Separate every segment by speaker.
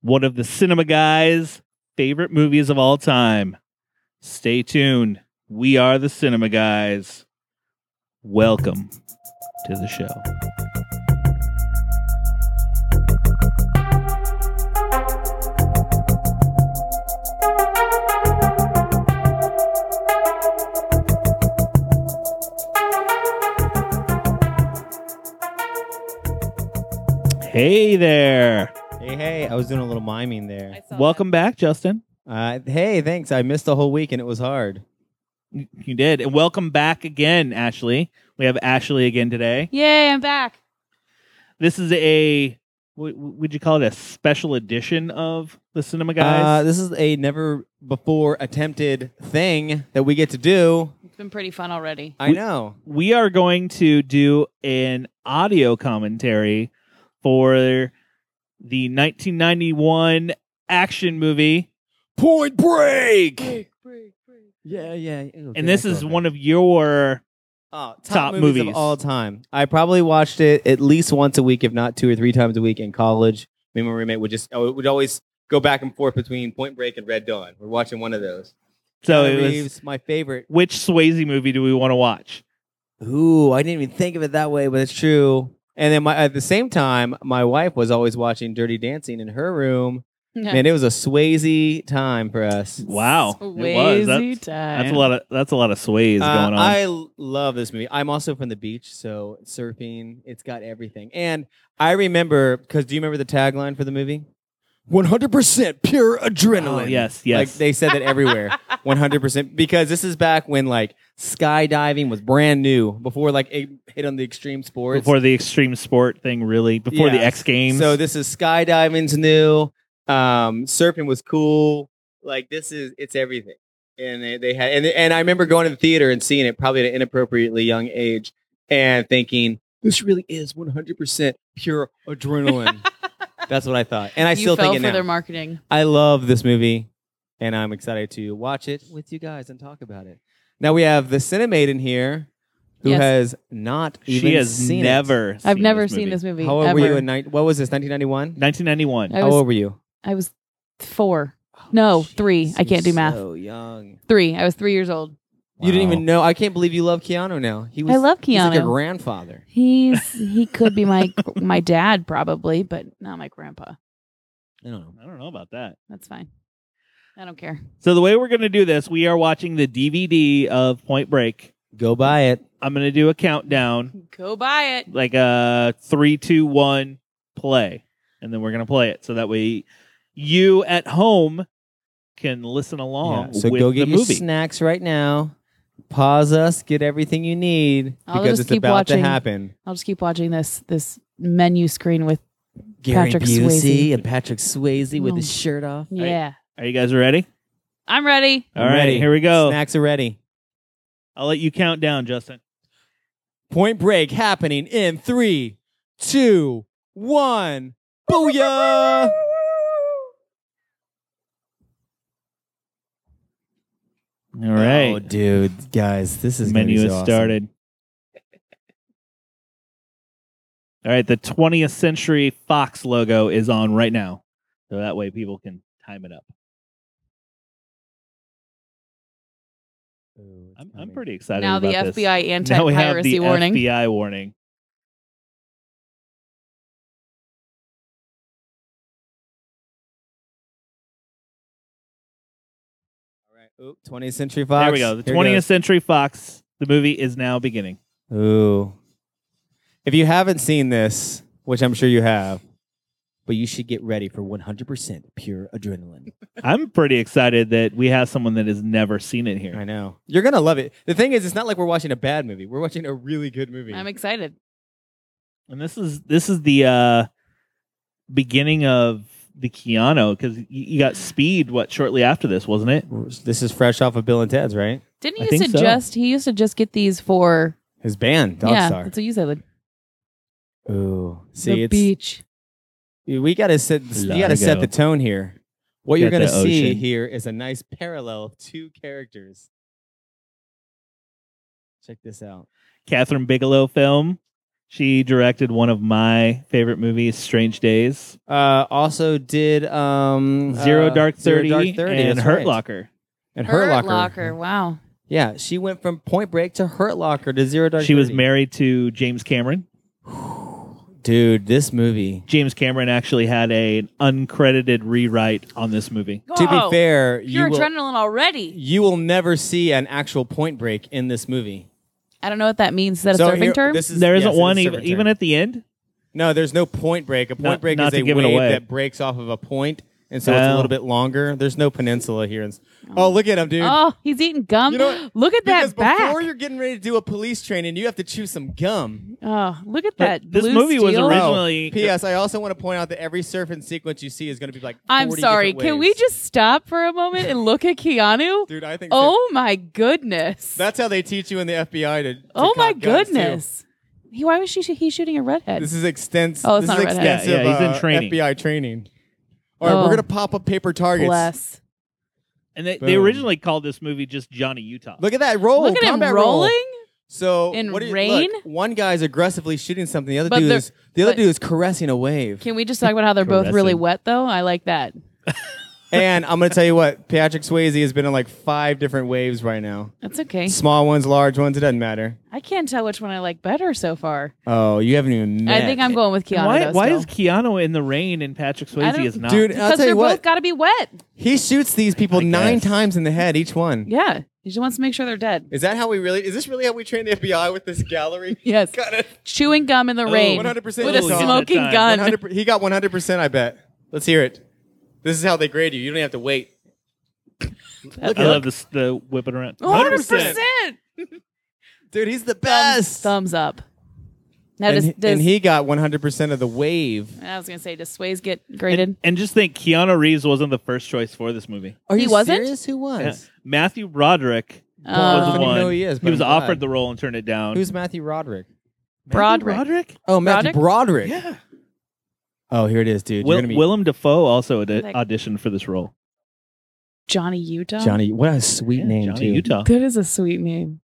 Speaker 1: one of the cinema guys' favorite movies of all time. Stay tuned. We are the cinema guys. Welcome to the show. Hey there.
Speaker 2: Hey, hey, I was doing a little miming there.
Speaker 1: Welcome back, Justin.
Speaker 2: Uh, hey, thanks. I missed the whole week and it was hard.
Speaker 1: You did. And welcome back again, Ashley. We have Ashley again today.
Speaker 3: Yay, I'm back.
Speaker 1: This is a wh- wh- would you call it a special edition of the Cinema
Speaker 2: Uh,
Speaker 1: Guys?
Speaker 2: this is a never before attempted thing that we get to do.
Speaker 3: It's been pretty fun already.
Speaker 2: I
Speaker 1: We-
Speaker 2: know.
Speaker 1: we are going to do an audio commentary for the 1991 action movie.
Speaker 2: Point break. Yeah, yeah.
Speaker 1: And this is one of your
Speaker 2: oh, top,
Speaker 1: top
Speaker 2: movies,
Speaker 1: movies.
Speaker 2: of all time. I probably watched it at least once a week, if not two or three times a week in college. Me and my roommate would just oh, would always go back and forth between Point Break and Red Dawn. We're watching one of those.
Speaker 1: so
Speaker 2: Keanu
Speaker 1: it was
Speaker 2: Reeves, my favorite.
Speaker 1: which Swayze movie do we want to watch?
Speaker 2: Ooh, I didn't even think of it that way, but it's true. And then my, at the same time, my wife was always watching Dirty Dancing in her room. Man, it was a Swayze time for us.
Speaker 1: Wow. It was. That's, that's a lot of that's a lot of sways
Speaker 2: Uh,
Speaker 1: going on.
Speaker 2: I l- love this movie. I'm also from the beach, so surfing, it's got everything. And I remember, because do you remember the tagline for the movie? 100% pure adrenaline.
Speaker 1: Oh, yes, yes.
Speaker 2: Like they said that everywhere. 100%. Because this is back when like skydiving was brand new, before like it hit on the extreme sports.
Speaker 1: before the extreme sport thing really before the
Speaker 2: Yeah.
Speaker 1: X Games.
Speaker 2: So this is skydiving's new. Um, surfing was cool. Like this is it's everything. And they, they had and, and I remember going to the theater and seeing it probably at an inappropriately young age and thinking this really is 100% pure adrenaline. That's what I thought, and I
Speaker 3: you
Speaker 2: still
Speaker 3: fell
Speaker 2: think it
Speaker 3: for
Speaker 2: now.
Speaker 3: their marketing.
Speaker 2: I love this movie, and I'm excited to watch it with you guys and talk about it. Now we have the Cinemate in here, who
Speaker 3: Yes.
Speaker 2: has not even
Speaker 1: she has
Speaker 2: seen it.
Speaker 1: never.
Speaker 3: I've
Speaker 1: seen
Speaker 3: never
Speaker 1: this
Speaker 3: seen
Speaker 1: movie.
Speaker 3: this movie.
Speaker 2: How old
Speaker 3: ever.
Speaker 2: were you in nine what was this 1991?
Speaker 1: 1991.
Speaker 3: I
Speaker 2: How
Speaker 3: was-
Speaker 2: old were you?
Speaker 3: I was four,
Speaker 1: Oh,
Speaker 3: No, three. I can't do math.
Speaker 2: So young.
Speaker 3: three. I was three years old.
Speaker 2: You didn't
Speaker 1: Wow.
Speaker 2: even know. I can't believe you love Keanu now. He was.
Speaker 3: I love
Speaker 2: He's like your
Speaker 3: Keanu.
Speaker 2: grandfather.
Speaker 3: He's he could be my my dad probably, but not my grandpa.
Speaker 2: I don't know.
Speaker 1: I don't know about that.
Speaker 3: That's fine. I don't care.
Speaker 1: So the way we're going to do this, we are watching the DVD of Point Break.
Speaker 2: Go buy it.
Speaker 1: I'm going to do a countdown,
Speaker 3: Go buy it.
Speaker 1: like a three, two, one, play, and then we're going to play it so that way you at home can listen along
Speaker 2: Yeah, so
Speaker 1: Oh, with
Speaker 2: go get
Speaker 1: the
Speaker 2: your
Speaker 1: movie.
Speaker 2: snacks right now. Pause us. Get everything you need
Speaker 3: I'll
Speaker 2: because
Speaker 3: just
Speaker 2: it's
Speaker 3: keep
Speaker 2: about to
Speaker 3: watching.
Speaker 2: happen.
Speaker 3: I'll just keep watching this this menu screen with
Speaker 2: Gary
Speaker 3: Patrick
Speaker 2: Busey
Speaker 3: Swayze. Mm.
Speaker 2: and Patrick Swayze with
Speaker 3: No.
Speaker 2: his shirt off.
Speaker 3: yeah.
Speaker 1: are you guys ready?
Speaker 3: I'm ready.
Speaker 1: All
Speaker 2: I'm
Speaker 1: right,
Speaker 2: ready.
Speaker 1: here we go.
Speaker 2: Snacks are ready.
Speaker 1: I'll let you count down, Justin.
Speaker 2: Point Break happening in three, two, one. Booyah!
Speaker 1: All right,
Speaker 2: Oh, dude, guys, this is gonna
Speaker 1: menu
Speaker 2: be
Speaker 1: is
Speaker 2: so awesome.
Speaker 1: started. All right, the 20th Century Fox logo is on right now, so that way people can time it up.
Speaker 2: Ooh, it's
Speaker 1: I'm, I'm
Speaker 2: coming.
Speaker 1: pretty excited.
Speaker 3: now the
Speaker 1: about this.
Speaker 3: FBI
Speaker 1: Now we have
Speaker 3: anti-piracy
Speaker 1: the
Speaker 3: warning.
Speaker 1: FBI warning.
Speaker 2: All right. Oop, 20th Century Fox.
Speaker 1: There we go. The
Speaker 2: Here
Speaker 1: 20th Century Fox. The movie is now beginning.
Speaker 2: goes. Ooh. If you haven't seen this, which I'm sure you have, but you should get ready for 100% pure adrenaline.
Speaker 1: I'm pretty excited that we have someone that has never seen it here.
Speaker 2: I know. You're going to love it. The thing is, it's not like we're watching a bad movie. We're watching a really good movie.
Speaker 3: I'm excited.
Speaker 1: And this is this is the uh beginning of the Keanu because you, you got Speed. What shortly after this, wasn't it?
Speaker 2: this is fresh off of Bill and Ted's, right?
Speaker 3: Didn't
Speaker 1: I
Speaker 3: you
Speaker 1: think so.
Speaker 3: suggest he used to just get these for
Speaker 2: His band, Dog
Speaker 3: yeah?
Speaker 2: Star.
Speaker 3: That's what you said. Like,
Speaker 2: Ooh.
Speaker 3: the
Speaker 2: See, it's,
Speaker 3: beach.
Speaker 2: we got to set you got to set
Speaker 1: Largo.
Speaker 2: the tone here. What you're
Speaker 1: Got
Speaker 2: going to
Speaker 1: the
Speaker 2: see
Speaker 1: ocean.
Speaker 2: here is a nice parallel to characters. Check this out.
Speaker 1: Catherine Bigelow film She directed one of my favorite movies, Strange Days,
Speaker 2: Uh, also did um,
Speaker 1: Zero
Speaker 2: uh,
Speaker 1: Dark
Speaker 2: Zero
Speaker 1: Thirty,
Speaker 2: Dark 30
Speaker 1: and
Speaker 2: that's
Speaker 1: Hurt
Speaker 2: right.
Speaker 1: Locker.
Speaker 2: And Hurt Locker.
Speaker 3: Wow.
Speaker 2: Yeah, she went from Point Break to Hurt Locker to Zero Dark
Speaker 1: She was
Speaker 2: 30.
Speaker 1: married to James Cameron.
Speaker 2: Dude, this movie.
Speaker 1: James Cameron actually had a- an uncredited rewrite on this movie.
Speaker 2: To be
Speaker 3: Whoa.
Speaker 2: fair, you
Speaker 3: pure
Speaker 2: will,
Speaker 3: adrenaline already.
Speaker 2: you will never see an actual Point Break in this movie.
Speaker 3: I don't know what that means. Is that a
Speaker 2: So
Speaker 3: surfing
Speaker 2: here-
Speaker 3: term?
Speaker 2: This is,
Speaker 1: There
Speaker 2: yes,
Speaker 1: isn't
Speaker 2: it is
Speaker 1: one
Speaker 2: a
Speaker 1: even,
Speaker 2: surfing
Speaker 1: even
Speaker 2: term.
Speaker 1: at the end.
Speaker 2: no, there's no Point Break. A Point
Speaker 1: Not-
Speaker 2: Break
Speaker 1: not
Speaker 2: is
Speaker 1: to
Speaker 2: a
Speaker 1: give it
Speaker 2: wave
Speaker 1: away.
Speaker 2: that breaks off of a point, and so it's
Speaker 1: Oh.
Speaker 2: a little bit longer. There's no peninsula here. It's- Oh, look at him, dude.
Speaker 3: oh, he's eating gum.
Speaker 2: You know what?
Speaker 3: look at
Speaker 2: because
Speaker 3: that back.
Speaker 2: before you're getting ready to do a police training, you have to chew some gum.
Speaker 3: Oh, look at that.
Speaker 1: But this
Speaker 3: blue
Speaker 1: movie was
Speaker 3: steel.
Speaker 1: original-
Speaker 2: Oh,
Speaker 1: Originally-
Speaker 2: P.S. I also want to point out that every surfing sequence you see is going to be like.
Speaker 3: I'm
Speaker 2: 40
Speaker 3: sorry.
Speaker 2: different
Speaker 3: Can we
Speaker 2: waves.
Speaker 3: just stop for a moment and look at Keanu?
Speaker 2: Dude, I think. so.
Speaker 3: Oh my goodness.
Speaker 2: That's how they teach you in the FBI to. to
Speaker 3: oh my
Speaker 2: cock guns, too.
Speaker 3: goodness. He, why was she he shooting a redhead?
Speaker 2: This is extensive.
Speaker 3: Oh, it's
Speaker 2: this
Speaker 3: not
Speaker 2: is
Speaker 3: a redhead.
Speaker 1: Yeah,
Speaker 2: extensive.
Speaker 1: yeah, he's in
Speaker 2: uh,
Speaker 1: training.
Speaker 2: FBI training. All right,
Speaker 3: Oh.
Speaker 2: we're gonna pop up paper targets.
Speaker 3: Bless.
Speaker 1: And they, they
Speaker 2: Boom.
Speaker 1: originally called this movie just Johnny Utah.
Speaker 2: Look at that roll.
Speaker 3: look at him
Speaker 2: Oh, combat
Speaker 3: rolling.
Speaker 2: roll. So
Speaker 3: in
Speaker 2: what do you,
Speaker 3: rain?
Speaker 2: Look, one guy's aggressively shooting something. The other
Speaker 3: But
Speaker 2: dude
Speaker 3: they're-
Speaker 2: is the other
Speaker 3: but-
Speaker 2: dude is caressing a wave.
Speaker 3: Can we just talk about how they're both really
Speaker 1: Caressing.
Speaker 3: wet though? I like that.
Speaker 2: and I'm gonna tell you what, Patrick Swayze has been in like five different waves right now.
Speaker 3: That's okay.
Speaker 2: Small ones, large ones. It doesn't matter.
Speaker 3: I can't tell which one I like better so far.
Speaker 2: Oh, you haven't even. Met.
Speaker 3: I think I'm going with Keanu.
Speaker 1: why
Speaker 3: though,
Speaker 1: why
Speaker 3: still.
Speaker 1: is Keanu in the rain and Patrick
Speaker 3: I
Speaker 1: Swayze
Speaker 3: don't-
Speaker 1: is not?
Speaker 2: Dude, I'll
Speaker 3: because
Speaker 2: tell
Speaker 3: they're
Speaker 2: you
Speaker 3: both
Speaker 2: what.
Speaker 3: got to be wet.
Speaker 2: he shoots these people
Speaker 1: I
Speaker 2: nine
Speaker 1: guess.
Speaker 2: times in the head, each one.
Speaker 3: Yeah, he just wants to make sure they're dead.
Speaker 2: Is that how we really? Is this really how we train the FBI with this gallery?
Speaker 3: Yes,
Speaker 2: Got it.
Speaker 3: chewing gum in the rain
Speaker 2: 100%
Speaker 3: with a
Speaker 2: Utah.
Speaker 3: smoking
Speaker 1: Good
Speaker 3: gun.
Speaker 2: 100 he got 100%, I bet. Let's hear it. This is how they grade you. You don't have to wait.
Speaker 1: I love this the whipping around.
Speaker 3: Oh, 100%.
Speaker 2: Dude, he's the
Speaker 3: Thumbs,
Speaker 2: best.
Speaker 3: thumbs up. Now
Speaker 2: And,
Speaker 3: does,
Speaker 2: he-
Speaker 3: does
Speaker 2: and he got 100% of the wave.
Speaker 3: I was gonna say does Swayze get
Speaker 1: And,
Speaker 3: graded?
Speaker 1: and just think, Keanu Reeves wasn't the first choice for this movie.
Speaker 2: Are
Speaker 3: He
Speaker 2: you
Speaker 3: wasn't?
Speaker 2: serious? Who was?
Speaker 1: Matthew Broderick
Speaker 3: Uh,
Speaker 2: I
Speaker 1: was
Speaker 2: don't
Speaker 1: the
Speaker 3: Um,
Speaker 2: even
Speaker 1: one.
Speaker 2: know who he is, but
Speaker 1: was
Speaker 2: I'm glad.
Speaker 1: offered the role and turned it down.
Speaker 2: Who's Matthew Roderick?
Speaker 1: Matthew
Speaker 3: Broderick.
Speaker 1: Broderick?
Speaker 2: Oh, Matthew Broderick.
Speaker 1: Yeah.
Speaker 2: Oh, here it is, dude. You're
Speaker 1: Will,
Speaker 2: gonna be
Speaker 1: Willem Dafoe also audi-
Speaker 3: Like-
Speaker 1: auditioned for this role.
Speaker 3: Johnny Utah.
Speaker 2: Johnny. What a sweet
Speaker 1: Yeah,
Speaker 2: name,
Speaker 1: Johnny
Speaker 2: too.
Speaker 1: Utah.
Speaker 3: That is a sweet name.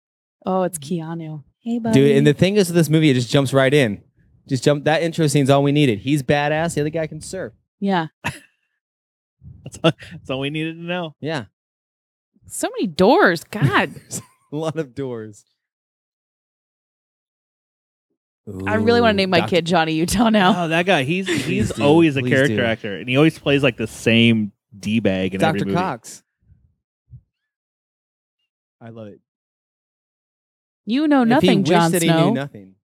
Speaker 3: Oh, it's Keanu. Hey, buddy.
Speaker 2: Mm. Dude, and the thing is with this movie, it just jumps right in. Just jump. That intro scene's all we needed. He's badass. The other guy can surf.
Speaker 3: yeah,
Speaker 1: That's all, that's all we needed to know.
Speaker 2: Yeah.
Speaker 3: so many doors. God,
Speaker 2: A lot of doors.
Speaker 3: I really want to name my
Speaker 2: Ooh,
Speaker 3: kid Johnny Utah now.
Speaker 1: Oh, that guy. He's he's
Speaker 2: do.
Speaker 1: always a
Speaker 2: Please
Speaker 1: character
Speaker 2: do.
Speaker 1: actor, and he always plays like the same d bag in every
Speaker 2: Dr.
Speaker 1: movie.
Speaker 2: Cox. I love it.
Speaker 3: You know nothing,
Speaker 2: if he
Speaker 3: Jon
Speaker 2: wished that
Speaker 3: Snow.
Speaker 2: he knew nothing.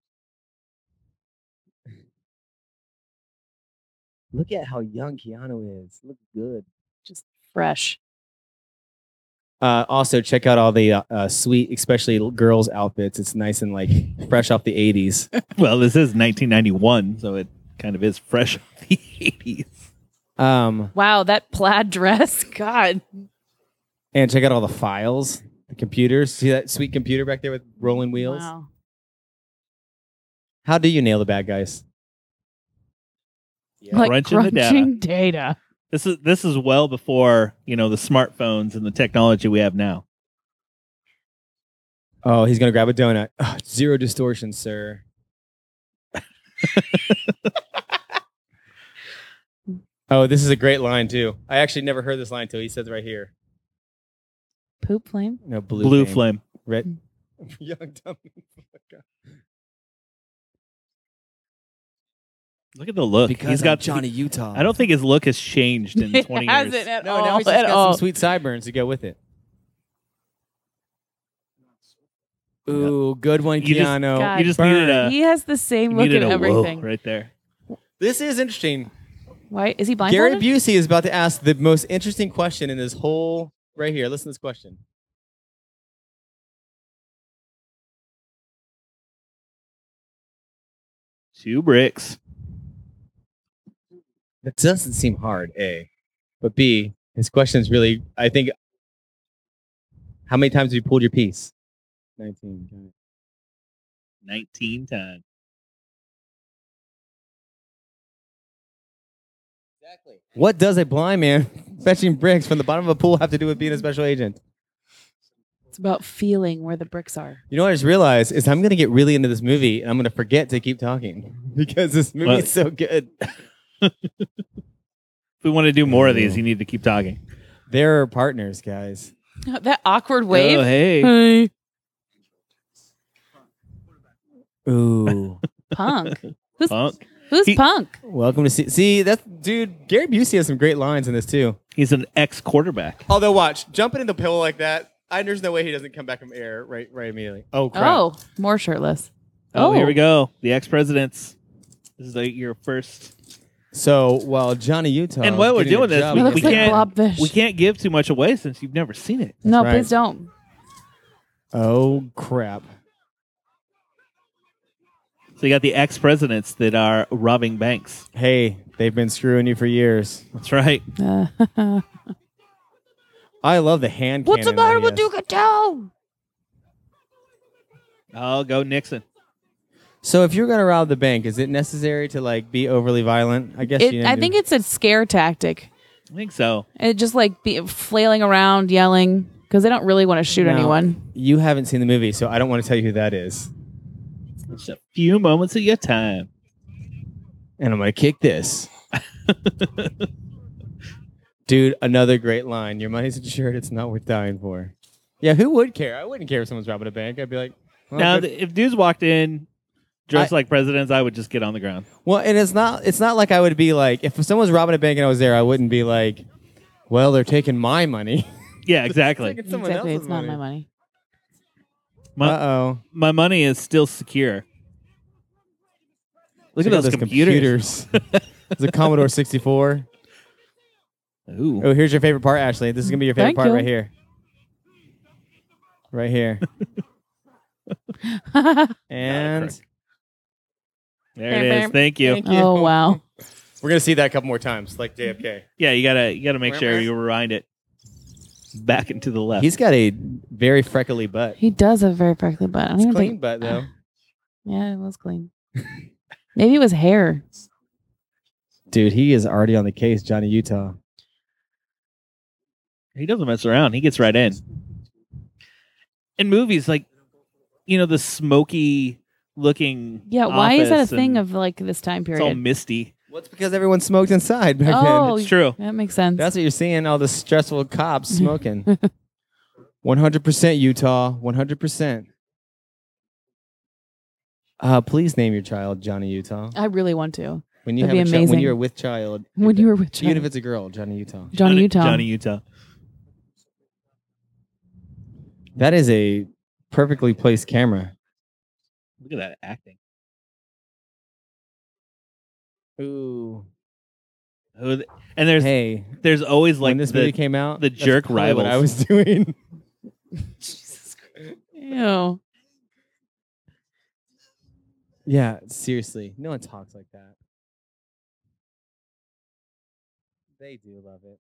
Speaker 2: Look at how young Keanu is. Look good.
Speaker 3: Just fresh.
Speaker 2: Uh, also, check out all the uh, uh, sweet, especially l- girls' outfits. It's nice and like fresh off the '80s.
Speaker 1: Well, this is 1991, so it kind of is fresh off the 80s.
Speaker 2: Um,
Speaker 3: Wow, that plaid dress. God.
Speaker 2: and check out all the files, the computers. See that sweet computer back there with rolling wheels.
Speaker 3: Wow.
Speaker 2: How do you nail the bad guys? Yeah.
Speaker 3: Like
Speaker 1: Crunching the data.
Speaker 3: crunching data.
Speaker 1: This is this is well before you know the smartphones and the technology we have now.
Speaker 2: Oh, he's gonna grab a donut. Oh, zero distortion, sir. oh, this is a great line too. I actually never heard this line till he says it right here.
Speaker 3: Poop flame.
Speaker 2: No blue,
Speaker 1: Blue,
Speaker 2: vein.
Speaker 1: flame.
Speaker 2: red. Young dumb.
Speaker 1: Look at the look. he's got
Speaker 2: Utah.
Speaker 1: I don't think his look has changed in
Speaker 3: It
Speaker 1: 20
Speaker 3: hasn't
Speaker 1: years.
Speaker 3: at
Speaker 2: No,
Speaker 3: all.
Speaker 2: now he's just
Speaker 3: Oh, at
Speaker 2: got
Speaker 3: all.
Speaker 2: some sweet sideburns to go with it. Ooh, good one,
Speaker 1: You just-
Speaker 2: Keanu.
Speaker 3: God.
Speaker 1: You just
Speaker 2: Burn.
Speaker 1: needed a
Speaker 3: he has the same
Speaker 1: you
Speaker 3: look
Speaker 1: needed
Speaker 3: at
Speaker 1: a whoa
Speaker 3: everything.
Speaker 1: right there.
Speaker 2: This is interesting.
Speaker 3: Why is he
Speaker 2: Gary
Speaker 3: blindfolded?
Speaker 2: Busey is about to ask the most interesting question in this whole right here. Listen to this question.
Speaker 1: Two bricks.
Speaker 2: That doesn't seem hard, A. But B, his question is really, I think, how many times have you pulled your piece? 19.
Speaker 1: 19 times.
Speaker 2: Exactly. What does a blind man fetching bricks from the bottom of a pool have to do with being a special agent?
Speaker 3: It's about feeling where the bricks are.
Speaker 2: You know what I just realized is I'm gonna get really into this movie and I'm gonna forget to keep talking because this movie
Speaker 1: Well-
Speaker 2: is so good.
Speaker 1: If we want to do more of these, you need to keep talking.
Speaker 2: They're partners, guys.
Speaker 3: That awkward wave.
Speaker 1: Oh,
Speaker 3: Hmm.
Speaker 1: hey.
Speaker 3: hey.
Speaker 2: Ooh.
Speaker 3: Punk. Who's
Speaker 1: Punk.
Speaker 3: who's
Speaker 1: He-
Speaker 3: punk?
Speaker 2: Welcome to see see that's dude, Gary Busey has some great lines in this too.
Speaker 1: He's an ex quarterback.
Speaker 2: Although watch, jumping in the pillow like that, I there's no way he doesn't come back from air right right immediately. Oh crap.
Speaker 3: Oh, more shirtless.
Speaker 1: Oh,
Speaker 3: Oh.
Speaker 1: here we go. The ex presidents. This is like your first.
Speaker 2: So while Johnny Utah
Speaker 1: And while
Speaker 2: is
Speaker 1: we're
Speaker 2: getting a
Speaker 1: doing this,
Speaker 2: job
Speaker 3: It
Speaker 1: We-
Speaker 3: looks
Speaker 1: we
Speaker 3: like
Speaker 1: can't-
Speaker 3: blobfish.
Speaker 1: We can't give too much away since you've never seen it.
Speaker 3: no,
Speaker 2: right.
Speaker 3: please don't.
Speaker 2: Oh crap.
Speaker 1: So you got the ex presidents that are robbing banks.
Speaker 2: Hey, they've been screwing you for years.
Speaker 1: That's right.
Speaker 3: Uh,
Speaker 2: I love the hand
Speaker 3: What's the
Speaker 2: cannon
Speaker 3: matter
Speaker 2: on
Speaker 3: with
Speaker 2: this.
Speaker 3: Duke of Town?
Speaker 1: I'll go Nixon.
Speaker 2: So if you're gonna rob the bank, is it necessary to like be overly violent? I guess you
Speaker 3: It, I think it's a scare tactic.
Speaker 1: I think so.
Speaker 3: It just like be flailing around, yelling, because they don't really want to shoot
Speaker 2: No.
Speaker 3: anyone.
Speaker 2: you haven't seen the movie, so I don't want to tell you who that is.
Speaker 1: Just a few moments of your time.
Speaker 2: And I'm gonna kick this. Dude, another great line. Your money's insured, it's not worth dying for. Yeah, who would care? I wouldn't care if someone's robbing a bank. I'd be like, well,
Speaker 1: now,
Speaker 2: good
Speaker 1: th- if dudes walked in dressed like presidents, I would just get on the ground.
Speaker 2: Well, and it's not it's not like I would be like if someone's robbing a bank and I was there, I wouldn't be like, well, they're taking my money.
Speaker 1: Yeah, exactly.
Speaker 2: Taking someone
Speaker 3: exactly.
Speaker 2: else's
Speaker 3: It's not my money.
Speaker 1: My,
Speaker 2: Uh oh.
Speaker 1: my money is still secure. Look at those computers.
Speaker 2: it's a Commodore 64.
Speaker 1: Ooh.
Speaker 2: Oh, here's your favorite part, Ashley. This is gonna be your favorite
Speaker 3: Thank
Speaker 2: part
Speaker 3: you.
Speaker 2: right here. Right here. and
Speaker 1: There it is. Thank you.
Speaker 2: Thank you.
Speaker 3: oh wow.
Speaker 2: We're gonna see that a couple more times, like JFK.
Speaker 1: Yeah, you gotta you gotta make sure you rewind it back into the left.
Speaker 2: He's got a very freckly butt.
Speaker 3: He does have a very freckly butt. I don't
Speaker 2: It's
Speaker 3: even
Speaker 2: clean
Speaker 3: think-
Speaker 2: butt though.
Speaker 3: Yeah, it was clean. Maybe it was hair.
Speaker 2: Dude, he is already on the case, Johnny Utah.
Speaker 1: he doesn't mess around. He gets right in. In movies, like you know, the smoky looking.
Speaker 3: Yeah, why is that a
Speaker 1: office and
Speaker 3: thing of like this time
Speaker 1: It's all
Speaker 3: period?
Speaker 1: misty.
Speaker 2: Well, it's because everyone smoked inside back
Speaker 3: Oh,
Speaker 2: then.
Speaker 1: It's true.
Speaker 3: That makes sense.
Speaker 2: That's what you're seeing, all the stressful cops smoking. 100% Utah, 100%. Uh, please name your child Johnny Utah.
Speaker 3: I really want to.
Speaker 2: When you have
Speaker 3: Oh, That'd
Speaker 2: a child,
Speaker 3: be
Speaker 2: when
Speaker 3: amazing.
Speaker 2: you're with child.
Speaker 3: When you were with
Speaker 2: even if
Speaker 3: Johnny,
Speaker 2: it's a girl, Johnny Utah.
Speaker 3: Johnny Utah.
Speaker 1: Johnny Utah.
Speaker 2: That is a perfectly placed camera.
Speaker 1: Look at that acting.
Speaker 2: Ooh.
Speaker 1: Oh, th- And there's
Speaker 2: Hey,
Speaker 1: there's always
Speaker 2: like when
Speaker 1: like
Speaker 2: this
Speaker 1: the
Speaker 2: movie came out,
Speaker 1: the
Speaker 2: that's
Speaker 1: jerk
Speaker 2: probably What I
Speaker 1: rivals.
Speaker 2: was doing.
Speaker 3: Jesus Christ. Ew.
Speaker 2: yeah, seriously, no one talks like that. They do love it.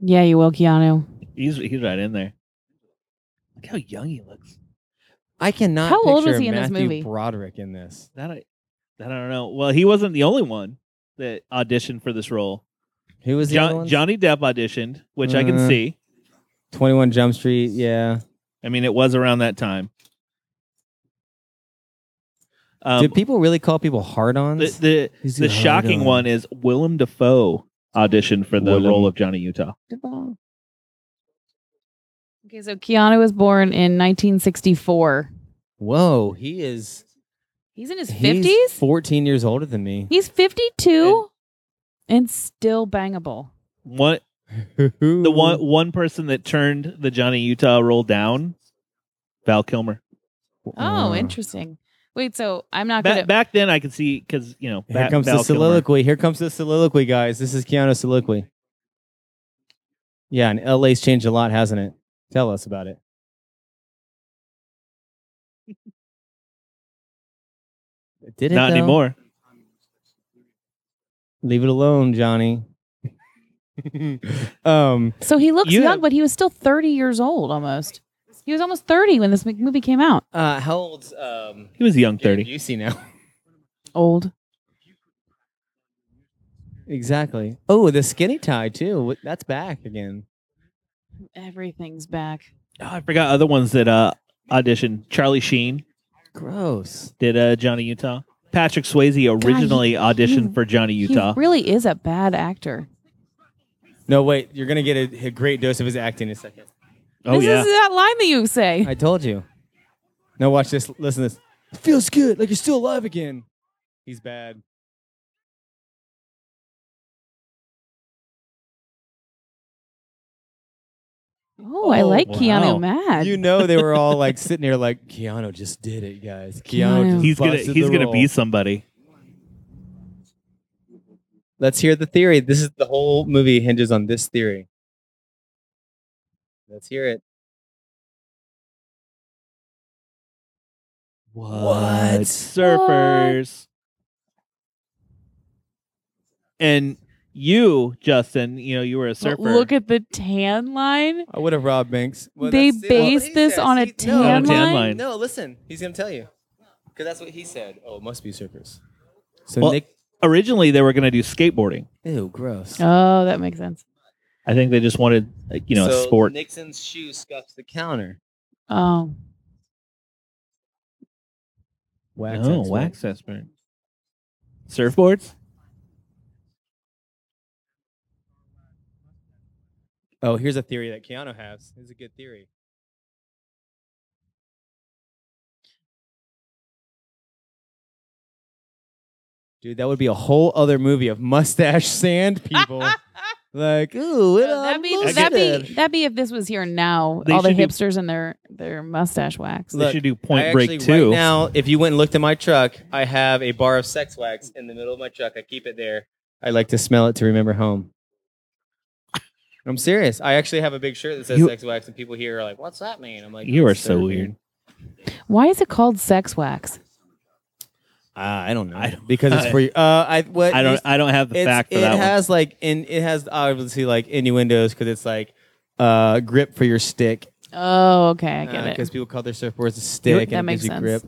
Speaker 3: Yeah, you will, Keanu.
Speaker 1: he's he's right in there. Look how young he looks.
Speaker 2: I cannot.
Speaker 3: How old
Speaker 2: picture
Speaker 3: was he in this
Speaker 2: Matthew
Speaker 3: movie?
Speaker 2: Broderick in this.
Speaker 1: That I that I don't know. Well, he wasn't the only one that auditioned for this role.
Speaker 2: Who was the other
Speaker 1: Jo-
Speaker 2: one?
Speaker 1: Johnny Depp auditioned, which I can
Speaker 2: Uh.
Speaker 1: see.
Speaker 2: Twenty One Jump Street. Yeah.
Speaker 1: I mean, it was around that time. Um,
Speaker 2: do people really call people hard-ons?
Speaker 1: the the,
Speaker 2: He's
Speaker 1: the
Speaker 2: a
Speaker 1: shocking
Speaker 2: hard-on.
Speaker 1: one is Willem Dafoe auditioned for the
Speaker 2: Willem.
Speaker 1: role of Johnny Utah.
Speaker 3: Okay, so Keanu was born in 1964.
Speaker 2: Whoa, he is.
Speaker 3: He's in his
Speaker 2: he's
Speaker 3: 50s?
Speaker 2: Fourteen years older than me.
Speaker 3: He's 52 and still bangable.
Speaker 1: One the
Speaker 2: the
Speaker 1: one one person that turned the Johnny Utah role down, Val Kilmer.
Speaker 3: Oh, interesting. Wait, so I'm not
Speaker 1: Mm. Ba-
Speaker 3: going to.
Speaker 1: back then, I could see because you know
Speaker 2: Here
Speaker 1: Ba-
Speaker 2: comes
Speaker 1: Val
Speaker 2: the
Speaker 1: Kilmer.
Speaker 2: soliloquy. Here comes the soliloquy, guys. This is Keanu's soliloquy. Yeah, and LA's changed a lot, hasn't it? Tell us about it. Did it
Speaker 1: Not
Speaker 2: though?
Speaker 1: anymore.
Speaker 2: Leave it alone, Johnny. um,
Speaker 3: So he looks
Speaker 1: You
Speaker 3: young,
Speaker 1: have-
Speaker 3: but he was still 30 years old almost. He was almost 30 when this m- movie came out.
Speaker 2: uh, how old's um
Speaker 1: He was a young thirty.
Speaker 2: You see now?
Speaker 3: Old.
Speaker 2: Exactly. Oh, the skinny tie too. Wh- That's back again.
Speaker 3: Everything's back.
Speaker 1: Oh, I forgot other ones that uh auditioned. Charlie Sheen
Speaker 2: Gross.
Speaker 1: did uh, Johnny Utah. Patrick Swayze originally auditioned
Speaker 3: he-
Speaker 1: for Johnny Utah.
Speaker 3: He really is a bad actor.
Speaker 2: No, wait. You're gonna get a, a great dose of his acting in a second.
Speaker 1: oh
Speaker 3: this
Speaker 1: yeah,
Speaker 3: is that line that you say.
Speaker 2: I told you. No, watch this. Listen to this. feels good. Like you're still alive again. He's bad.
Speaker 3: oh, I
Speaker 2: Oh,
Speaker 3: like
Speaker 1: wow.
Speaker 3: Keanu Mad.
Speaker 2: You know they were all like sitting here like Keanu just did it, guys. Keanu.
Speaker 3: Keanu.
Speaker 2: Just
Speaker 1: he's gonna
Speaker 2: busted
Speaker 1: he's
Speaker 2: the
Speaker 1: gonna
Speaker 2: role.
Speaker 1: be somebody.
Speaker 2: Let's hear the theory. This is the whole movie hinges on this theory. Let's hear it. What?
Speaker 1: surfers? And you, Justin, you know you were a
Speaker 3: But
Speaker 1: surfer.
Speaker 3: Look at the tan line.
Speaker 2: I would have robbed Banks.
Speaker 3: They
Speaker 2: that's-
Speaker 3: based
Speaker 2: he
Speaker 3: this
Speaker 2: says.
Speaker 3: on a
Speaker 2: He-
Speaker 3: tan
Speaker 1: On a tan line? line.
Speaker 2: No, listen. He's gonna tell you because that's what he said. Oh, it must be circus. So
Speaker 1: Well-
Speaker 2: Nick.
Speaker 1: Originally, they were gonna do skateboarding.
Speaker 2: Ew, gross.
Speaker 3: Oh, that makes sense.
Speaker 1: I think they just wanted like, you know
Speaker 2: so
Speaker 1: a sport.
Speaker 2: Nixon's shoe scuffs the counter.
Speaker 3: Oh,
Speaker 2: Wax.
Speaker 1: oh, wax expert. Surfboards.
Speaker 2: Oh, here's a theory that Keanu has. It's a good theory. Dude, that would be a whole other movie of mustache sand people. like, ooh, what
Speaker 3: Uh,
Speaker 2: a
Speaker 3: that'd be
Speaker 1: I
Speaker 3: that
Speaker 2: mustache.
Speaker 3: be that be if this was here now.
Speaker 1: They
Speaker 3: all the
Speaker 1: should do-
Speaker 3: hipsters and their their mustache wax.
Speaker 1: they
Speaker 2: Look,
Speaker 1: should do
Speaker 2: I
Speaker 1: Point
Speaker 2: actually,
Speaker 1: Break too.
Speaker 2: Right now, if you went and looked at my truck, I have a bar of sex wax in the middle of my truck. I keep it there. I like to smell it to remember home. I'm serious. I actually have a big shirt that says
Speaker 1: You-
Speaker 2: sex wax, and people here are like, "What's that mean?" I'm like,
Speaker 1: you are
Speaker 2: "It's
Speaker 1: so
Speaker 2: surfing."
Speaker 1: weird.
Speaker 3: Why is it called sex wax?
Speaker 2: Uh, I don't know.
Speaker 1: I don't-
Speaker 2: because it's for you. Uh, I what
Speaker 1: I don't. I don't have the
Speaker 2: it's-
Speaker 1: fact for
Speaker 2: it
Speaker 1: that one.
Speaker 2: has like in it has obviously like innuendos because it's like uh grip for your stick
Speaker 3: Oh, okay, I get it.
Speaker 2: because people call their surfboards a stick
Speaker 3: That
Speaker 2: and it
Speaker 3: makes
Speaker 2: gives you
Speaker 3: sense.
Speaker 2: grip.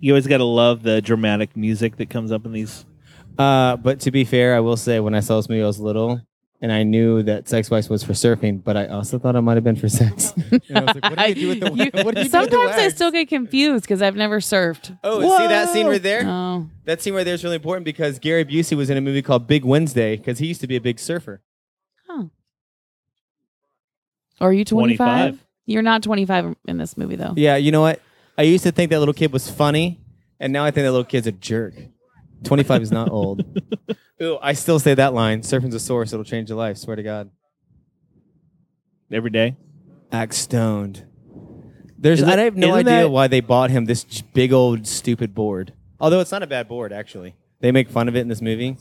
Speaker 1: You always got to love the dramatic music that comes up in these.
Speaker 2: Uh, but to be fair, I will say when I saw this movie, I was little, and I knew that sex wax was for surfing, but I also thought it might have been for sex. And I was like, what do you do with the,
Speaker 3: You-
Speaker 2: what do you do with the
Speaker 3: Sometimes I
Speaker 2: wax?
Speaker 3: still get confused because I've never surfed.
Speaker 2: Oh, see that scene right there?
Speaker 3: Oh,
Speaker 2: That scene right there is really important because Gary Busey was in a movie called Big Wednesday because he used to be a big surfer.
Speaker 3: are you 25?
Speaker 1: 25.
Speaker 3: You're not 25 in this movie though.
Speaker 2: Yeah, you know what? I used to think that little kid was funny, and now I think that little kid's a jerk. 25 is not old. Ooh, I still say that line surfing's a source, it'll change your life, swear to God.
Speaker 1: every day.
Speaker 2: act stoned. There's,
Speaker 1: Isn't-
Speaker 2: I have no
Speaker 1: isn't
Speaker 2: idea
Speaker 1: that-
Speaker 2: why they bought him this j- big old stupid board. Although it's not a bad board, actually. They make fun of it in this movie.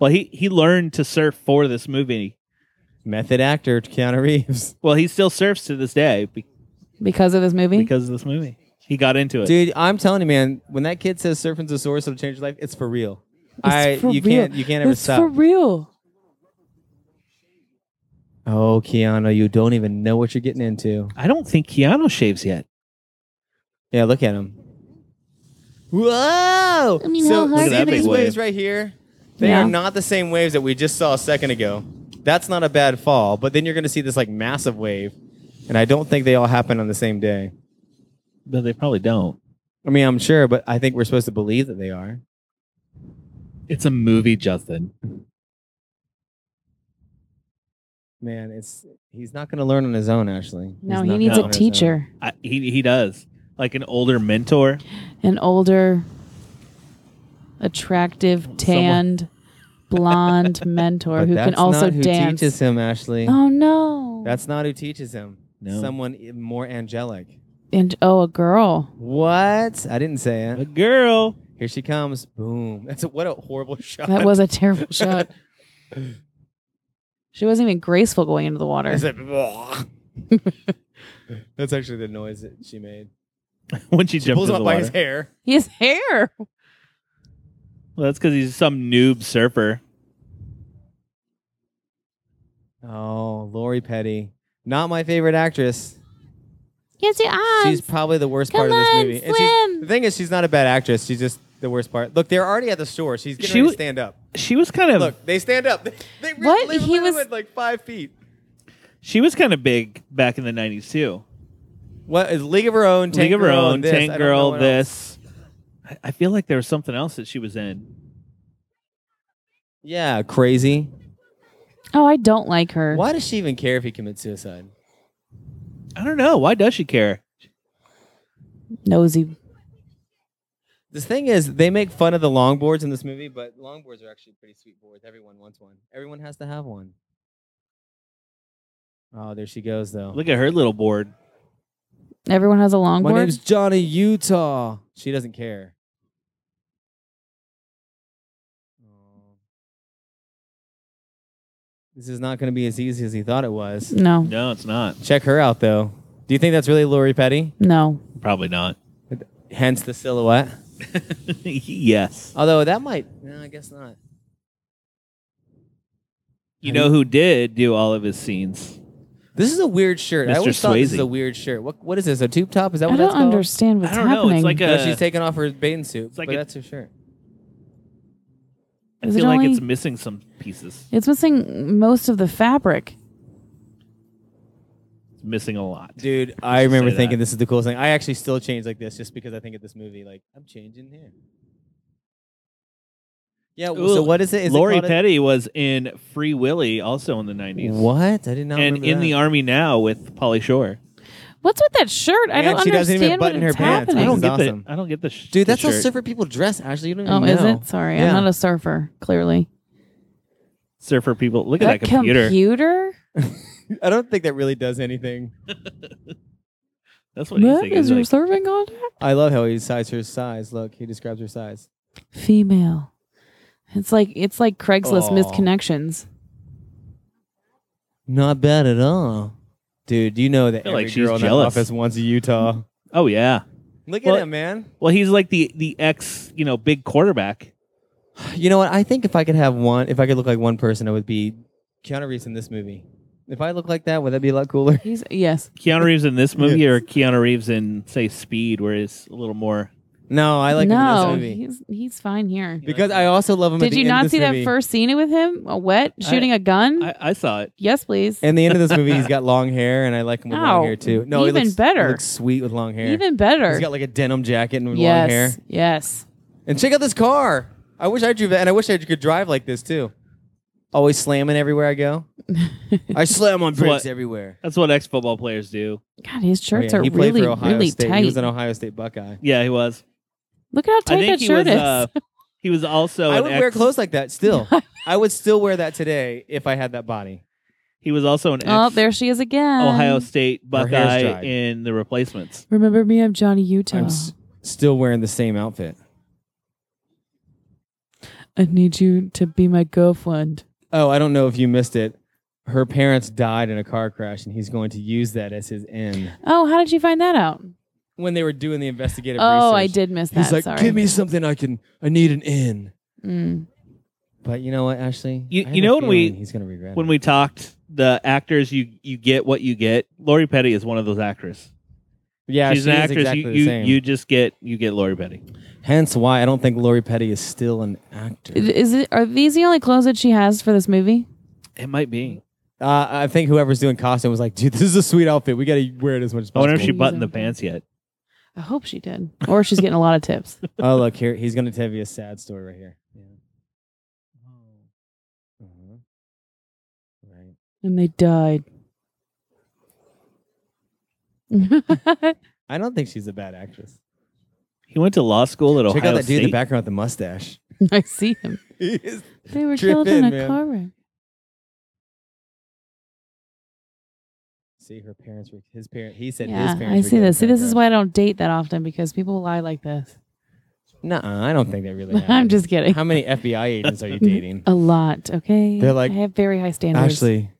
Speaker 1: Well, he he learned to surf for this movie.
Speaker 2: Method actor Keanu Reeves,
Speaker 1: Well, he still surfs to this day be-
Speaker 3: Because of this movie?
Speaker 1: because of this movie. He got into it.
Speaker 2: dude. I'm telling you, man. When that kid says "surfing's a source that'll change your life," it's for real. I,
Speaker 3: It's for
Speaker 2: you
Speaker 3: real.
Speaker 2: can't, you can't ever
Speaker 3: it's
Speaker 2: stop.
Speaker 3: for real.
Speaker 2: oh, Keanu, you don't even know what you're getting into.
Speaker 1: I don't think Keanu shaves yet.
Speaker 2: Yeah, look at him. Whoa!
Speaker 3: I mean,
Speaker 2: so
Speaker 3: how hard
Speaker 1: Look
Speaker 2: see
Speaker 1: at that
Speaker 2: these
Speaker 1: big wave.
Speaker 2: waves right here? They
Speaker 3: Yeah.
Speaker 2: are not the same waves that we just saw a second ago. That's not a bad fall, but then you're going to see this like massive wave, and I don't think they all happen on the same day.
Speaker 1: No, they probably don't.
Speaker 2: I mean, I'm sure, but I think we're supposed to believe that they are.
Speaker 1: It's a movie, Justin.
Speaker 2: Man, it's he's not going to learn on his own. Actually,
Speaker 3: No,
Speaker 2: He's
Speaker 3: he
Speaker 2: not
Speaker 3: needs
Speaker 2: gonna
Speaker 3: a
Speaker 2: learn on his own.
Speaker 3: teacher,
Speaker 1: I, he he does like an older mentor.
Speaker 3: an older, attractive, tanned, blonde mentor
Speaker 2: But
Speaker 3: who can
Speaker 2: that's
Speaker 3: also
Speaker 2: not who
Speaker 3: dance.
Speaker 2: teaches him, Ashley.
Speaker 3: Oh no!
Speaker 2: That's not who teaches him.
Speaker 1: No.
Speaker 2: Someone i- more angelic.
Speaker 3: and oh, a girl.
Speaker 2: What? I didn't say it.
Speaker 1: A girl.
Speaker 2: Here she comes. Boom. That's a, what a horrible shot.
Speaker 3: That was a terrible shot. She wasn't even graceful going into the water.
Speaker 2: It's like, "Bwah." That's actually the noise that she made.
Speaker 1: When she,
Speaker 2: She
Speaker 1: jumps
Speaker 2: pulls
Speaker 1: in
Speaker 2: him
Speaker 1: the
Speaker 2: up by
Speaker 1: water.
Speaker 2: his hair.
Speaker 3: His hair.
Speaker 1: Well, that's because he's some noob surfer.
Speaker 2: Oh, Lori Petty. Not my favorite actress.
Speaker 3: Yes, your
Speaker 2: She's
Speaker 3: eyes.
Speaker 2: probably the worst
Speaker 3: Come
Speaker 2: part of this
Speaker 3: on,
Speaker 2: movie. And she's-
Speaker 3: swim.
Speaker 2: the thing is, she's not a bad actress. She's just the worst part. Look, they're already at the store. She's getting
Speaker 1: She w-
Speaker 2: ready to stand up.
Speaker 1: She was kind of
Speaker 2: Look, they stand up. They, they really
Speaker 3: What?
Speaker 2: live-
Speaker 3: He
Speaker 2: live
Speaker 3: was-
Speaker 2: at, like five feet.
Speaker 1: she was kind of big back in the nineties too.
Speaker 2: What is League of Her Own? Tank
Speaker 1: League of Her
Speaker 2: Girl,
Speaker 1: Own,
Speaker 2: and this. I
Speaker 1: Tank
Speaker 2: don't know
Speaker 1: Girl,
Speaker 2: what else.
Speaker 1: this. I- I feel like there was something else that she was in.
Speaker 2: Yeah, crazy.
Speaker 3: Oh, I don't like her.
Speaker 2: Why does she even care if he commits suicide?
Speaker 1: I don't know. Why does she care?
Speaker 3: Nosy.
Speaker 2: The thing is, they make fun of the longboards in this movie, but longboards are actually pretty sweet boards. Everyone wants one. Everyone has to have one. Oh, there she goes though.
Speaker 1: Look at her little board.
Speaker 3: Everyone has a
Speaker 2: My
Speaker 3: longboard.
Speaker 2: name's Johnny Utah. She doesn't care. Aw. This is not going to be as easy as he thought it was.
Speaker 3: No,
Speaker 1: No, it's not.
Speaker 2: Check her out though. Do you think that's really Lori Petty?
Speaker 3: no.
Speaker 1: Probably not.
Speaker 2: Hence the silhouette.
Speaker 1: yes.
Speaker 2: Although that might, no, I guess not.
Speaker 1: You
Speaker 2: Are
Speaker 1: know who did do all of his scenes?
Speaker 2: This is a weird shirt. I
Speaker 1: Mr.
Speaker 2: always thought this is
Speaker 1: Swayze.
Speaker 2: a weird shirt. What what is this? A tube top? Is that
Speaker 3: I
Speaker 2: what
Speaker 3: don't
Speaker 2: that's called?
Speaker 3: understand what's
Speaker 1: I don't know.
Speaker 3: happening.
Speaker 1: It's like a.
Speaker 2: No, she's taking off her bathing suit,
Speaker 1: It's like
Speaker 2: but
Speaker 1: a-
Speaker 2: that's her shirt.
Speaker 1: I
Speaker 3: Is
Speaker 1: feel
Speaker 3: it
Speaker 1: like
Speaker 3: only-
Speaker 1: it's missing some pieces.
Speaker 3: it's missing most of the fabric.
Speaker 1: It's missing a lot.
Speaker 2: Dude, I
Speaker 1: Just
Speaker 2: remember
Speaker 1: say
Speaker 2: thinking
Speaker 1: that.
Speaker 2: this is the coolest thing. I actually still change like this just because I think of this movie. Like I'm changing here. Yeah. w- so
Speaker 1: Ooh,
Speaker 2: what is it? Is it
Speaker 1: Lori
Speaker 2: called a-
Speaker 1: Petty was in Free Willy, also in the nineties.
Speaker 2: What? I did not.
Speaker 1: And
Speaker 2: remember
Speaker 1: in
Speaker 2: that.
Speaker 1: the army now with Polly Shore.
Speaker 3: What's with that shirt? I
Speaker 2: Man,
Speaker 3: don't
Speaker 2: she doesn't
Speaker 3: understand
Speaker 2: even button
Speaker 3: what
Speaker 2: her
Speaker 3: it's
Speaker 2: pants. I
Speaker 3: happening.
Speaker 1: I don't
Speaker 2: This
Speaker 1: get
Speaker 2: is awesome.
Speaker 1: the. I don't get the. sh-
Speaker 2: dude,
Speaker 1: the
Speaker 2: that's how
Speaker 1: shirt.
Speaker 2: surfer people dress. Actually, you don't even
Speaker 3: Oh,
Speaker 2: know.
Speaker 3: is it? Sorry,
Speaker 2: Yeah.
Speaker 3: I'm not a surfer. Clearly,
Speaker 1: surfer people. Look at that, computer.
Speaker 3: computer?
Speaker 2: I don't think that really does anything.
Speaker 1: That's what you
Speaker 3: What
Speaker 1: think.
Speaker 3: is
Speaker 1: It's
Speaker 3: your
Speaker 1: like-
Speaker 3: surfing contact?
Speaker 2: I love how he sizes her size. Look, he describes her size.
Speaker 3: Female. It's like it's like Craigslist
Speaker 2: Aw.
Speaker 3: misconnections.
Speaker 2: Not bad at all, dude. You know that
Speaker 1: feel
Speaker 2: every
Speaker 1: like she's
Speaker 2: girl in that
Speaker 1: jealous.
Speaker 2: office wants a Utah.
Speaker 1: oh yeah.
Speaker 2: Look
Speaker 1: Well-
Speaker 2: at him, man.
Speaker 1: Well, he's like the the ex, you know, big quarterback.
Speaker 2: You know what? I think if I could have one, if I could look like one person, it would be Keanu Reeves in this movie. If I look like that, would that be a lot cooler?
Speaker 3: He's yes.
Speaker 1: Keanu Reeves in this movie,
Speaker 2: Yes.
Speaker 1: or Keanu Reeves in say Speed, where it's a little more.
Speaker 2: No, I like
Speaker 3: no,
Speaker 2: him in this movie
Speaker 3: he's he's fine here.
Speaker 2: because I also love him. at
Speaker 3: Did
Speaker 2: the
Speaker 3: you
Speaker 2: end of
Speaker 3: not
Speaker 2: this
Speaker 3: see
Speaker 2: movie.
Speaker 3: that first scene with him? A wet shooting a gun?
Speaker 1: I, I saw it.
Speaker 3: yes, please.
Speaker 2: And the end of this movie, he's got long hair, and I like him with long
Speaker 3: Ow,
Speaker 2: hair too. No, he
Speaker 3: even
Speaker 2: looks,
Speaker 3: better.
Speaker 2: He looks sweet with long hair.
Speaker 3: Even better.
Speaker 2: He's got like a denim jacket and with
Speaker 3: yes,
Speaker 2: long hair.
Speaker 3: yes.
Speaker 2: And check out this car. I wish I drove that, and I wish I could drive like this too. Always slamming everywhere I go. I slam on
Speaker 1: That's
Speaker 2: bricks
Speaker 1: what-
Speaker 2: everywhere.
Speaker 1: That's what ex football players do.
Speaker 3: God, his
Speaker 2: Oh,
Speaker 3: shirts
Speaker 2: yeah, he
Speaker 3: are
Speaker 2: played
Speaker 3: really,
Speaker 2: for Ohio
Speaker 3: really
Speaker 2: State.
Speaker 3: tight.
Speaker 2: He was an Ohio State Buckeye.
Speaker 1: Yeah, he was.
Speaker 3: Look at how
Speaker 1: I
Speaker 3: tight
Speaker 1: think
Speaker 3: that
Speaker 1: he
Speaker 3: shirt
Speaker 1: was.
Speaker 3: is.
Speaker 1: Uh, he was also.
Speaker 2: I
Speaker 1: Oh, an
Speaker 2: would
Speaker 1: ex,
Speaker 2: wear clothes like that still. I would still wear that today if I had that body.
Speaker 1: He was also an ex
Speaker 3: oh, there she is again.
Speaker 1: Ohio State
Speaker 2: Her hair's
Speaker 1: Buckeye
Speaker 2: dried.
Speaker 1: in the replacements.
Speaker 3: Remember me? I'm Johnny Utah.
Speaker 2: I'm s- still wearing the same outfit.
Speaker 3: I need you to be my girlfriend.
Speaker 2: Oh, I don't know if you missed it. Her parents died in a car crash, and he's going to use that as his end.
Speaker 3: Oh, how did you find that out?
Speaker 2: When they were doing the investigative
Speaker 3: Oh,
Speaker 2: research,
Speaker 3: I did miss that.
Speaker 2: He's like,
Speaker 3: Sorry.
Speaker 2: "Give me something I can. I need an end."
Speaker 3: Mm.
Speaker 2: But you know what, Ashley?
Speaker 1: You-
Speaker 2: I have
Speaker 1: you
Speaker 2: a
Speaker 1: know when we-
Speaker 2: feeling he's going to regret
Speaker 1: When
Speaker 2: it.
Speaker 1: we talked, the actors you you get what you get. Lori Petty is one of those actors.
Speaker 2: yeah,
Speaker 1: She's
Speaker 2: she
Speaker 1: an
Speaker 2: is
Speaker 1: actress.
Speaker 2: Exactly
Speaker 1: you
Speaker 2: the
Speaker 1: you,
Speaker 2: same.
Speaker 1: you just get you get Lori Petty.
Speaker 2: Hence why I don't think Lori Petty is still an actor.
Speaker 3: Is it? Are these the only clothes that she has for this movie?
Speaker 1: It might be.
Speaker 2: Uh, I think whoever's doing costume was like, "Dude, this is a sweet outfit. We got to wear it as much as
Speaker 1: I
Speaker 2: possible."
Speaker 1: wonder if she
Speaker 3: possible.
Speaker 1: buttoned the pants yet.
Speaker 3: I hope she did, or she's getting a lot of tips.
Speaker 2: oh look here he's gonna tell you a sad story right here yeah
Speaker 1: Oh.
Speaker 2: Mm-hmm. right
Speaker 3: And they died. That's
Speaker 2: i don't think she's a bad actress
Speaker 1: He went to law school at Ohio
Speaker 2: check out that
Speaker 1: State.
Speaker 2: dude in the background with the mustache
Speaker 3: I see him.
Speaker 2: He is-
Speaker 3: They were
Speaker 2: Trip
Speaker 3: killed
Speaker 2: in,
Speaker 3: in a
Speaker 2: man.
Speaker 3: car wreck.
Speaker 2: see her parents were his parent he said his
Speaker 3: Yeah, I
Speaker 2: parents were
Speaker 3: see
Speaker 2: gay
Speaker 3: this. See, this is
Speaker 2: background.
Speaker 3: why I don't date that often because people lie like this.
Speaker 2: Nuh-uh, i don't think that really happened.
Speaker 3: I'm just kidding.
Speaker 2: how many fbi agents are you dating
Speaker 3: A lot, okay.
Speaker 2: They're like,
Speaker 3: I have very high standards.
Speaker 2: ashley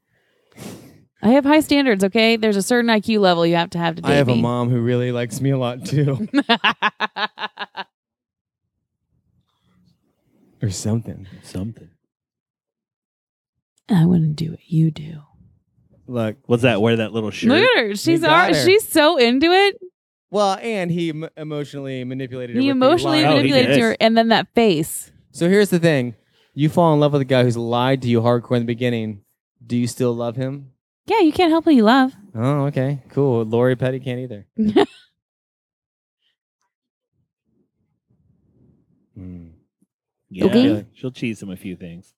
Speaker 3: I have high standards, okay. There's a certain IQ level you have to have to date
Speaker 2: i have a
Speaker 3: me.
Speaker 2: mom who really likes me a lot too or something
Speaker 1: Something.
Speaker 3: I wouldn't do what you do.
Speaker 2: look
Speaker 1: What's that? Wear that little shirt.
Speaker 3: Look at her. She's
Speaker 2: got
Speaker 3: ar-
Speaker 2: her.
Speaker 3: she's so into it.
Speaker 2: Well, and he m- emotionally manipulated. her
Speaker 3: He
Speaker 2: with the
Speaker 3: emotionally
Speaker 1: Oh,
Speaker 2: lie.
Speaker 1: he
Speaker 3: manipulated
Speaker 1: did.
Speaker 3: her, and then that face.
Speaker 2: So here's the thing: you fall in love with a guy who's lied to you hardcore in the beginning. Do you still love him?
Speaker 3: Yeah, you can't help who you love.
Speaker 2: Oh, okay, cool. Lori Petty can't either. Hmm.
Speaker 1: Yeah,
Speaker 3: Okay.
Speaker 1: she'll teach him a few things.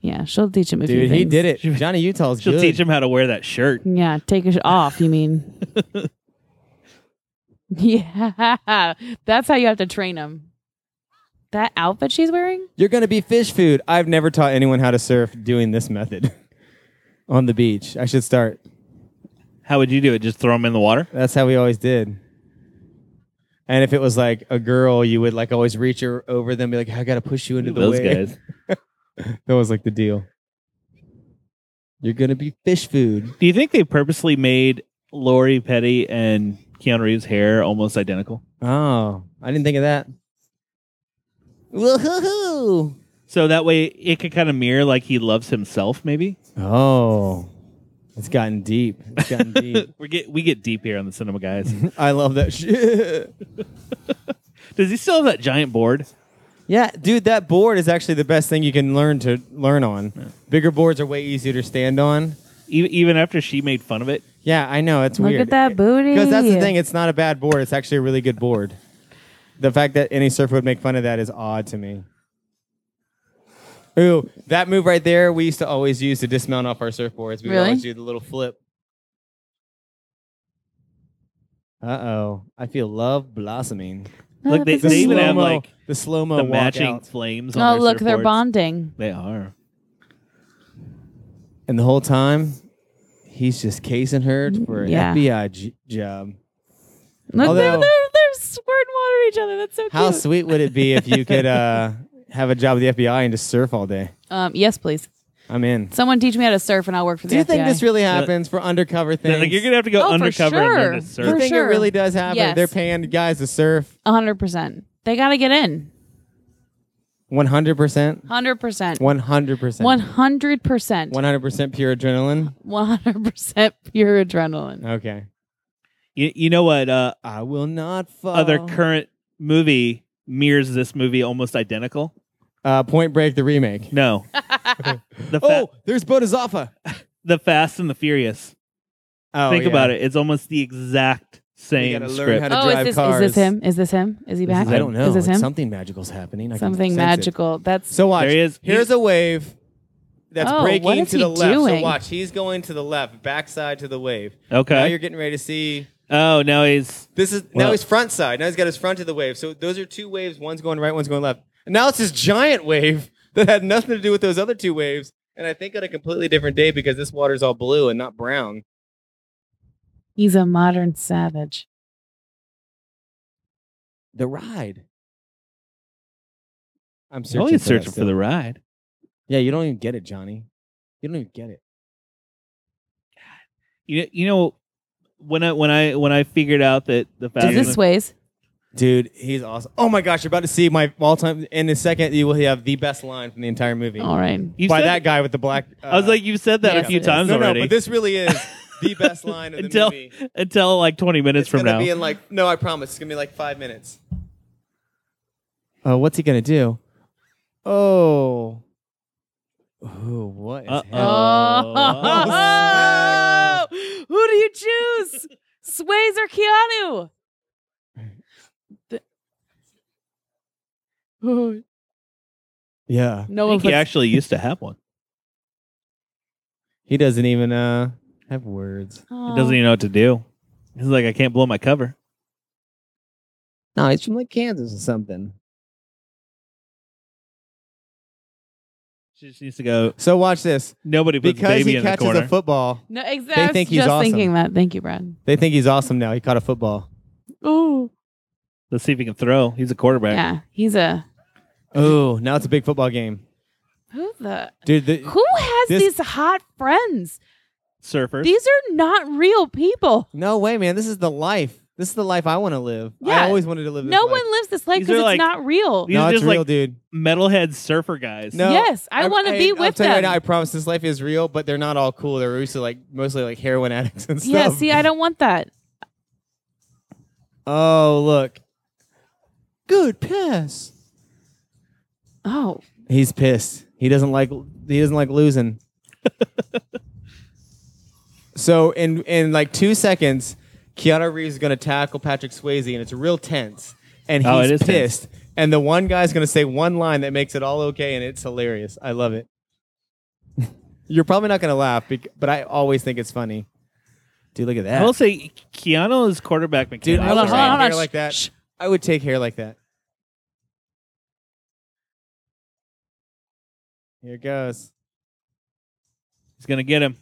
Speaker 3: Yeah, she'll teach him a few
Speaker 2: Dude, he
Speaker 3: things.
Speaker 2: did it. Johnny Utah's
Speaker 1: She'll
Speaker 2: good.
Speaker 1: teach him how to wear that shirt.
Speaker 3: Yeah, take it off. You mean? yeah, that's how you have to train him. That outfit she's wearing.
Speaker 2: You're gonna be fish food. I've never taught anyone how to surf doing this method on the beach. I should start.
Speaker 1: How would you do it? Just throw him in the water?
Speaker 2: That's how we always did. And if it was like a girl, you would like always reach her over them, be like, "I gotta push you into the
Speaker 1: Those
Speaker 2: wave."
Speaker 1: guys.
Speaker 2: That was like the deal. You're gonna be fish food.
Speaker 1: Do you think they purposely made Lori Petty and Keanu Reeves' hair almost identical?
Speaker 2: Oh, I didn't think of that. Woohoo!
Speaker 1: So that way it could kind of mirror like he loves himself, maybe?
Speaker 2: Oh, it's gotten deep. It's gotten deep.
Speaker 1: we get we get deep here on the cinema guys.
Speaker 2: I love that shit.
Speaker 1: Does he still have that giant board?
Speaker 2: Yeah, dude, that board is actually the best thing you can learn to learn on. Bigger boards are way easier to stand on.
Speaker 1: E- even after she made fun of it?
Speaker 2: Yeah, I know it's
Speaker 3: Look
Speaker 2: weird.
Speaker 3: at that booty.
Speaker 2: Because that's the thing. It's not a bad board. It's actually a really good board. The fact that any surfer would make fun of that is odd to me. Ooh, that move right there we used to always use to dismount off our surfboards. We would
Speaker 3: Really?
Speaker 2: always do the little flip. Uh oh. I feel love blossoming.
Speaker 1: Look, they,
Speaker 3: The
Speaker 1: they even have
Speaker 2: slow-mo-
Speaker 1: like
Speaker 2: the slow mo
Speaker 1: the matching flames on
Speaker 3: Oh,
Speaker 1: their
Speaker 3: look, they're
Speaker 1: surfboards.
Speaker 3: bonding.
Speaker 1: They are.
Speaker 2: And the whole time, he's just casing her for an
Speaker 3: Yeah.
Speaker 2: FBI j- job.
Speaker 3: Look, they're,
Speaker 2: Although-
Speaker 3: they're, they're squirting water at each other. That's so cute.
Speaker 2: How sweet would it be if you could uh, have a job with the FBI and just surf all day?
Speaker 3: Um, yes, please.
Speaker 2: I'm in.
Speaker 3: Someone teach me how to surf, and I'll work for the
Speaker 2: Do you
Speaker 3: FBI.
Speaker 2: think this really happens for undercover
Speaker 1: They're
Speaker 2: things?
Speaker 1: Like, you're gonna have to go
Speaker 3: Oh, for
Speaker 1: undercover and learn to
Speaker 3: sure.
Speaker 2: you
Speaker 1: surf.
Speaker 3: For
Speaker 2: think
Speaker 3: sure.
Speaker 2: it really does happen?
Speaker 3: Yes.
Speaker 2: They're paying guys to surf
Speaker 3: 100%. They got to get in.
Speaker 2: 100%. 100%.
Speaker 3: 100%. 100%.
Speaker 2: 100% pure adrenaline.
Speaker 3: 100% pure adrenaline.
Speaker 2: Okay.
Speaker 1: You, you know what? Uh,
Speaker 2: I will not fall.
Speaker 3: Oh.
Speaker 1: Other current movie mirrors this movie almost identical.
Speaker 2: uh, Point Break, the remake.
Speaker 1: No, the fa-
Speaker 2: Oh, there's Bodhisattva.
Speaker 1: the Fast and the Furious.
Speaker 2: Oh,
Speaker 1: Think
Speaker 2: yeah.
Speaker 1: about it. It's almost the exact
Speaker 2: We
Speaker 1: same
Speaker 2: gotta learn
Speaker 1: script.
Speaker 2: how to
Speaker 3: Oh, is
Speaker 2: drive
Speaker 3: this, is
Speaker 2: cars.
Speaker 3: this him? Is this him? Is he
Speaker 2: This
Speaker 3: back?
Speaker 2: is- I don't know.
Speaker 3: Is this
Speaker 2: It's
Speaker 3: him?
Speaker 2: Something magical's happening. I can
Speaker 3: Something
Speaker 2: sense it.
Speaker 3: magical. That's
Speaker 2: So watch.
Speaker 1: There he is.
Speaker 2: Here's a wave that's
Speaker 3: Oh,
Speaker 2: breaking
Speaker 3: what is
Speaker 2: to the
Speaker 3: he
Speaker 2: left. So
Speaker 3: doing?
Speaker 2: watch. He's going to the left, backside to the wave. Now
Speaker 1: okay.
Speaker 2: you're getting ready to see.
Speaker 1: oh, now he's
Speaker 2: This is now
Speaker 1: Well-
Speaker 2: he's front side. Now he's got his front to the wave. So those are two waves. One's going right. One's going left. And now it's this giant wave that had nothing to do with those other two waves. And I think on a completely different day because this water's all blue and not brown.
Speaker 3: he's a modern savage.
Speaker 2: The ride. I'm searching.
Speaker 1: always
Speaker 2: for that
Speaker 1: searching for
Speaker 2: still.
Speaker 1: the ride.
Speaker 2: Yeah, you don't even get it, Johnny. You don't even get it.
Speaker 1: You you know when I when I when I figured out that the
Speaker 2: Uh,
Speaker 1: Fast
Speaker 3: Does
Speaker 1: and
Speaker 3: this
Speaker 1: the,
Speaker 3: ways?
Speaker 2: Dude, he's awesome. Oh my gosh, you're about to see my all time. In a second, you will have the best line from the entire movie
Speaker 3: All right.
Speaker 1: you
Speaker 2: by
Speaker 1: said-
Speaker 2: that guy with the black. Uh,
Speaker 1: I was like, you've said that
Speaker 3: Yes,
Speaker 1: a few
Speaker 3: it is.
Speaker 1: times
Speaker 2: no,
Speaker 1: already.
Speaker 2: no, but this really is the best line of the
Speaker 1: Until-
Speaker 2: movie.
Speaker 1: until like 20 minutes
Speaker 2: It's
Speaker 1: from
Speaker 2: gonna
Speaker 1: now.
Speaker 2: be in like no, I promise. It's gonna be like five minutes. Oh, what's he gonna do? Oh, oh, what? Is
Speaker 1: Uh-oh.
Speaker 2: happening?
Speaker 3: Oh, who do you choose? Sways or Keanu? The- Oh,
Speaker 2: Yeah,
Speaker 1: I
Speaker 3: no one
Speaker 1: think he
Speaker 3: puts,
Speaker 1: actually used to have one.
Speaker 2: he doesn't even uh have words.
Speaker 1: He
Speaker 3: Oh.
Speaker 1: doesn't even know what to do. He's like, I can't blow my cover.
Speaker 2: No, he's from like Kansas or something.
Speaker 1: She just needs to go.
Speaker 2: So watch this.
Speaker 1: Nobody puts
Speaker 2: Because
Speaker 1: baby
Speaker 2: he
Speaker 1: in the
Speaker 2: catches
Speaker 1: corner.
Speaker 2: a football,
Speaker 3: No, exactly.
Speaker 2: They think he's
Speaker 3: just
Speaker 2: awesome.
Speaker 3: thinking that. Thank you, Brad.
Speaker 2: they think he's awesome now. He caught a football.
Speaker 3: Oh,
Speaker 1: Let's see if he can throw. He's a quarterback.
Speaker 3: yeah. He's a
Speaker 2: Oh, now it's a big football game,
Speaker 3: who the
Speaker 2: dude. The,
Speaker 3: who has
Speaker 2: This-
Speaker 3: these hot friends?
Speaker 1: Surfer.
Speaker 3: These are not real people.
Speaker 2: no way, man. This is the life. This is the life I want to live.
Speaker 3: Yeah.
Speaker 2: I always wanted to live. This
Speaker 3: No
Speaker 2: life.
Speaker 3: one lives this life
Speaker 1: These
Speaker 3: because
Speaker 1: are like-
Speaker 3: it's not real.
Speaker 1: These
Speaker 2: no,
Speaker 1: are
Speaker 2: it's
Speaker 1: just
Speaker 2: real,
Speaker 1: like
Speaker 2: dude.
Speaker 1: metalhead surfer guys.
Speaker 2: No.
Speaker 3: yes, I, want to
Speaker 2: I-
Speaker 3: be
Speaker 2: I'll
Speaker 3: with
Speaker 2: tell
Speaker 3: them.
Speaker 2: You right now, I promise this life is real, but they're not all cool. They're mostly like mostly like heroin addicts and stuff.
Speaker 3: yeah, see, I don't want that.
Speaker 2: Oh, look. Good pass.
Speaker 3: Oh,
Speaker 2: He's pissed. He doesn't like he doesn't like losing. so in in like two seconds, Keanu Reeves is gonna tackle Patrick Swayze, and it's real tense. And he's
Speaker 1: Oh, it is tense.
Speaker 2: pissed. And the one guy's gonna say one line that makes it all okay, and it's hilarious. I love it. You're probably not gonna laugh, bec- but I always think it's funny. Dude, look at that.
Speaker 1: I will say Keanu is quarterback mechanic.
Speaker 2: Dude, I
Speaker 3: Hold
Speaker 2: would
Speaker 3: on,
Speaker 2: take
Speaker 3: hold on, hold on.
Speaker 2: hair like that.
Speaker 3: Shh.
Speaker 2: I would take hair like that. Here it goes.
Speaker 1: He's gonna get him.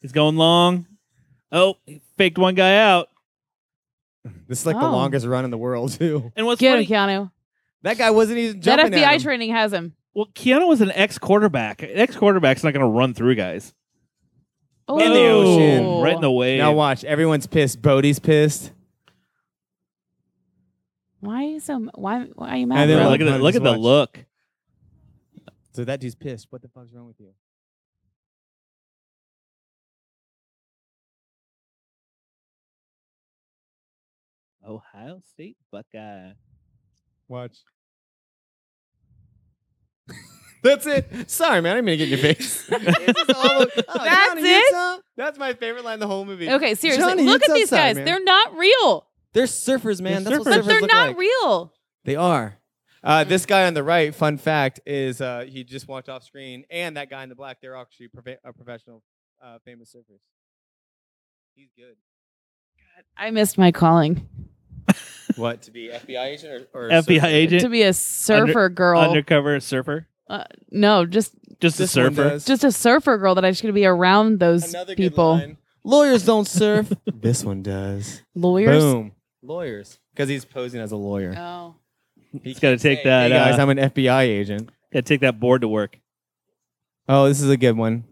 Speaker 1: He's going long. Oh, he faked one guy out.
Speaker 2: This is like the
Speaker 3: Oh.
Speaker 2: longest run in the world, too.
Speaker 1: And what's
Speaker 3: get him,
Speaker 1: funny?
Speaker 3: Keanu.
Speaker 2: That guy wasn't even
Speaker 3: That
Speaker 2: jumping. at
Speaker 3: FBI
Speaker 2: him.
Speaker 3: training has him.
Speaker 1: well, Keanu was an ex quarterback. Ex quarterback's not gonna run through guys.
Speaker 3: Oh.
Speaker 2: In the ocean.
Speaker 1: right in the wave.
Speaker 2: now watch. Everyone's pissed. Bodie's pissed.
Speaker 3: Why are you so? Why? Why are you
Speaker 2: And
Speaker 3: mad?
Speaker 2: then
Speaker 1: Bro,
Speaker 3: bro?
Speaker 1: look
Speaker 2: like-
Speaker 1: at the,
Speaker 2: Just
Speaker 1: look at the
Speaker 2: watch.
Speaker 1: look.
Speaker 2: So that dude's pissed. What the fuck's wrong with you?
Speaker 1: Ohio State Buckeye.
Speaker 2: Watch. That's it. Sorry, man. I didn't mean to get in your face. It's just all over- oh,
Speaker 3: That's
Speaker 2: Johnny
Speaker 3: it?
Speaker 2: Utah? That's my favorite line in the whole movie.
Speaker 3: okay, seriously,
Speaker 2: Johnny,
Speaker 3: look
Speaker 2: it's
Speaker 3: at these
Speaker 2: outside,
Speaker 3: guys.
Speaker 2: man.
Speaker 3: They're not real,
Speaker 2: They're surfers, man.
Speaker 1: They're
Speaker 2: That's
Speaker 1: surfers.
Speaker 2: what
Speaker 3: but
Speaker 2: surfers
Speaker 3: they're
Speaker 2: look
Speaker 3: not
Speaker 2: like.
Speaker 3: real.
Speaker 2: They are. Uh, this guy on the right, fun fact, is uh, he just walked off screen, and that guy in the black, they're actually profe- uh, professional, uh, famous surfers. He's good.
Speaker 3: I missed my calling
Speaker 2: What to be FBI agent or, or a
Speaker 1: FBI
Speaker 2: surfer?
Speaker 1: agent,
Speaker 3: to be a surfer girl.
Speaker 1: undercover surfer,
Speaker 3: no, just
Speaker 1: just
Speaker 2: This
Speaker 1: a
Speaker 2: one
Speaker 1: surfer.
Speaker 2: does.
Speaker 3: just a surfer girl that I just gonna be around those
Speaker 2: Another good
Speaker 3: people.
Speaker 2: line. Lawyers don't surf. this one does.
Speaker 3: Lawyers.
Speaker 2: Boom. Lawyers, because he's posing as a lawyer.
Speaker 3: Oh.
Speaker 2: He's
Speaker 1: gotta take that,
Speaker 2: Hey guys,
Speaker 1: uh,
Speaker 2: I'm an FBI agent.
Speaker 1: Gotta take that board to work.
Speaker 2: Oh, this is a good one.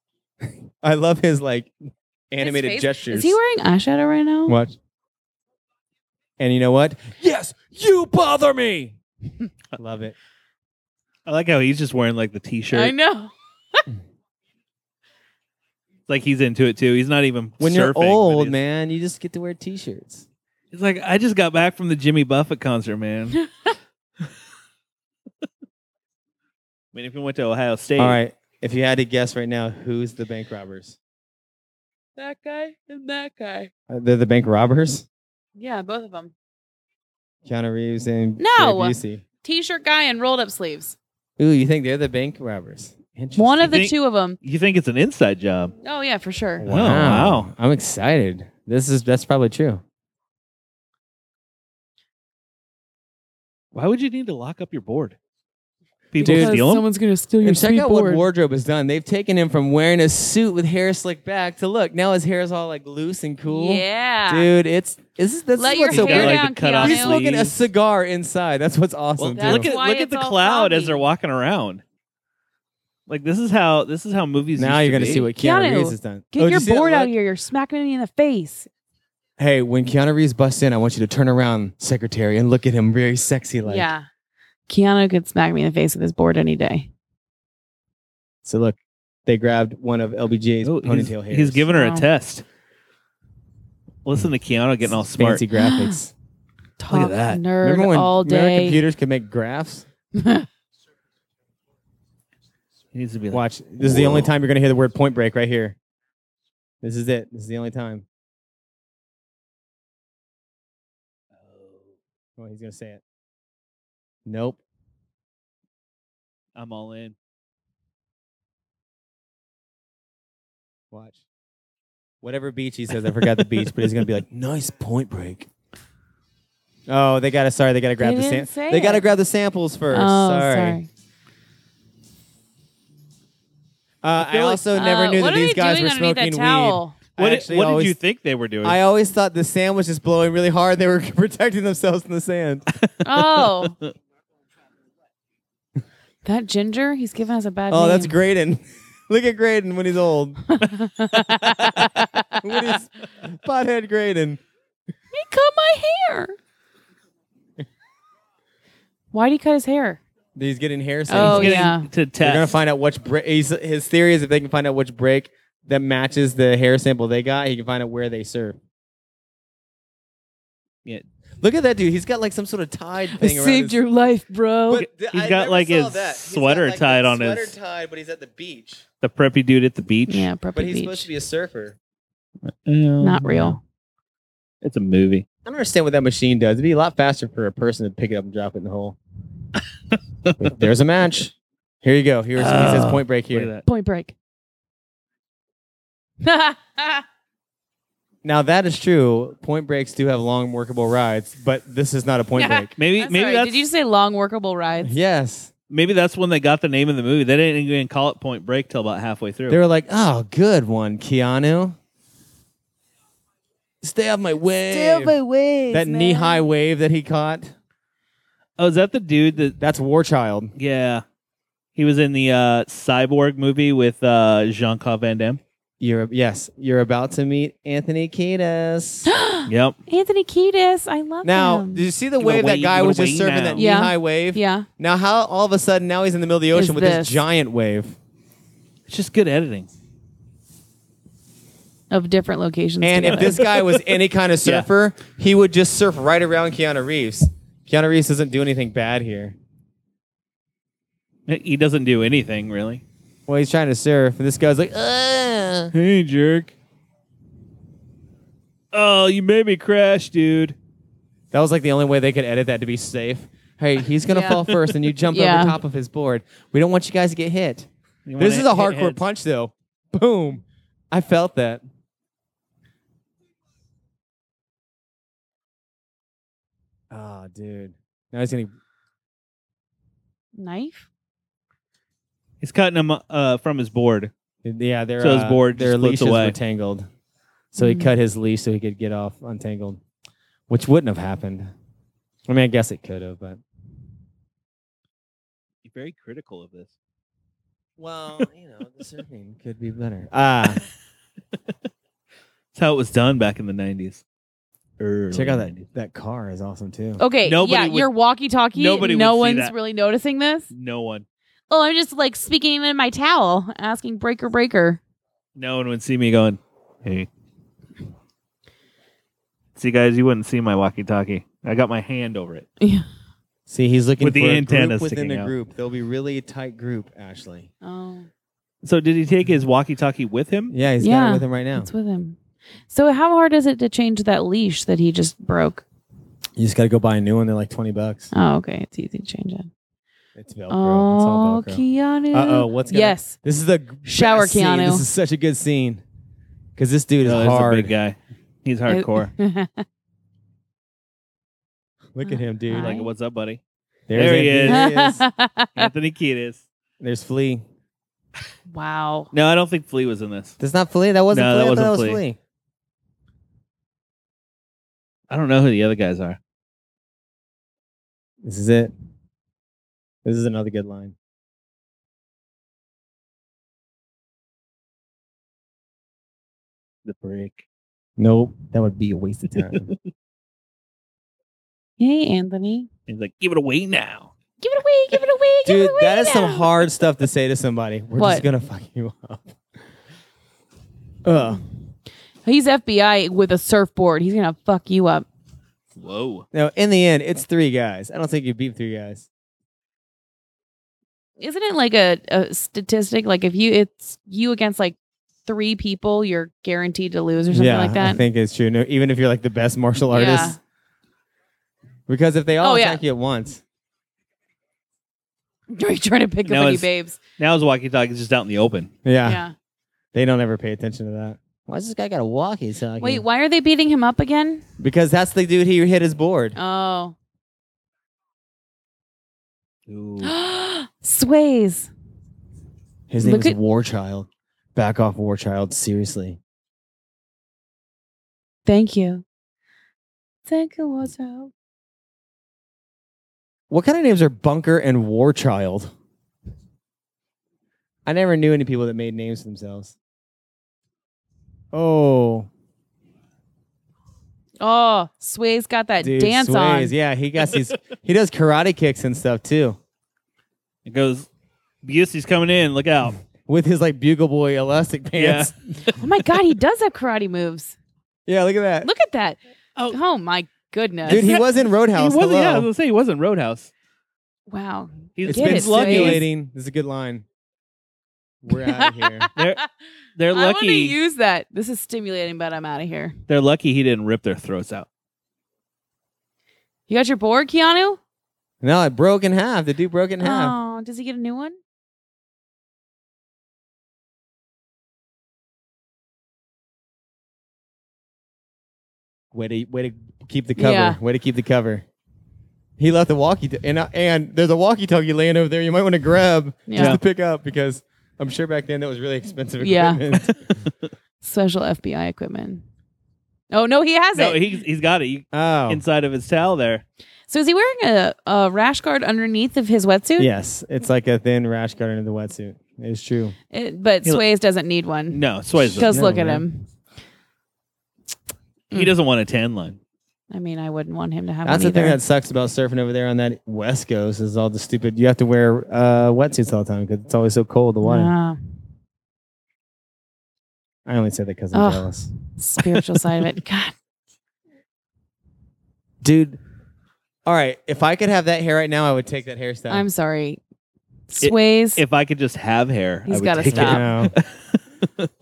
Speaker 2: I love his like animated
Speaker 3: face-
Speaker 2: gestures.
Speaker 3: Is he wearing eyeshadow right now?
Speaker 2: Watch. And you know what? Yes, you bother me. Love it.
Speaker 1: I like how he's just wearing like the t-shirt.
Speaker 3: I know.
Speaker 1: Like he's into it too. He's not even
Speaker 2: When
Speaker 1: surfing,
Speaker 2: you're
Speaker 1: but
Speaker 2: old,
Speaker 1: he's-
Speaker 2: man, you just get to wear t-shirts.
Speaker 1: He's like, I just got back from the Jimmy Buffett concert, man. I mean, if you went to Ohio State,
Speaker 2: All right. If you had to guess right now, who's the bank robbers?
Speaker 3: That guy and that guy.
Speaker 2: Uh, they're the bank robbers.
Speaker 3: Yeah, both of them.
Speaker 2: Keanu Reeves and
Speaker 3: No.
Speaker 2: Gary Busey.
Speaker 3: T-shirt guy and rolled up sleeves.
Speaker 2: Ooh, you think they're the bank robbers? Interesting.
Speaker 3: One of the
Speaker 1: think-
Speaker 3: two of them.
Speaker 1: you think it's an inside job?
Speaker 3: Oh yeah, for sure.
Speaker 1: Oh, wow.
Speaker 2: I'm excited. This is that's probably true.
Speaker 1: Why would you need to lock up your board? People
Speaker 2: Dude.
Speaker 1: steal 'em?
Speaker 3: gonna steal
Speaker 2: And check out what wardrobe has done. They've taken him from wearing a suit with hair slicked back to look. Now his hair is all like loose and cool.
Speaker 3: Yeah.
Speaker 2: Dude, it's this is that's
Speaker 3: Let your
Speaker 2: what's so
Speaker 3: hair
Speaker 1: Got,
Speaker 2: weird.
Speaker 1: like,
Speaker 3: down,
Speaker 1: the cutout
Speaker 3: Keanu.
Speaker 2: He's smoking a
Speaker 1: sleeves.
Speaker 2: cigar inside. That's what's
Speaker 1: Well,
Speaker 2: awesome.
Speaker 3: That's
Speaker 1: look
Speaker 2: too.
Speaker 1: at
Speaker 3: why
Speaker 1: look at
Speaker 3: it's
Speaker 1: the
Speaker 3: all
Speaker 1: cloud as
Speaker 3: cloudy.
Speaker 1: they're walking around. Like this is how this is how movies.
Speaker 2: now
Speaker 1: used
Speaker 2: you're
Speaker 1: to
Speaker 2: gonna
Speaker 1: be.
Speaker 2: see what Keanu,
Speaker 3: Keanu,
Speaker 2: Reeves has done.
Speaker 3: Get
Speaker 2: Oh, did you
Speaker 3: your
Speaker 2: see that
Speaker 3: board out
Speaker 2: look?
Speaker 3: here. You're smacking me in the face.
Speaker 2: Hey, when Keanu Reeves busts in, I want you to turn around, secretary, and look at him very sexy like.
Speaker 3: yeah. Keanu could smack me in the face with his board any day.
Speaker 2: So look, they grabbed one of LBJ's
Speaker 1: Oh, he's,
Speaker 2: ponytail hairs.
Speaker 1: he's giving her
Speaker 3: Wow.
Speaker 1: a test. Listen to Keanu getting all smart.
Speaker 2: fancy graphics.
Speaker 3: Talk
Speaker 1: that.
Speaker 3: nerd
Speaker 2: remember when
Speaker 3: all
Speaker 2: remember when
Speaker 3: day.
Speaker 2: computers could make graphs?
Speaker 1: He needs to be like,
Speaker 2: Watch. This is the only
Speaker 1: Whoa.
Speaker 2: time you're going to hear the word point break right here. This is it. This is the only time. Oh, he's going to say it. Nope.
Speaker 1: I'm all in.
Speaker 2: Watch. Whatever beach he says, I forgot the beach, but he's going to be like, nice point break. Oh, they got to, sorry, they got to grab the
Speaker 3: They didn't
Speaker 2: samples.
Speaker 3: say
Speaker 2: They got to
Speaker 3: it.
Speaker 2: grab the samples
Speaker 3: oh,
Speaker 2: first.
Speaker 3: sorry.
Speaker 2: sorry. Uh, I,
Speaker 1: feel like-
Speaker 2: also never
Speaker 3: Uh,
Speaker 2: knew
Speaker 3: what
Speaker 2: that
Speaker 3: are
Speaker 2: these
Speaker 3: we
Speaker 2: guys
Speaker 3: doing
Speaker 2: were
Speaker 3: underneath
Speaker 2: smoking weed.
Speaker 3: that towel?
Speaker 2: I
Speaker 1: What, did,
Speaker 2: actually
Speaker 1: what did
Speaker 2: always-
Speaker 1: you think they were doing?
Speaker 2: I always thought the sand was just blowing really hard. They were protecting themselves in the sand.
Speaker 3: Oh. that ginger, he's giving us a bad
Speaker 2: Oh, that's
Speaker 3: name.
Speaker 2: Graydon. Look at Graydon when he's old. when he's pothead Graydon.
Speaker 3: He cut my hair. Why'd he cut his hair?
Speaker 2: He's getting hair
Speaker 3: Oh,
Speaker 1: He's getting
Speaker 3: yeah.
Speaker 1: to
Speaker 2: They're
Speaker 1: test.
Speaker 2: gonna find out which break. His theory is if they can find out which break that matches the hair sample they got, he can find out where they serve. Look at that dude. He's got like some sort of tied
Speaker 3: I
Speaker 2: thing around
Speaker 3: saved
Speaker 2: his-
Speaker 3: your life, bro.
Speaker 2: But th-
Speaker 1: He's
Speaker 2: I
Speaker 1: got,
Speaker 2: never
Speaker 1: like,
Speaker 2: saw
Speaker 1: his
Speaker 2: that. He's got,
Speaker 1: sweater
Speaker 2: like,
Speaker 1: tied
Speaker 2: the
Speaker 1: on his-
Speaker 2: sweater tied, but he's at the beach.
Speaker 1: The preppy dude at the beach.
Speaker 3: yeah, probably
Speaker 2: But he's
Speaker 3: beach.
Speaker 2: supposed to be a surfer. Mm.
Speaker 1: Um,
Speaker 3: Not real.
Speaker 1: It's a movie.
Speaker 2: I don't understand what that machine does. It'd be a lot faster for a person to pick it up and drop it in the hole. There's a match. Here you go. Here's he says
Speaker 1: Oh,
Speaker 2: point break
Speaker 1: Look
Speaker 2: here.
Speaker 1: at that.
Speaker 3: Point break. That's
Speaker 2: Now that is true. Point breaks do have long workable rides, but this is not a point break.
Speaker 1: Maybe maybe
Speaker 3: sorry,
Speaker 1: that's
Speaker 3: Did you say long workable rides?
Speaker 2: Yes.
Speaker 1: maybe that's when they got the name of the movie. They didn't even call it Point Break till about halfway through.
Speaker 2: They were like, oh, good one, Keanu. Stay off my wave.
Speaker 3: ways.
Speaker 2: that knee high wave that he caught.
Speaker 1: oh, is that the dude that?
Speaker 2: That's War Child.
Speaker 1: Yeah, he was in the uh, Cyborg movie with uh, Jean Claude Van Damme.
Speaker 2: You're yes, you're about to meet Anthony Kiedis.
Speaker 1: Yep.
Speaker 3: Anthony Kiedis, I love
Speaker 2: now,
Speaker 3: him.
Speaker 2: did you see the
Speaker 1: Give it a
Speaker 2: wave that
Speaker 1: wave,
Speaker 2: guy
Speaker 1: give it a
Speaker 2: was just
Speaker 1: wave
Speaker 2: surfing
Speaker 1: now.
Speaker 2: that
Speaker 3: Yeah.
Speaker 2: knee high wave?
Speaker 3: yeah,
Speaker 2: Now how all of a sudden now he's in the middle of the ocean
Speaker 3: Is
Speaker 2: with this.
Speaker 3: this-
Speaker 2: giant wave.
Speaker 1: It's just good editing.
Speaker 3: of different locations.
Speaker 2: And if
Speaker 3: together.
Speaker 2: this guy was any kind of
Speaker 1: Yeah.
Speaker 2: surfer, he would just surf right around Keanu Reeves. Keanu Reeves doesn't do anything bad here.
Speaker 1: He doesn't do anything really.
Speaker 2: Well, he's trying to surf, and this guy's like, Ugh.
Speaker 1: Hey, jerk. Oh, you made me crash, dude.
Speaker 2: that was like the only way they could edit that to be safe. Hey, he's gonna
Speaker 3: Yeah.
Speaker 2: fall first, and you jump
Speaker 3: Yeah.
Speaker 2: over top of his board. We don't want you guys to get hit.
Speaker 1: You wanna
Speaker 2: This is a
Speaker 1: hit
Speaker 2: hardcore
Speaker 1: heads.
Speaker 2: punch, though. Boom! I felt that. Oh, dude! Now he's gonna.
Speaker 3: knife,
Speaker 1: He's cutting him uh, from his board.
Speaker 2: Yeah, their
Speaker 1: So his
Speaker 2: uh,
Speaker 1: board
Speaker 2: their
Speaker 1: just slips
Speaker 2: leashes
Speaker 1: away.
Speaker 2: were tangled, so he
Speaker 3: Mhm.
Speaker 2: cut his leash so he could get off untangled, which wouldn't have happened. I mean, I guess it could have, but
Speaker 1: You're very critical of this.
Speaker 2: well, you know, the surfing could be better. Ah,
Speaker 1: That's how it was done back in the 90s. Early
Speaker 2: check out that
Speaker 1: 90s.
Speaker 2: that car is awesome too.
Speaker 3: okay,
Speaker 1: Nobody
Speaker 3: yeah,
Speaker 1: would-
Speaker 3: your walkie-talkie.
Speaker 1: nobody would
Speaker 3: no
Speaker 1: see
Speaker 3: one's
Speaker 1: that.
Speaker 3: really noticing this.
Speaker 1: No one.
Speaker 3: Oh, I'm just like speaking in my towel, asking breaker breaker.
Speaker 1: No one would see me going, hey. See, guys, you wouldn't see my walkie talkie. I got my hand over it.
Speaker 2: See, he's looking
Speaker 1: With the
Speaker 2: for a
Speaker 1: antenna
Speaker 2: group within
Speaker 1: sticking
Speaker 2: a
Speaker 1: out.
Speaker 2: group. They'll be really tight group, Ashley.
Speaker 3: Oh,
Speaker 1: So, did he take his walkie talkie with him?
Speaker 2: Yeah, he's got
Speaker 3: Yeah.
Speaker 2: it with him right now.
Speaker 3: it's with him. So how hard is it to change that leash that he just broke?
Speaker 2: You just got to go buy a new one. They're like twenty bucks.
Speaker 3: Oh, okay, it's easy to change it.
Speaker 2: It's Velcro. it's
Speaker 3: Oh,
Speaker 2: all Velcro.
Speaker 3: Keanu.
Speaker 2: Uh-oh, what's gonna-
Speaker 3: yes?
Speaker 2: This is the
Speaker 3: Shower
Speaker 2: best scene.
Speaker 3: Keanu.
Speaker 2: This is such a good scene because this dude is
Speaker 1: No,
Speaker 2: hard.
Speaker 1: Oh, a big guy. He's hardcore.
Speaker 2: Look at him, dude.
Speaker 1: like,
Speaker 3: Alright.
Speaker 1: what's up, buddy?
Speaker 2: There's
Speaker 1: There he
Speaker 2: Anthony. There
Speaker 3: wow.
Speaker 1: Anthony Kiedis.
Speaker 2: There's Flea.
Speaker 1: No, I don't think Flea was in this.
Speaker 2: That's not Flea. That wasn't
Speaker 1: No,
Speaker 2: Flea.
Speaker 1: that
Speaker 2: I thought
Speaker 1: wasn't
Speaker 2: that was Flea.
Speaker 1: I don't know who the other guys are.
Speaker 2: This is it. This is another good line.
Speaker 1: The break.
Speaker 2: Nope. That would be a waste of time.
Speaker 3: Yay, Anthony.
Speaker 1: He's like, give it away now.
Speaker 3: Give it away, give it away, give
Speaker 2: dude,
Speaker 3: it away.
Speaker 2: that is some
Speaker 3: now.
Speaker 2: hard stuff to say to somebody. We're
Speaker 3: What?
Speaker 2: just going to fuck you up. Ugh.
Speaker 3: He's FBI with a surfboard. He's gonna fuck you up.
Speaker 1: Whoa.
Speaker 2: Now, in the end, it's three guys. I don't think you beat three guys.
Speaker 3: Isn't it like a, a statistic? Like if you it's you against like three people, you're guaranteed to lose or something
Speaker 2: yeah,
Speaker 3: like that.
Speaker 2: I think it's true. No, even if you're like the best martial artist.
Speaker 3: Yeah.
Speaker 2: Because if they all
Speaker 3: Oh, yeah.
Speaker 2: attack you at once,
Speaker 3: Are you trying to pick
Speaker 1: No,
Speaker 3: up any
Speaker 1: it's-
Speaker 3: babes?
Speaker 1: Now his walkie talkie is just out in the open.
Speaker 2: yeah,
Speaker 3: yeah.
Speaker 2: they don't ever pay attention to that. Why's this guy got a walkie talkie?
Speaker 3: Wait, why are they beating him up again?
Speaker 2: Because that's the dude who hit his board.
Speaker 3: Oh.
Speaker 1: Ooh.
Speaker 3: Sways.
Speaker 2: His name
Speaker 3: Look
Speaker 2: is
Speaker 3: at-
Speaker 2: Warchild. Back off, Warchild. Seriously.
Speaker 3: Thank you. Thank you, what's up?
Speaker 2: What kind of names are Bunker and Warchild? I never knew any people that made names for themselves. Oh,
Speaker 3: Oh, Sway's got that
Speaker 2: dude,
Speaker 3: dance
Speaker 2: Sways.
Speaker 3: on.
Speaker 2: Yeah, he got these. he does karate kicks and stuff too,
Speaker 1: It goes, Busey's coming in. Look out.
Speaker 2: with his like bugle boy elastic pants.
Speaker 3: Oh my god, he does have karate moves.
Speaker 2: Yeah, look at that.
Speaker 3: Look at that.
Speaker 1: Oh.
Speaker 3: Oh, my goodness.
Speaker 2: Dude, he was in Roadhouse.
Speaker 1: He wasn't, yeah, I was
Speaker 2: Hello.
Speaker 1: gonna say he wasn't Roadhouse.
Speaker 3: wow.
Speaker 1: He's
Speaker 2: it's
Speaker 3: Get
Speaker 2: been
Speaker 3: it,
Speaker 2: speculating. This is a good line. We're out of here.
Speaker 1: They're- They're
Speaker 3: I want to
Speaker 1: lucky.
Speaker 3: use that. This is stimulating, but I'm out of here.
Speaker 1: They're lucky he didn't rip their throats out.
Speaker 3: You got your board, Keanu?
Speaker 2: No, it broke in half. The dude broke it in half.
Speaker 3: Oh, does he get a new one?
Speaker 2: Way to way to keep the cover.
Speaker 3: Oh. Yeah.
Speaker 2: Way to keep the cover. He left the walkie and uh, and there's a walkie-talkie laying over there. You might want to grab just
Speaker 3: Yeah.
Speaker 2: to pick up because I'm sure back then that was really expensive
Speaker 3: Yeah.
Speaker 2: equipment.
Speaker 3: Special FBI equipment. Oh no, he has
Speaker 1: No,
Speaker 3: it.
Speaker 1: he's he's got it you,
Speaker 2: oh,
Speaker 1: inside of his towel there.
Speaker 3: so is he wearing a, a rash guard underneath of his wetsuit?
Speaker 2: yes, it's like a thin rash guard under the wetsuit. It's true.
Speaker 3: It- but
Speaker 1: He-
Speaker 3: Sways doesn't need one.
Speaker 1: No, Swayze.
Speaker 3: Just
Speaker 2: No,
Speaker 3: look at
Speaker 2: man.
Speaker 3: him.
Speaker 1: he doesn't want a tan line.
Speaker 3: I mean, I wouldn't want him to have
Speaker 2: That's the
Speaker 3: one
Speaker 2: thing
Speaker 3: either.
Speaker 2: that sucks about surfing over there on that west coast is all the stupid. You have to wear uh, wetsuits all the time because it's always so cold. The water.
Speaker 3: Ah,
Speaker 2: I only say that because I'm
Speaker 3: Ugh.
Speaker 2: jealous,
Speaker 3: spiritual side of it. God.
Speaker 2: dude. All right, if I could have that hair right now, I would take that hairstyle.
Speaker 3: I'm sorry. Sways.
Speaker 1: If I could just have hair,
Speaker 3: He's
Speaker 1: I would
Speaker 3: gotta
Speaker 1: take it.
Speaker 3: stop.
Speaker 2: No.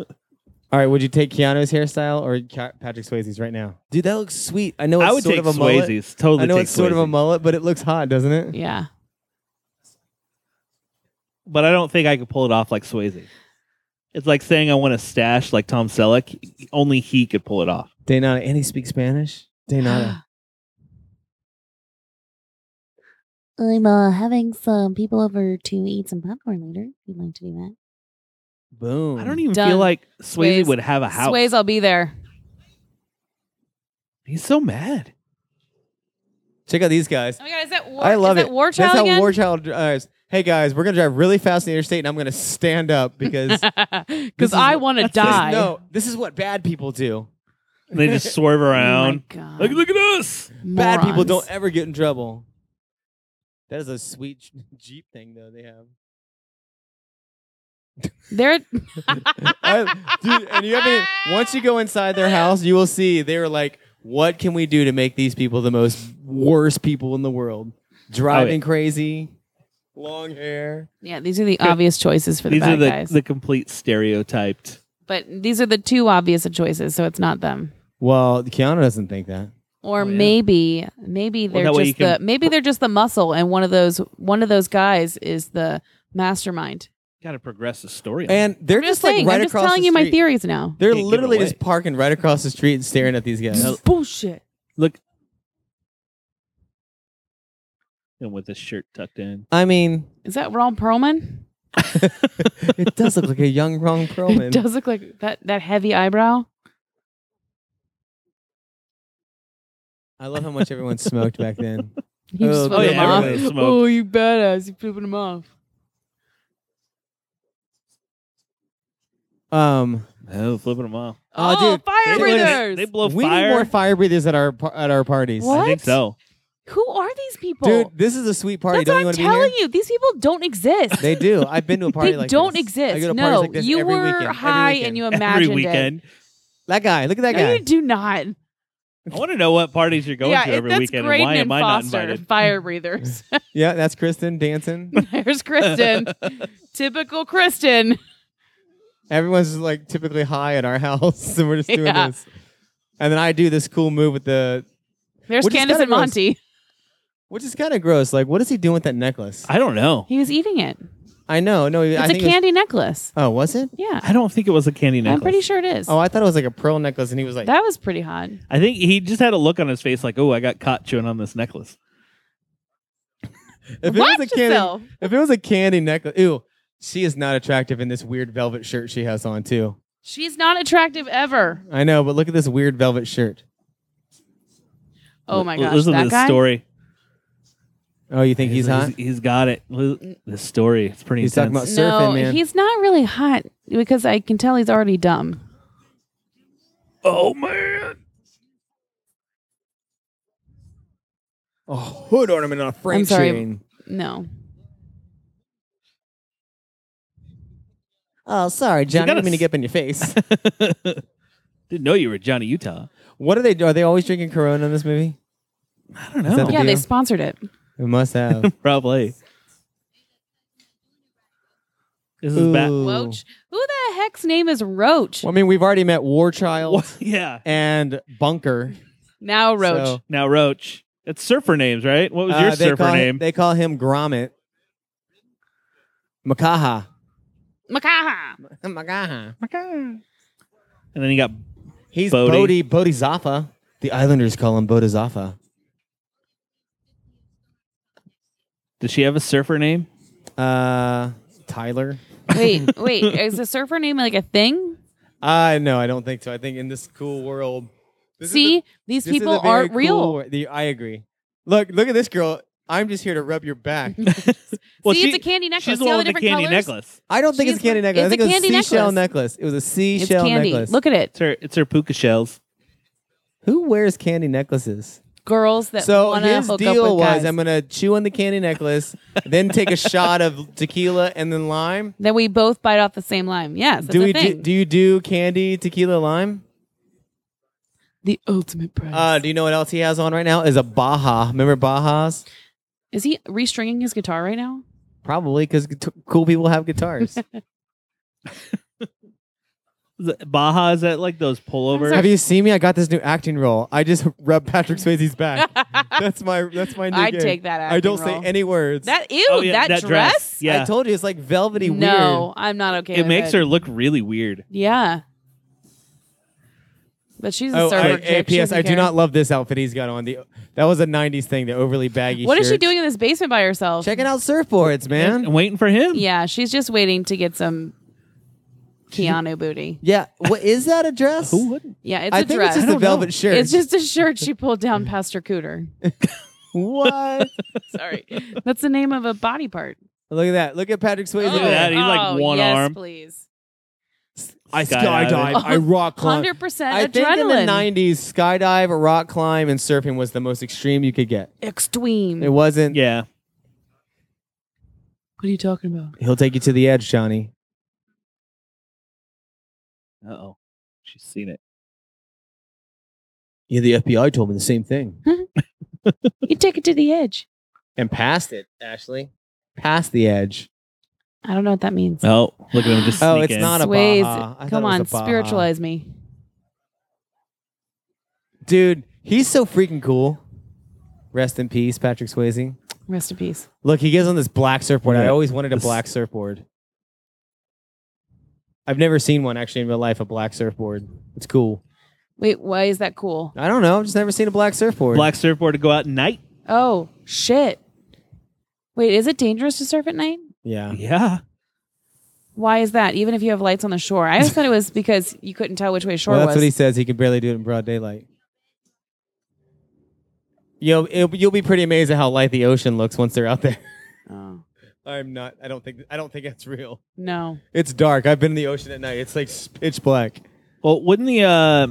Speaker 2: All right, would you take Keanu's hairstyle or Ka- Patrick Swayze's right now? Dude, that looks sweet. I know it's
Speaker 1: I would
Speaker 2: sort
Speaker 1: take
Speaker 2: of a mullet.
Speaker 1: Swayze's. Totally
Speaker 2: I know
Speaker 1: take
Speaker 2: it's sort of a
Speaker 1: Swayze's.
Speaker 2: mullet, but it looks hot, doesn't it?
Speaker 3: yeah.
Speaker 1: but I don't think I could pull it off like Swayze. It's like saying I want a stash like Tom Selleck. Only he could pull it off.
Speaker 2: Daynata, and he speaks Spanish. Daynata.
Speaker 4: I'm uh, having some people over to eat some popcorn later. If you'd like to do that.
Speaker 2: Boom.
Speaker 1: I don't e- even
Speaker 3: Done.
Speaker 1: feel like Swayze,
Speaker 3: Swayze-
Speaker 1: would have a house.
Speaker 3: Sways, I'll be there.
Speaker 1: He's so mad.
Speaker 2: Check out these guys.
Speaker 3: Oh my god, is that War?
Speaker 2: I love
Speaker 3: is that
Speaker 2: it.
Speaker 3: War
Speaker 2: That's
Speaker 3: Child
Speaker 2: how
Speaker 3: again?
Speaker 2: Warchild drives. uh, Hey guys, we're gonna drive really fast in the interstate, and I'm gonna stand up because This
Speaker 3: Because
Speaker 2: is
Speaker 3: I
Speaker 2: what-
Speaker 3: want to
Speaker 1: that's-
Speaker 3: die.
Speaker 2: no, this is what bad people do.
Speaker 1: And they just swerve
Speaker 3: Oh my
Speaker 1: around.
Speaker 3: God.
Speaker 1: Like, look at us.
Speaker 2: Bad people
Speaker 3: Morons.
Speaker 2: don't ever get in trouble. That is a sweet Jeep thing though they have.
Speaker 3: They're
Speaker 2: I, dude, and you haven't. Once you go inside their house, you will see they were like, "What can we do to make these people the most worst people in the world? Driving crazy, long hair.
Speaker 3: yeah. These are the obvious choices for the
Speaker 1: These
Speaker 3: bad
Speaker 1: are the,
Speaker 3: guys.
Speaker 1: the complete stereotyped.
Speaker 3: but these are the two obvious of choices, so it's not them.
Speaker 2: Well, Keanu doesn't think that.
Speaker 3: Or
Speaker 1: Oh, yeah.
Speaker 3: maybe, maybe
Speaker 1: Well,
Speaker 3: they're
Speaker 1: that way
Speaker 3: just
Speaker 1: you
Speaker 3: the
Speaker 1: can-
Speaker 3: maybe they're just the muscle, and one of those one of those guys is the mastermind.
Speaker 1: Got to progress the story.
Speaker 2: And they're just, like
Speaker 3: saying,
Speaker 2: right
Speaker 3: I'm just
Speaker 2: across.
Speaker 3: telling
Speaker 2: the
Speaker 3: you my
Speaker 2: street.
Speaker 3: theories now.
Speaker 2: They're
Speaker 1: Can't give it
Speaker 2: literally
Speaker 1: away.
Speaker 2: just parking right across the street and staring at these guys.
Speaker 3: Bullshit.
Speaker 1: and with his shirt tucked in.
Speaker 2: I mean,
Speaker 3: Is that Ron Perlman?
Speaker 2: it does look like a young Ron
Speaker 3: It
Speaker 2: Perlman.
Speaker 3: does look like that that heavy eyebrow.
Speaker 2: I love how much everyone smoked back then.
Speaker 3: You
Speaker 2: Oh,
Speaker 3: just flip
Speaker 2: yeah,
Speaker 3: him off.
Speaker 2: everybody
Speaker 1: smoked.
Speaker 3: Oh, you badass! You flipping him off.
Speaker 2: Um,
Speaker 1: Oh, flipping them off.
Speaker 2: Oh, dude,
Speaker 3: fire
Speaker 2: they-
Speaker 3: breathers!
Speaker 1: They blow
Speaker 2: we
Speaker 1: fire.
Speaker 2: need more fire breathers at our par- at our parties.
Speaker 3: What?
Speaker 1: I think so.
Speaker 3: Who are these people?
Speaker 2: Dude, this is a sweet party.
Speaker 3: That's
Speaker 2: Don't
Speaker 3: what
Speaker 2: you
Speaker 3: I'm
Speaker 2: want to be here?
Speaker 3: telling you. These people don't exist.
Speaker 2: They do. I've been to a party
Speaker 3: They
Speaker 2: like
Speaker 3: don't
Speaker 2: this. I go
Speaker 3: exist.
Speaker 2: to parties
Speaker 3: No,
Speaker 2: like this
Speaker 3: you
Speaker 2: every
Speaker 3: were
Speaker 2: weekend, every
Speaker 3: high
Speaker 2: weekend.
Speaker 3: and you
Speaker 1: Every
Speaker 3: imagined
Speaker 1: weekend.
Speaker 2: that guy. Look at that
Speaker 3: it. No,
Speaker 2: guy.
Speaker 3: you do not.
Speaker 1: I want to know what parties you're going
Speaker 3: yeah,
Speaker 1: to
Speaker 3: it-
Speaker 1: every
Speaker 3: that's
Speaker 1: weekend. and
Speaker 3: Graydon
Speaker 1: why
Speaker 3: and
Speaker 1: am I
Speaker 3: Foster,
Speaker 1: not invited?
Speaker 3: Fire breathers.
Speaker 2: Yeah, that's Kristen dancing.
Speaker 3: There's Kristen. Typical Kristen.
Speaker 2: Everyone's just like typically high at our house, and we're just doing
Speaker 3: Yeah.
Speaker 2: this. And then I do this cool move with the,
Speaker 3: There's
Speaker 2: Which is
Speaker 3: Candace
Speaker 2: kinda
Speaker 3: and Monty.
Speaker 2: which is kind of gross. Like, what is he doing with that necklace?
Speaker 1: I don't know.
Speaker 3: He was eating it.
Speaker 2: I, know. No, I
Speaker 3: It's a
Speaker 2: think it was-
Speaker 3: candy necklace.
Speaker 2: oh, was it?
Speaker 3: Yeah,
Speaker 1: I don't think it was a candy necklace.
Speaker 3: I'm pretty sure it is.
Speaker 2: Oh, I thought it was like a pearl necklace, and he was like,
Speaker 3: that was pretty hot.
Speaker 1: I think he just had a look on his face like, oh, I got caught chewing on this necklace.
Speaker 2: if it
Speaker 3: Watch
Speaker 2: was a candy,
Speaker 3: yourself.
Speaker 2: if it was a candy necklace, ew, she is not attractive in this weird velvet shirt she has on too.
Speaker 3: She's not attractive ever.
Speaker 2: I know, but look at this weird velvet shirt.
Speaker 3: Oh
Speaker 1: L-
Speaker 3: my
Speaker 1: l-
Speaker 3: gosh,
Speaker 1: Listen
Speaker 3: that
Speaker 1: to this
Speaker 3: guy.
Speaker 1: story.
Speaker 2: Oh, you think he's hot?
Speaker 1: he's got it. Li- This story. It's pretty
Speaker 2: He's talking
Speaker 1: intense.
Speaker 2: about
Speaker 3: no,
Speaker 2: surfing, man.
Speaker 3: he's not really hot because I can tell he's already dumb.
Speaker 1: oh man.
Speaker 2: A hood ornament on a frame
Speaker 3: sorry.
Speaker 2: chain.
Speaker 3: No,
Speaker 2: Oh, sorry, Johnny. I
Speaker 1: gotta
Speaker 2: didn't mean to
Speaker 1: s-
Speaker 2: get up in your face.
Speaker 1: Didn't know you were Johnny Utah.
Speaker 2: what are they? Are they always drinking Corona in this movie?
Speaker 1: I don't
Speaker 2: Is that
Speaker 1: know.
Speaker 2: the
Speaker 3: yeah, they
Speaker 2: deal?
Speaker 3: sponsored it.
Speaker 2: It must have.
Speaker 1: Probably. This is bad.
Speaker 2: Ooh.
Speaker 3: Roach. Who the heck's name is Roach?
Speaker 2: Well, I mean, we've already met War Child
Speaker 1: Yeah.
Speaker 2: and Bunker.
Speaker 3: Now Roach.
Speaker 2: so,
Speaker 1: Now Roach. It's surfer names, right? What was
Speaker 2: uh,
Speaker 1: your
Speaker 2: they
Speaker 1: surfer
Speaker 2: call,
Speaker 1: name?
Speaker 2: They call him Grommet. Makaha.
Speaker 3: Makaha.
Speaker 2: Makaha.
Speaker 1: and then you got
Speaker 2: He's
Speaker 1: Bodhi.
Speaker 2: Bodhi Bodhisattva. The Islanders call him Bodhisattva.
Speaker 1: Does she have a surfer name?
Speaker 2: Uh, Tyler.
Speaker 3: Wait, wait. Is the surfer name like a thing?
Speaker 2: I uh, no, I don't think so. I think in this cool world, this is
Speaker 3: See,
Speaker 2: a-
Speaker 3: these
Speaker 2: this is a
Speaker 3: people
Speaker 2: very
Speaker 3: aren't
Speaker 2: cool
Speaker 3: real.
Speaker 2: wor- the- I agree. Look, look at this girl. I'm just here to rub your back.
Speaker 1: Well,
Speaker 3: See,
Speaker 1: she-
Speaker 3: it's a candy necklace.
Speaker 1: She's the
Speaker 3: See all
Speaker 1: one
Speaker 3: the
Speaker 1: with the
Speaker 3: different
Speaker 1: candy
Speaker 3: colors?
Speaker 1: necklace.
Speaker 2: I don't think it's a
Speaker 3: She's-
Speaker 2: candy necklace.
Speaker 3: it's
Speaker 2: I
Speaker 3: a
Speaker 2: think it was
Speaker 3: candy
Speaker 2: a seashell
Speaker 3: necklace.
Speaker 2: necklace. It was a
Speaker 3: It's
Speaker 2: seashell
Speaker 3: candy.
Speaker 2: necklace.
Speaker 3: Look at it.
Speaker 1: It's her. It's her puka shells.
Speaker 2: who wears candy necklaces.
Speaker 3: Girls that
Speaker 2: so
Speaker 3: want to
Speaker 2: his
Speaker 3: hook up
Speaker 2: deal
Speaker 3: with guys.
Speaker 2: was, um, I'm gonna chew on the candy necklace, then take a shot of tequila and then lime.
Speaker 3: Then we both bite off the same lime. Yes, that's
Speaker 2: do
Speaker 3: a
Speaker 2: we do,
Speaker 3: thing.
Speaker 2: do you do candy tequila lime?
Speaker 3: the ultimate prize.
Speaker 2: Uh, do you know what else he has on right now? Is a Baja. Remember Bajas?
Speaker 3: Is he restringing his guitar right now?
Speaker 2: Probably because cool people have guitars.
Speaker 1: Is it- Baja is that like those pullovers?
Speaker 2: Have you seen me? I got this new acting role. I just rub Patrick Swayze's back. that's my that's my new.
Speaker 3: I'd
Speaker 2: gig.
Speaker 3: take that.
Speaker 2: I don't
Speaker 3: acting role.
Speaker 2: say any words.
Speaker 3: That ew.
Speaker 1: Oh, yeah,
Speaker 3: that,
Speaker 1: that dress.
Speaker 3: dress.
Speaker 1: Yeah.
Speaker 2: I told you it's like velvety
Speaker 3: no, I'm not okay.
Speaker 1: it
Speaker 3: with
Speaker 1: makes
Speaker 3: it.
Speaker 1: her look really weird.
Speaker 3: Yeah. But she's
Speaker 2: weird.
Speaker 3: a
Speaker 2: Oh,
Speaker 3: surfer.
Speaker 2: I,
Speaker 3: chick. She
Speaker 2: APS.
Speaker 3: doesn't
Speaker 2: I do
Speaker 3: care.
Speaker 2: not love this outfit he's got on. The that was a '90s thing. The overly baggy.
Speaker 3: What is she
Speaker 2: shirt.
Speaker 3: doing in this basement by herself?
Speaker 2: Checking out surfboards,
Speaker 1: I'm
Speaker 2: man.
Speaker 1: waiting for him.
Speaker 3: Yeah, she's just waiting to get some Keanu booty.
Speaker 2: Yeah. What is that a dress?
Speaker 1: Who wouldn't?
Speaker 3: Yeah, it's
Speaker 2: I
Speaker 3: a
Speaker 2: think
Speaker 3: dress.
Speaker 2: it's just a velvet shirt.
Speaker 3: It's just a shirt she pulled down past her cooter.
Speaker 2: what?
Speaker 3: Sorry, that's the name of a body part.
Speaker 2: Look at that. Look at Patrick Swayze.
Speaker 1: Look at that. He's like
Speaker 3: Oh,
Speaker 1: one
Speaker 3: yes,
Speaker 1: arm.
Speaker 3: Please,
Speaker 2: I
Speaker 1: Skydive.
Speaker 2: skydive. I rock climb.
Speaker 3: hundred percent
Speaker 2: I think in the
Speaker 3: adrenaline.
Speaker 2: '90s, skydive, rock climb, and surfing was the most extreme you could get.
Speaker 3: Extreme.
Speaker 2: It wasn't.
Speaker 1: Yeah.
Speaker 3: What are you talking about?
Speaker 2: He'll take you to the edge, Johnny.
Speaker 1: Uh oh. She's seen it.
Speaker 2: Yeah, the FBI told me the same thing.
Speaker 3: You take it to the edge.
Speaker 2: And past it, Ashley. Past the edge.
Speaker 3: I don't know what that means.
Speaker 1: Oh, look at him just.
Speaker 2: Oh,
Speaker 1: sneak
Speaker 2: it's
Speaker 1: in.
Speaker 2: not a
Speaker 3: Sways.
Speaker 2: Baja. I thought
Speaker 3: Come
Speaker 2: it was a
Speaker 3: on,
Speaker 2: Baja.
Speaker 3: spiritualize me.
Speaker 2: Dude, he's so freaking cool. Rest in peace, Patrick Swayze.
Speaker 3: Rest in peace.
Speaker 2: Look, he gets on this black surfboard. I
Speaker 1: Yeah.
Speaker 2: always wanted a
Speaker 1: This-
Speaker 2: black surfboard. I've never seen one actually in real life, a black surfboard. It's cool.
Speaker 3: Wait, why is that cool?
Speaker 2: I don't know. I've just never seen a black surfboard.
Speaker 1: black surfboard to go out at night.
Speaker 3: Oh shit! Wait, is it dangerous to surf at night?
Speaker 2: Yeah.
Speaker 1: Yeah.
Speaker 3: Why is that? Even if you have lights on the shore, I always thought it was because you couldn't tell which way shore
Speaker 2: well, that's
Speaker 3: was.
Speaker 2: what he says. He can barely do it in broad daylight. You'll it'll- you'll be pretty amazed at how light the ocean looks once they're out there.
Speaker 3: oh,
Speaker 2: I'm not. I don't think. I don't think that's real.
Speaker 3: no,
Speaker 2: It's dark. I've been in the ocean at night. It's like s- pitch black.
Speaker 1: Well, wouldn't the uh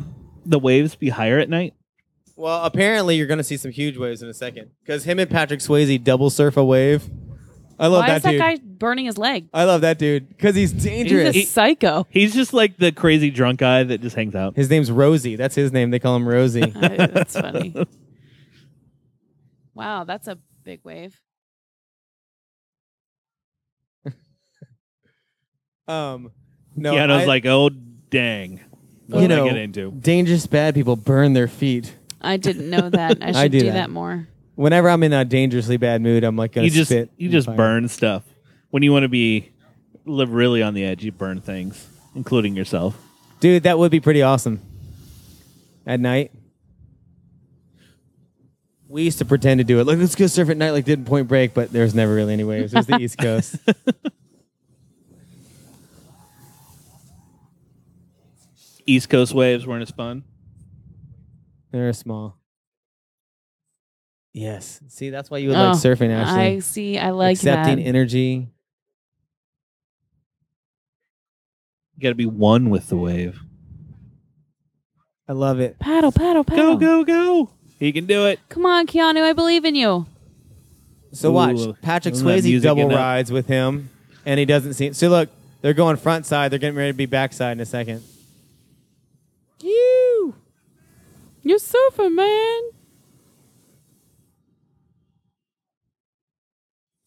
Speaker 1: the waves be higher at night?
Speaker 2: Well, apparently you're gonna see some huge waves in a second because him and Patrick Swayze double surf a wave. I love
Speaker 3: why
Speaker 2: that
Speaker 3: is that
Speaker 2: dude.
Speaker 3: guy burning his leg?
Speaker 2: I love that dude because he's dangerous.
Speaker 3: He's a psycho.
Speaker 1: He's just like the crazy drunk guy that just hangs out.
Speaker 2: his name's Rosie. That's his name. They call him Rosie.
Speaker 3: I- that's funny. Wow, that's a big wave.
Speaker 2: um, no,
Speaker 1: yeah, and I was
Speaker 2: I-
Speaker 1: like, oh dang, what
Speaker 2: You
Speaker 1: did
Speaker 2: know,
Speaker 1: I get into?
Speaker 2: dangerous bad people burn their feet.
Speaker 3: I didn't know that. I should
Speaker 2: I do
Speaker 3: do,
Speaker 2: that.
Speaker 3: that. more.
Speaker 2: Whenever I'm in a dangerously bad mood, I'm like gonna
Speaker 1: You just
Speaker 2: spit.
Speaker 1: you
Speaker 2: and
Speaker 1: just
Speaker 2: fire.
Speaker 1: burn stuff when you want to be live really on the edge. You burn things, including yourself.
Speaker 2: dude. That would be pretty awesome. At night, we used to pretend to do it. Like let's go surf at night, like didn't Point Break, but there was never really any waves. It was the East Coast.
Speaker 1: East Coast waves weren't as fun.
Speaker 2: They're small. Yes. See, that's why you would like
Speaker 3: Oh,
Speaker 2: surfing,
Speaker 3: I
Speaker 2: Ashley.
Speaker 3: see. I like
Speaker 2: Accepting
Speaker 3: that.
Speaker 2: energy.
Speaker 1: You got to be one with the wave.
Speaker 2: I love it.
Speaker 3: paddle, paddle, paddle.
Speaker 1: Go go go! He can do it.
Speaker 3: Come on, Keanu. I believe in you.
Speaker 2: So watch
Speaker 1: Ooh,
Speaker 2: Patrick
Speaker 1: isn't that
Speaker 2: Swayze
Speaker 1: music
Speaker 2: double
Speaker 1: in that?
Speaker 2: rides with him, and he doesn't see. So look, they're going front side. They're getting ready to be backside in a second.
Speaker 3: You. You're surfing, man.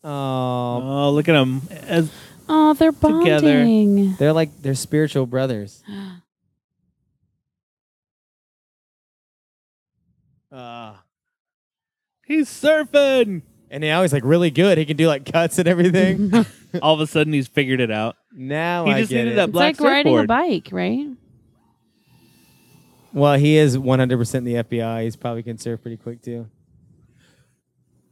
Speaker 2: Oh,
Speaker 1: Oh, look at them. As,
Speaker 3: Oh, they're
Speaker 1: Together.
Speaker 3: bonding.
Speaker 2: they're like they're spiritual brothers.
Speaker 1: uh,
Speaker 2: Ah.
Speaker 1: he's surfing.
Speaker 2: And now he's like really good. He can do like cuts and everything.
Speaker 1: All of a sudden, he's figured it out.
Speaker 2: now
Speaker 1: He
Speaker 2: I
Speaker 1: just
Speaker 2: get
Speaker 1: needed
Speaker 2: it.
Speaker 1: that
Speaker 3: It's
Speaker 1: black
Speaker 3: like riding a
Speaker 1: surfboard.
Speaker 3: bike, right?
Speaker 2: Well, he is 100% in the FBI. He's probably can surf pretty quick too.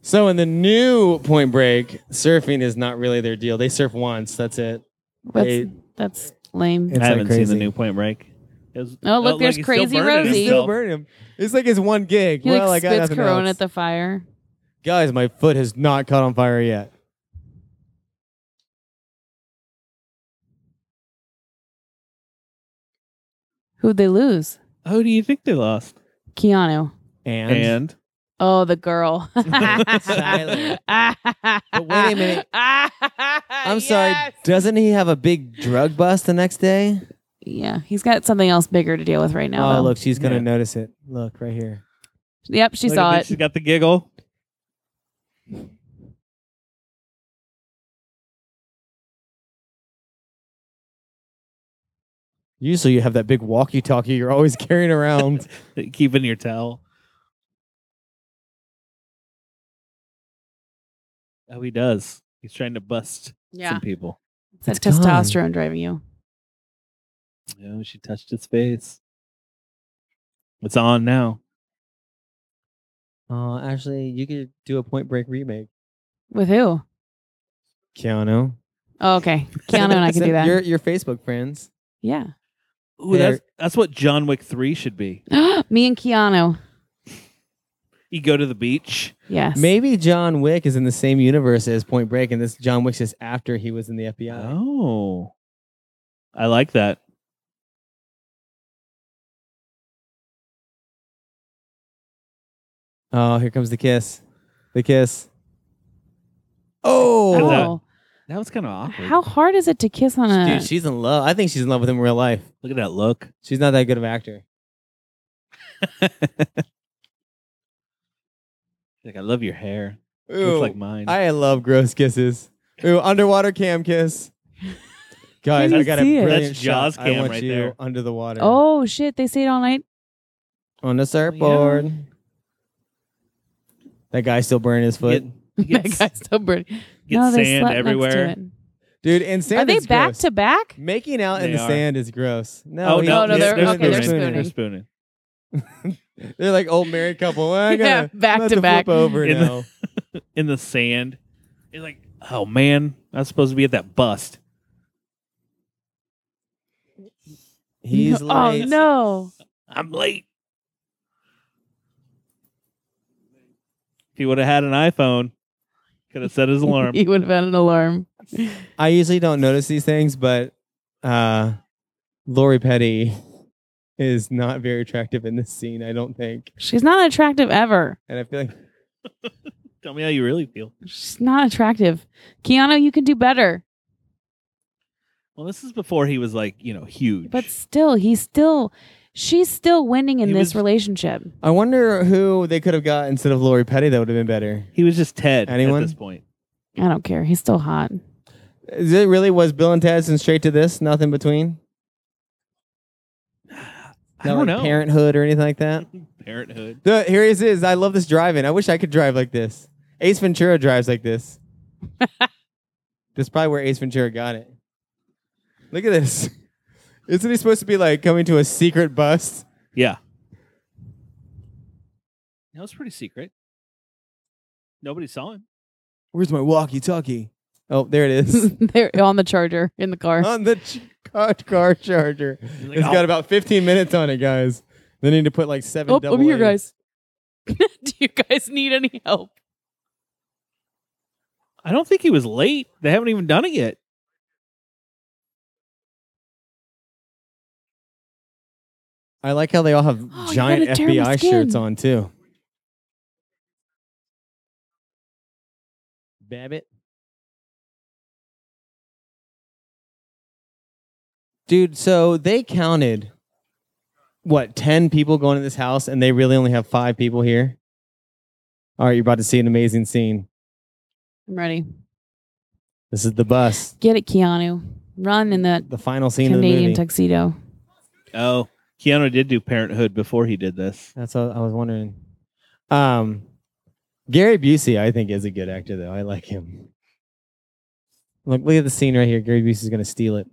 Speaker 2: So in the new Point Break, surfing is not really their deal. They surf once. That's it.
Speaker 3: That's
Speaker 2: They-
Speaker 3: that's lame.
Speaker 2: It's
Speaker 1: I
Speaker 2: like
Speaker 1: haven't
Speaker 2: crazy.
Speaker 1: seen the new Point Break. It was-
Speaker 3: Oh, look, there's
Speaker 1: he's still
Speaker 3: Crazy
Speaker 1: burning
Speaker 3: Rosie.
Speaker 2: He's still
Speaker 1: himself.
Speaker 2: burning him. It's like his one gig.
Speaker 3: He
Speaker 2: well, I
Speaker 3: like
Speaker 2: got
Speaker 3: spits
Speaker 2: nothing
Speaker 3: Corona
Speaker 2: else.
Speaker 3: at the fire.
Speaker 2: Guys, my foot has not caught on fire yet.
Speaker 3: Who'd they lose?
Speaker 1: Who do you think they lost?
Speaker 3: Keanu.
Speaker 2: And,
Speaker 1: And
Speaker 3: Oh, the girl.
Speaker 2: Silent. But wait a minute.
Speaker 3: I'm
Speaker 2: I'm sorry. Doesn't he have a big drug bust the next day?
Speaker 3: Yeah, he's got something else bigger to deal with right now.
Speaker 2: oh,
Speaker 3: though.
Speaker 2: look, she's gonna
Speaker 1: Yeah.
Speaker 2: notice it. Look right here.
Speaker 3: Yep, she
Speaker 1: Look
Speaker 3: saw
Speaker 1: at
Speaker 3: it.
Speaker 1: this, She got the giggle.
Speaker 2: Usually, you have that big walkie-talkie you're always carrying around.
Speaker 1: Keeping your towel. Oh, he does. He's trying to bust
Speaker 3: Yeah,
Speaker 1: some people.
Speaker 3: it's that
Speaker 2: It's gone.
Speaker 3: testosterone driving you.
Speaker 1: Oh, she touched his face. It's on now.
Speaker 2: Oh, actually, you could do a Point Break remake.
Speaker 3: With who?
Speaker 2: Keanu.
Speaker 3: Oh, okay, Keanu and I can
Speaker 2: Send
Speaker 3: do that.
Speaker 2: Your your Facebook friends.
Speaker 3: Yeah,
Speaker 1: Ooh, that's that's what John Wick three should be.
Speaker 3: me and Keanu.
Speaker 1: You go to the beach.
Speaker 3: Yes.
Speaker 2: Maybe John Wick is in the same universe as Point Break, and this John Wick's just after he was in the FBI.
Speaker 1: Oh, I like that.
Speaker 2: Oh, here comes the kiss. The kiss. Oh,
Speaker 1: Look at
Speaker 3: Oh,
Speaker 1: That was kind of awkward.
Speaker 3: how hard is it to kiss on a?
Speaker 2: dude, she's in love. I think she's in love with him in real life.
Speaker 1: Look at that look.
Speaker 2: She's not that good of an actor.
Speaker 1: like I love your hair.
Speaker 2: Ooh,
Speaker 1: Looks like mine.
Speaker 2: I love gross kisses. Ooh, underwater cam kiss. Guys,
Speaker 3: Can you
Speaker 2: I got a
Speaker 3: see it?
Speaker 2: brilliant
Speaker 1: That's Jaws
Speaker 2: shot. I
Speaker 1: cam
Speaker 2: want
Speaker 1: right
Speaker 2: you
Speaker 1: there.
Speaker 2: under the water.
Speaker 3: oh shit! They stayed all night.
Speaker 2: on the surfboard. That guy's still burning his foot.
Speaker 1: You
Speaker 3: That
Speaker 1: get, s-
Speaker 3: guy's so pretty.
Speaker 1: get
Speaker 3: no, they
Speaker 1: sand
Speaker 3: slept
Speaker 1: everywhere.
Speaker 3: Next to
Speaker 2: Dude, and
Speaker 3: it.
Speaker 2: sand
Speaker 3: Are they
Speaker 2: is
Speaker 3: back
Speaker 2: gross.
Speaker 3: to back?
Speaker 2: Making out in
Speaker 1: They
Speaker 2: the
Speaker 1: are.
Speaker 2: sand is gross. No,
Speaker 1: Oh
Speaker 2: we-
Speaker 1: no,
Speaker 3: no, they're- okay, they're
Speaker 1: spooning.
Speaker 3: spooning.
Speaker 1: spooning.
Speaker 2: They're like old married couple. Well, I
Speaker 3: Yeah,
Speaker 2: gotta,
Speaker 3: back
Speaker 2: I'm about
Speaker 3: to back.
Speaker 2: Flip over
Speaker 1: In the-
Speaker 2: now.
Speaker 1: in the sand. It's like, oh man, I'm supposed to be at that bust.
Speaker 2: He's
Speaker 3: No-
Speaker 2: late.
Speaker 3: Oh no!
Speaker 1: I'm late. If he would have had an iPhone, could have set his alarm.
Speaker 3: he would have had an alarm.
Speaker 2: I usually don't notice these things, but uh, Lori Petty is not very attractive in this scene. I don't think,
Speaker 3: She's not attractive ever.
Speaker 2: and I feel like
Speaker 1: Tell me how you really feel.
Speaker 3: She's not attractive. Keanu, you can do better.
Speaker 1: Well, this is before he was like, you know, huge.
Speaker 3: But still, he's still, she's still winning in
Speaker 1: He
Speaker 3: this
Speaker 1: was-
Speaker 3: relationship.
Speaker 2: I wonder who they could have got instead of Lori Petty. That would have been better.
Speaker 1: he was just Ted
Speaker 2: Anyone?
Speaker 1: at this point.
Speaker 3: I don't care. He's still hot.
Speaker 2: Is it really was Bill and Ted's and straight to this? Nothing between.
Speaker 1: I don't
Speaker 2: like
Speaker 1: know.
Speaker 2: Parenthood or anything like that.
Speaker 1: Parenthood.
Speaker 2: The, here he is. I love this driving. I wish I could drive like this. Ace Ventura drives like this. That's probably where Ace Ventura got it. Look at this. Isn't he supposed to be like coming to a secret bus?
Speaker 1: Yeah. That was pretty secret. Nobody saw him.
Speaker 2: Where's my walkie-talkie? Oh, there it is
Speaker 3: They're on the charger in the car.
Speaker 2: on the ch- car, car charger.
Speaker 1: He's like,
Speaker 2: It's
Speaker 1: "Oh,
Speaker 2: got about 15 minutes on it, guys. They need to put like seven.
Speaker 3: Oh,
Speaker 2: double
Speaker 3: I'm here,
Speaker 2: A's.
Speaker 3: guys. do you guys need any help?
Speaker 1: I don't think he was late. They haven't even done it yet.
Speaker 2: I like how they all have
Speaker 3: Oh, you
Speaker 2: giant
Speaker 3: gotta tear my
Speaker 2: FBI shirts
Speaker 3: skin.
Speaker 2: on too. Babbitt. Dude, so they counted what, 10 people going to this house and they really only have 5 people here? All right, you're about to see an amazing scene.
Speaker 3: I'm ready.
Speaker 2: This is the bus.
Speaker 3: Get it, Keanu. Run in that
Speaker 2: The final scene of the
Speaker 3: Canadian
Speaker 2: movie.
Speaker 3: tuxedo.
Speaker 1: Oh, Keanu did do Parenthood before he did this.
Speaker 2: That's what I was wondering. Um, Gary Busey, I think, is a good actor though. I like him. Look, look at the scene right here. Gary Busey's gonna steal it.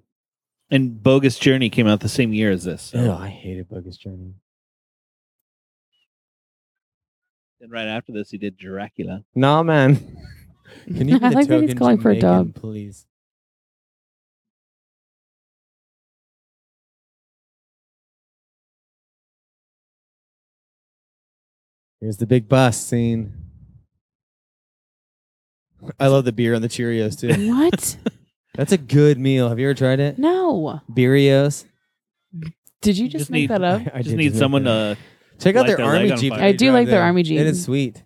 Speaker 1: And Bogus Journey came out the same year as this. so-
Speaker 2: Oh, I hated Bogus Journey.
Speaker 1: And right after this, he did Dracula.
Speaker 2: Nah, man. Can you?
Speaker 3: I like that he's calling for a dog.
Speaker 2: dog, please. Here's the big bus scene. I love the beer on the Cheerios too.
Speaker 3: what?
Speaker 2: That's a good meal. Have you ever tried it?
Speaker 3: No.
Speaker 2: Birrios.
Speaker 3: Did you
Speaker 1: You
Speaker 3: just,
Speaker 1: just need-
Speaker 3: make that up?
Speaker 2: I
Speaker 1: just
Speaker 2: did
Speaker 1: need
Speaker 2: make
Speaker 1: someone
Speaker 2: that.
Speaker 1: to.
Speaker 2: check out
Speaker 1: light
Speaker 2: their
Speaker 1: their
Speaker 2: army
Speaker 1: leg on
Speaker 2: jeep.
Speaker 1: fire.
Speaker 2: that
Speaker 3: I
Speaker 2: they
Speaker 3: do
Speaker 2: drive
Speaker 3: like their
Speaker 2: there.
Speaker 3: army jeep.
Speaker 2: It is sweet.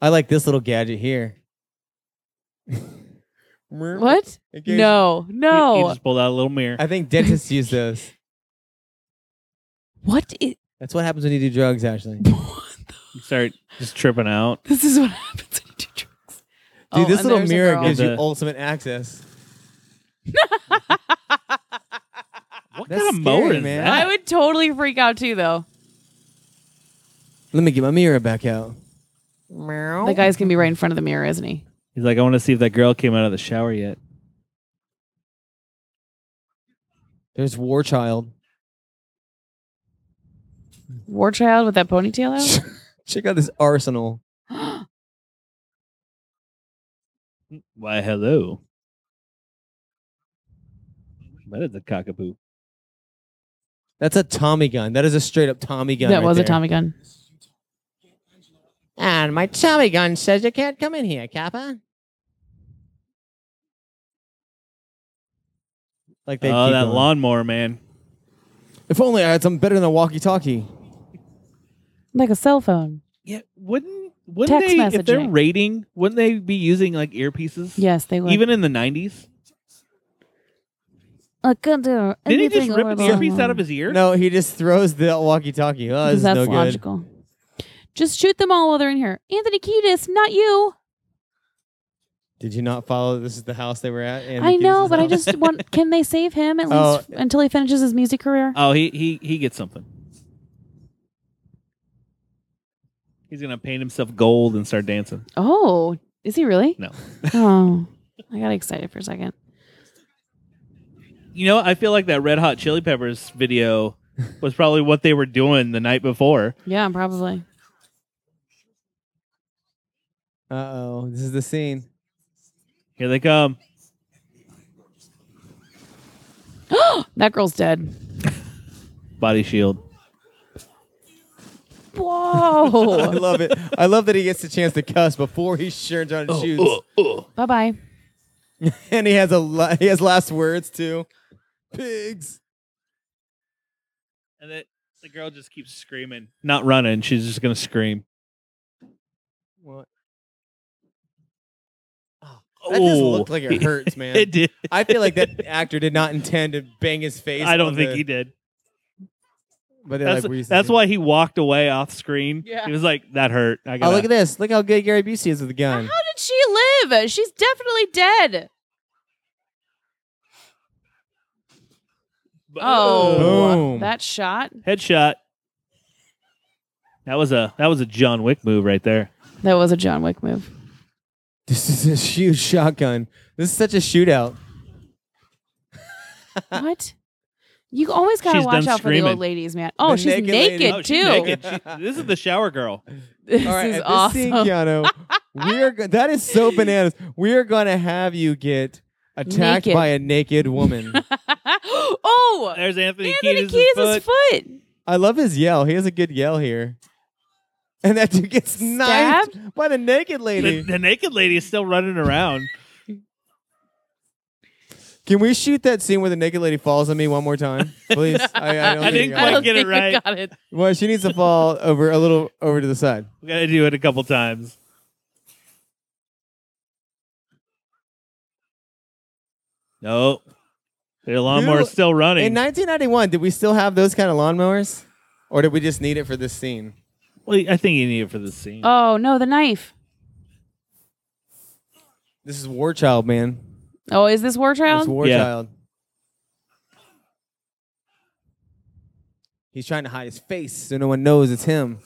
Speaker 2: I like this little gadget here.
Speaker 3: What?
Speaker 2: Okay.
Speaker 3: No. No.
Speaker 1: He, he just pulled out a little mirror.
Speaker 2: I think dentists use those.
Speaker 3: what is
Speaker 2: That's what happens when you do drugs, actually.
Speaker 1: You start just tripping out.
Speaker 3: this is what happens when you do drugs. Oh,
Speaker 2: Dude, this little mirror gives
Speaker 1: With
Speaker 2: you
Speaker 1: the-
Speaker 2: ultimate access.
Speaker 1: What
Speaker 2: That's
Speaker 1: kind of
Speaker 2: scary,
Speaker 1: mower is
Speaker 2: man.
Speaker 1: that?
Speaker 3: I would totally freak out too, though.
Speaker 2: Let me get my mirror back out.
Speaker 3: The guy's gonna be right in front of the mirror, isn't he?
Speaker 1: He's like, I want to see if that girl came out of the shower yet.
Speaker 2: There's War Child.
Speaker 3: War child with that ponytail
Speaker 2: Check out this arsenal.
Speaker 3: out.
Speaker 1: Why, hello. That is a cockapoo.
Speaker 2: That's a Tommy gun. That is a straight up Tommy gun.
Speaker 3: that
Speaker 2: right
Speaker 3: was a
Speaker 2: there.
Speaker 3: Tommy gun.
Speaker 2: And my Tommy gun says you can't come in here, Kappa. Like they
Speaker 1: oh,
Speaker 2: keep
Speaker 1: that
Speaker 2: going.
Speaker 1: lawnmower, man.
Speaker 2: If only I had something better than a walkie-talkie.
Speaker 3: Like a cell phone.
Speaker 1: Yeah, wouldn't wouldn't
Speaker 3: Text
Speaker 1: they if they're
Speaker 3: messaging.
Speaker 1: rating? Wouldn't they be using like earpieces?
Speaker 3: Yes, they would.
Speaker 1: even in the nineties.
Speaker 5: I can't do
Speaker 1: Didn't he
Speaker 5: anything
Speaker 1: just rip
Speaker 5: over
Speaker 1: an
Speaker 5: the
Speaker 1: earpiece out of
Speaker 5: lawn.
Speaker 1: his ear?
Speaker 2: No, he just throws the walkie-talkie. Oh, this
Speaker 3: because
Speaker 2: is
Speaker 3: that's
Speaker 2: no good.
Speaker 3: logical. Just shoot them all while they're in here. Anthony Kiedis, not you.
Speaker 2: Did you not follow? This is the house they were at. Andy
Speaker 3: I
Speaker 2: Kiedis'
Speaker 3: know, but I
Speaker 2: house?
Speaker 3: just want. Can they save him at
Speaker 2: Oh.
Speaker 3: least until he finishes his music career?
Speaker 1: Oh, he he he gets something. He's gonna paint himself gold and start dancing.
Speaker 3: Oh, is he really?
Speaker 1: No.
Speaker 3: oh, I got excited for a second.
Speaker 1: You know, I feel like that Red Hot Chili Peppers video was probably what they were doing the night before.
Speaker 3: Yeah, probably.
Speaker 2: Uh-oh, this is the scene.
Speaker 1: Here they come.
Speaker 3: That girl's dead.
Speaker 1: Body shield.
Speaker 2: I
Speaker 3: Whoa.
Speaker 2: love it. I love that he gets the chance to cuss before he turns on and
Speaker 1: Oh,
Speaker 2: shoots,
Speaker 3: bye bye.
Speaker 2: and he has a la- he has last words too. Pigs.
Speaker 1: And then the girl just keeps screaming. Not running. She's just gonna scream.
Speaker 2: What?
Speaker 1: Oh,
Speaker 2: That just looked like it hurts, man.
Speaker 1: it did.
Speaker 2: I feel like that actor did not intend to bang his face.
Speaker 1: I
Speaker 2: on
Speaker 1: don't think
Speaker 2: the-
Speaker 1: he did.
Speaker 2: But they're
Speaker 1: That's,
Speaker 2: like, "What are you
Speaker 1: that's
Speaker 2: saying?"
Speaker 1: why he walked away off screen.
Speaker 3: Yeah.
Speaker 1: He was like, "That hurt." I
Speaker 2: Oh,
Speaker 1: gotta,
Speaker 2: look at this! Look how good Gary Busey is with the
Speaker 3: How
Speaker 2: gun.
Speaker 3: did she live? She's definitely dead. Oh,
Speaker 2: Boom.
Speaker 3: that shot.
Speaker 1: headshot. That was a that was a John Wick move right there.
Speaker 3: That was a John Wick move.
Speaker 2: This is a huge shotgun. This is such a shootout.
Speaker 3: what? You always gotta
Speaker 1: She's
Speaker 3: watch
Speaker 1: done
Speaker 3: out for the
Speaker 1: screaming.
Speaker 3: old ladies, man. Oh,
Speaker 2: The
Speaker 3: she's
Speaker 2: naked
Speaker 3: naked,
Speaker 2: lady.
Speaker 1: oh,
Speaker 3: too.
Speaker 1: she's naked. She- this is the shower girl.
Speaker 3: This
Speaker 2: All right,
Speaker 3: is
Speaker 2: at
Speaker 3: awesome.
Speaker 2: this scene, Keanu, we are go- that is so bananas. We are going to have you get attacked
Speaker 3: Naked.
Speaker 2: by a naked woman.
Speaker 3: oh,
Speaker 1: There's Anthony,
Speaker 3: Anthony
Speaker 1: Kiedis'
Speaker 3: Kiedis'
Speaker 1: foot.
Speaker 3: foot.
Speaker 2: I love his yell. He has a good yell here. And that dude gets knifed by the naked
Speaker 1: The,
Speaker 2: lady.
Speaker 1: the naked lady is still running around.
Speaker 2: Can we shoot that scene where the naked lady falls on me one more time, please? I, I don't
Speaker 1: I
Speaker 2: think
Speaker 1: didn't
Speaker 2: I got
Speaker 1: quite
Speaker 2: it.
Speaker 1: get it
Speaker 3: think you
Speaker 1: right.
Speaker 3: Got it.
Speaker 2: Well, she needs to fall over a little over to the side.
Speaker 1: We gotta do it a couple times. Nope. Their lawnmower is still running.
Speaker 2: In 1991, did we still have those kind of lawnmowers, or did we just need it for this scene?
Speaker 1: Well, I think you need it for this scene.
Speaker 3: Oh no, the knife.
Speaker 2: This is War Child, man.
Speaker 3: Oh, is this War
Speaker 2: It's
Speaker 3: Child?
Speaker 2: War
Speaker 1: Yeah.
Speaker 2: Child. He's trying to hide his face so no one knows it's him.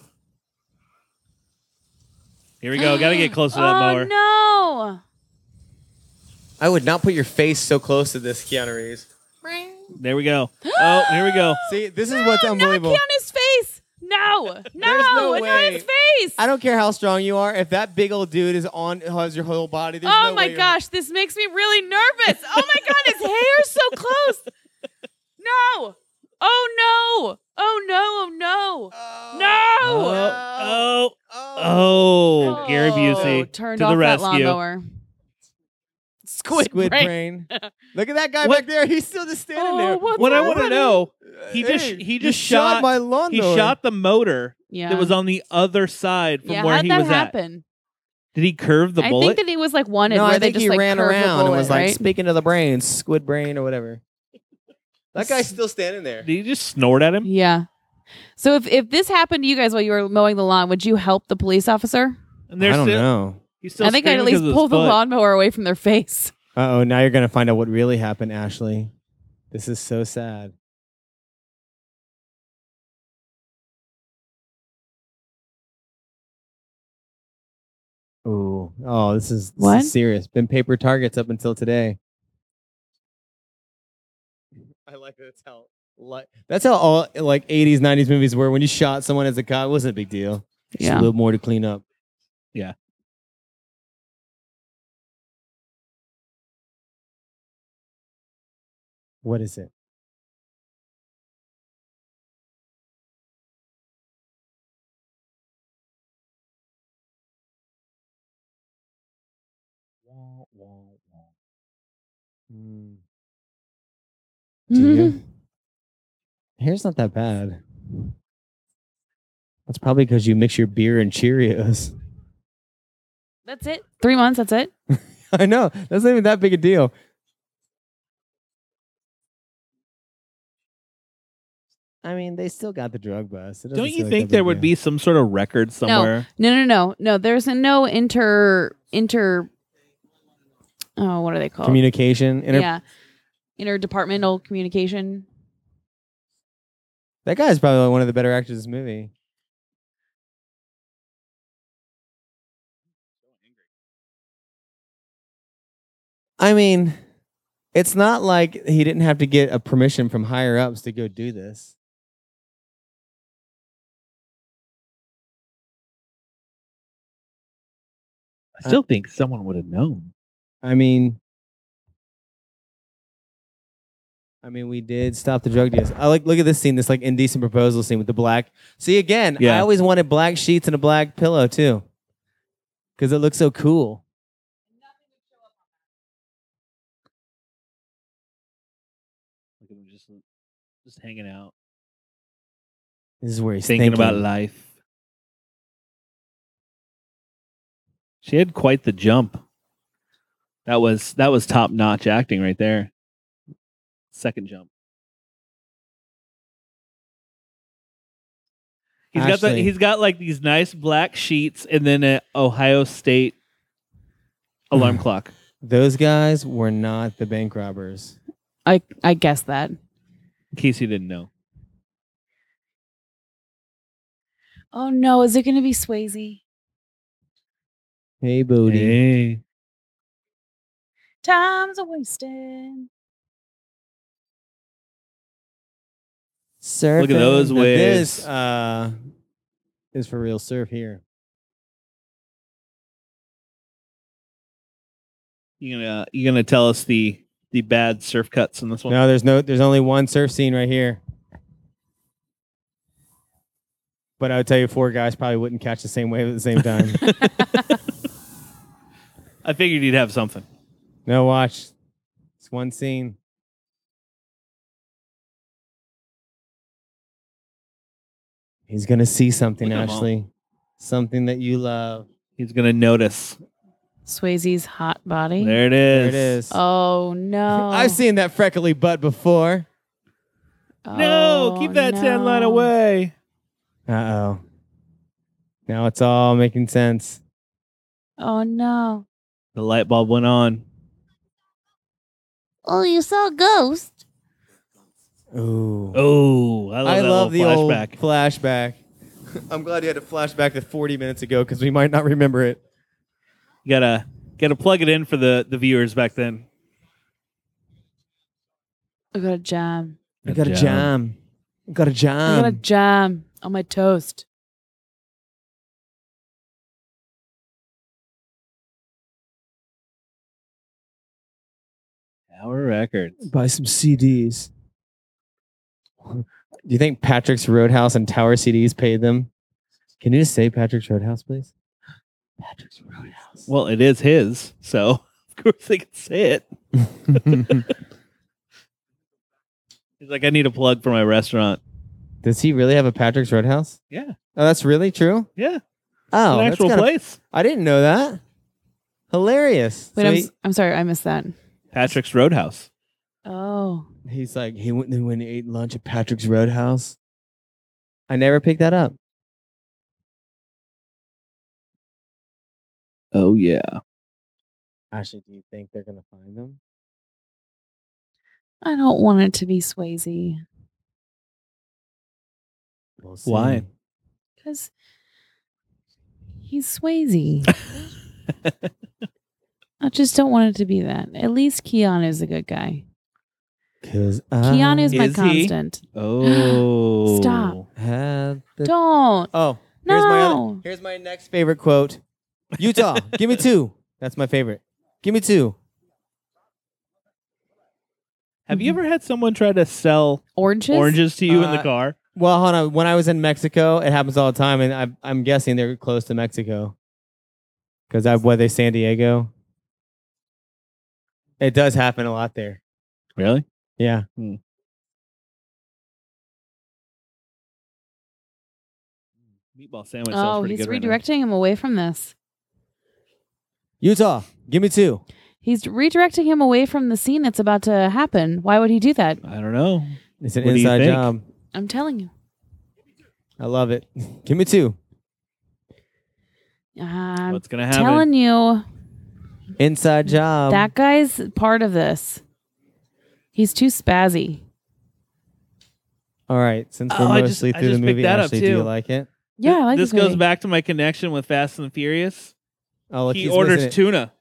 Speaker 1: Here we go. Got to get close to that mower.
Speaker 3: oh
Speaker 2: I would not put your
Speaker 6: Face so close to this, Keanu Reeves.
Speaker 1: There we go. Oh, here we go.
Speaker 2: See, this
Speaker 3: no!
Speaker 2: is what's
Speaker 3: no,
Speaker 2: unbelievable.
Speaker 3: Not Keanu's face. No, no,
Speaker 2: no
Speaker 3: not
Speaker 2: way.
Speaker 3: his face.
Speaker 2: I don't care how strong you are. If that big old dude is on, has your whole body. There's
Speaker 3: oh
Speaker 2: no
Speaker 3: my
Speaker 2: way
Speaker 3: gosh, this makes me really nervous. Oh my god, his hair's so close. No. Oh no. Oh no. Oh no.
Speaker 2: You're...
Speaker 3: No.
Speaker 2: Oh,
Speaker 1: Oh,
Speaker 2: oh,
Speaker 1: oh, Gary
Speaker 3: Oh,
Speaker 1: Busey
Speaker 3: turned
Speaker 1: to
Speaker 3: off
Speaker 1: the rescue.
Speaker 3: that lawnmower. Squid,
Speaker 2: Squid
Speaker 3: brain.
Speaker 2: brain. Look at that guy
Speaker 1: What-
Speaker 2: back there. He's still just standing
Speaker 3: Oh,
Speaker 2: there.
Speaker 3: what
Speaker 1: What
Speaker 3: the
Speaker 1: I want to
Speaker 3: heck?
Speaker 1: know, he just
Speaker 2: Hey,
Speaker 1: he
Speaker 2: you
Speaker 1: just
Speaker 2: shot,
Speaker 1: shot,
Speaker 2: my lawnmower.
Speaker 1: he shot the motor
Speaker 3: Yeah.
Speaker 1: that was on the other side from
Speaker 3: yeah,
Speaker 1: where
Speaker 3: how'd
Speaker 1: he
Speaker 3: that
Speaker 1: was at.
Speaker 3: happen?
Speaker 1: Did he curve the
Speaker 3: I
Speaker 1: bullet?
Speaker 3: think that it was like wanted
Speaker 2: no,
Speaker 3: where
Speaker 2: I
Speaker 3: they
Speaker 2: think
Speaker 3: just
Speaker 2: he
Speaker 3: like
Speaker 2: ran
Speaker 3: curved the
Speaker 2: around and
Speaker 3: bullet,
Speaker 2: was like
Speaker 3: right?
Speaker 2: speaking to the brain, squid brain or whatever.
Speaker 6: That guy's still standing there.
Speaker 1: Did he just snort at him?
Speaker 3: Yeah. So if if this happened to you guys while you were mowing the lawn, would you help the police officer?
Speaker 1: And they're still,
Speaker 2: know.
Speaker 1: He's still
Speaker 3: I think I'd at
Speaker 1: screaming 'cause
Speaker 3: least
Speaker 1: of his
Speaker 3: pull the
Speaker 1: foot.
Speaker 3: lawnmower away from their face.
Speaker 2: Uh oh, now you're gonna find out what really happened, Ashley. This is so sad. Ooh. Oh, this is, this
Speaker 3: What?
Speaker 2: is serious. Been paper targets up until today.
Speaker 6: I like that it's how
Speaker 2: Like that's how all like 80s, 90s movies were. When you shot someone as a cop, it wasn't a big deal. Just a
Speaker 3: Yeah.
Speaker 2: little more to clean up. What is it?
Speaker 6: Hmm.
Speaker 2: Mm, do
Speaker 3: Mm-hmm.
Speaker 2: you? Mm-hmm. Hair's not that bad. That's probably because you mix your beer and Cheerios.
Speaker 3: That's it. Three months. That's it.
Speaker 2: I know. That's not even that big a deal. I mean, they still got the drug bust. It doesn't
Speaker 1: Don't
Speaker 2: seem
Speaker 1: you
Speaker 2: like
Speaker 1: think
Speaker 2: that big
Speaker 1: there
Speaker 2: a
Speaker 1: would
Speaker 2: deal.
Speaker 1: be some sort of record somewhere?
Speaker 3: No, no, no, no. There's no inter inter. Oh, what are they called?
Speaker 2: communication? Inter-
Speaker 3: yeah, interdepartmental communication.
Speaker 2: That guy's probably one of the better actors in this movie. I mean, it's not like he didn't have to get a permission from higher ups to go do this.
Speaker 1: I still think someone would have known.
Speaker 2: I mean, I mean, we did stop the drug deals. I like look at this scene, this like indecent proposal scene with the black. See again, I
Speaker 1: Yeah.
Speaker 2: always wanted black sheets and a black pillow too, because it looks so cool.
Speaker 1: Look at him just, just hanging out,
Speaker 2: This is where he's
Speaker 1: thinking, about life. She had quite the jump. That was that was top notch acting right there. Second jump. He's got the,
Speaker 2: Ashley.
Speaker 1: he's got like these nice black sheets and then an Ohio State alarm clock.
Speaker 2: Those guys were not the bank robbers.
Speaker 3: I I guess that.
Speaker 1: In case you didn't know.
Speaker 3: Oh no, is it going to be Swayze?
Speaker 2: Hey, Bodie.
Speaker 1: Hey.
Speaker 3: Time's a wasting.
Speaker 2: Surfing.
Speaker 1: those
Speaker 2: Now, This
Speaker 1: waves.
Speaker 2: uh, is for real surf here.
Speaker 1: You gonna you gonna tell us the the bad surf cuts in this one?
Speaker 2: No, there's no. There's only one surf scene right here. But I would tell you, four guys probably wouldn't catch the same wave at the same time.
Speaker 1: I figured you'd have something.
Speaker 2: no, watch. It's one scene. He's gonna see something,
Speaker 1: Look at 'em all.
Speaker 2: Ashley. Something that you love.
Speaker 1: He's gonna notice.
Speaker 3: Swayze's hot body.
Speaker 1: There it
Speaker 2: There
Speaker 1: is.
Speaker 2: it is.
Speaker 3: Oh no!
Speaker 2: I've seen that freckly butt before.
Speaker 1: No,
Speaker 3: Oh,
Speaker 1: keep that tan line
Speaker 3: no.
Speaker 1: away.
Speaker 2: Uh oh. Now it's all making sense.
Speaker 3: Oh no!
Speaker 1: The light bulb went on.
Speaker 5: Oh, you saw a ghost.
Speaker 2: Ooh.
Speaker 1: Oh, I love,
Speaker 2: I
Speaker 1: that
Speaker 2: love the
Speaker 1: little
Speaker 2: old
Speaker 1: flashback.
Speaker 2: flashback. I'm glad you had to flashback to 40 minutes ago because we might not remember it.
Speaker 1: You gotta gotta plug it in for the the viewers back then.
Speaker 3: I got a jam.
Speaker 2: We got a jam. We got a
Speaker 3: I got a
Speaker 2: jam.
Speaker 3: jam on my toast.
Speaker 1: Our records.
Speaker 2: Buy some CDs. Do you think Patrick's Roadhouse and Tower CDs paid them? Can you just say Patrick's Roadhouse, please? Patrick's Roadhouse.
Speaker 1: Well, it is his, so of course they can say it. He's like, I need a plug for my restaurant.
Speaker 2: Does he really have a Patrick's Roadhouse?
Speaker 1: Yeah.
Speaker 2: Oh, that's really true.
Speaker 1: Yeah,
Speaker 2: Oh,
Speaker 1: an
Speaker 2: that's
Speaker 1: actual
Speaker 2: kinda-
Speaker 1: place.
Speaker 2: I didn't know that. Hilarious.
Speaker 3: Wait,
Speaker 2: So
Speaker 3: I'm,
Speaker 2: he-
Speaker 3: s- I'm sorry, I missed that.
Speaker 1: Patrick's Roadhouse.
Speaker 3: Oh,
Speaker 2: He's like, he went, they went and ate lunch at Patrick's Roadhouse. I never picked that up.
Speaker 1: Oh yeah.
Speaker 2: Ashley, do you think they're going to find them?
Speaker 3: I don't want it to be Swayze
Speaker 2: We'll
Speaker 1: Why?
Speaker 2: see.
Speaker 3: because he's Swayze. I just don't want it to be that. At least Keanu's a good guy.
Speaker 2: Cause
Speaker 3: Keanu's my
Speaker 1: Is he?
Speaker 3: constant.
Speaker 1: Oh.
Speaker 3: Stop.
Speaker 2: I had the-
Speaker 3: Don't.
Speaker 2: Oh,
Speaker 3: No.
Speaker 2: here's my other, here's my next favorite quote. Utah, give me two. That's my favorite. Give me two.
Speaker 1: Have you ever had someone try to sell
Speaker 3: Oranges?
Speaker 1: oranges to you in the
Speaker 2: Uh,
Speaker 1: car?
Speaker 2: Well, hold on. When I was in Mexico, it happens all the time, and I, I'm guessing they're close to Mexico because I were they San Diego. It does happen a lot there.
Speaker 1: Really?
Speaker 2: Yeah.
Speaker 1: Hmm. Meatball sandwich. sounds
Speaker 3: Oh,
Speaker 1: pretty
Speaker 3: he's
Speaker 1: good right now.
Speaker 3: redirecting him away from this.
Speaker 2: Utah, give me two.
Speaker 3: He's redirecting him away from the scene that's about to happen. Why would he do that?
Speaker 1: I don't know.
Speaker 2: It's an
Speaker 1: What do you
Speaker 2: inside
Speaker 1: think?
Speaker 2: job.
Speaker 3: I'm telling you.
Speaker 2: I love it. give me two.
Speaker 3: I'm
Speaker 1: What's gonna happen?
Speaker 3: telling you,
Speaker 2: Inside job.
Speaker 3: that guy's part of this. He's too spazzy.
Speaker 2: all right. Since
Speaker 1: Oh,
Speaker 2: we're
Speaker 1: I just-
Speaker 2: mostly
Speaker 1: I
Speaker 2: through the
Speaker 1: just picked
Speaker 2: movie,
Speaker 1: that up
Speaker 2: Ashley, do you
Speaker 1: too.
Speaker 2: like it?
Speaker 3: Yeah, I like
Speaker 1: this
Speaker 3: this
Speaker 1: goes
Speaker 3: movie.
Speaker 1: back to my connection with Fast and the Furious.
Speaker 2: Oh, look,
Speaker 1: he
Speaker 2: he's
Speaker 1: orders
Speaker 2: missing it.
Speaker 1: tuna.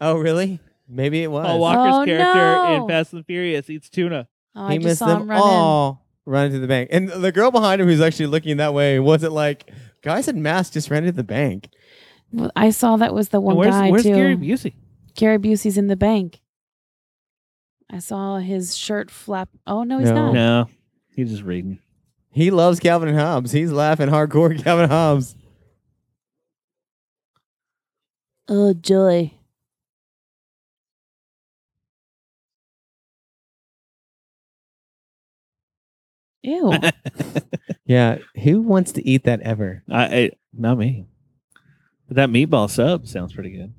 Speaker 2: Oh, really? Maybe it was.
Speaker 1: Paul Walker's
Speaker 3: Oh,
Speaker 1: character
Speaker 3: no.
Speaker 1: in Fast and the Furious eats tuna.
Speaker 3: Oh,
Speaker 2: he
Speaker 3: I just
Speaker 2: missed
Speaker 3: saw
Speaker 2: them
Speaker 3: him run in.
Speaker 2: all running to the bank. And the girl behind him who's actually looking that way wasn't like, guys in masks just ran to the bank.
Speaker 3: Well, I saw that was the one
Speaker 1: And where's
Speaker 3: guy
Speaker 1: where's
Speaker 3: too.
Speaker 1: Gary Busey?
Speaker 3: Gary Busey's in the bank. I saw his shirt flap. Oh no, he's
Speaker 2: No.
Speaker 3: not.
Speaker 1: No, he's just reading.
Speaker 2: He loves Calvin and Hobbes. He's laughing hardcore Calvin Hobbes.
Speaker 3: Oh joy! Ew!
Speaker 1: I,
Speaker 2: Yeah. Who wants to eat that ever?
Speaker 1: I not me. But that meatball sub sounds pretty good.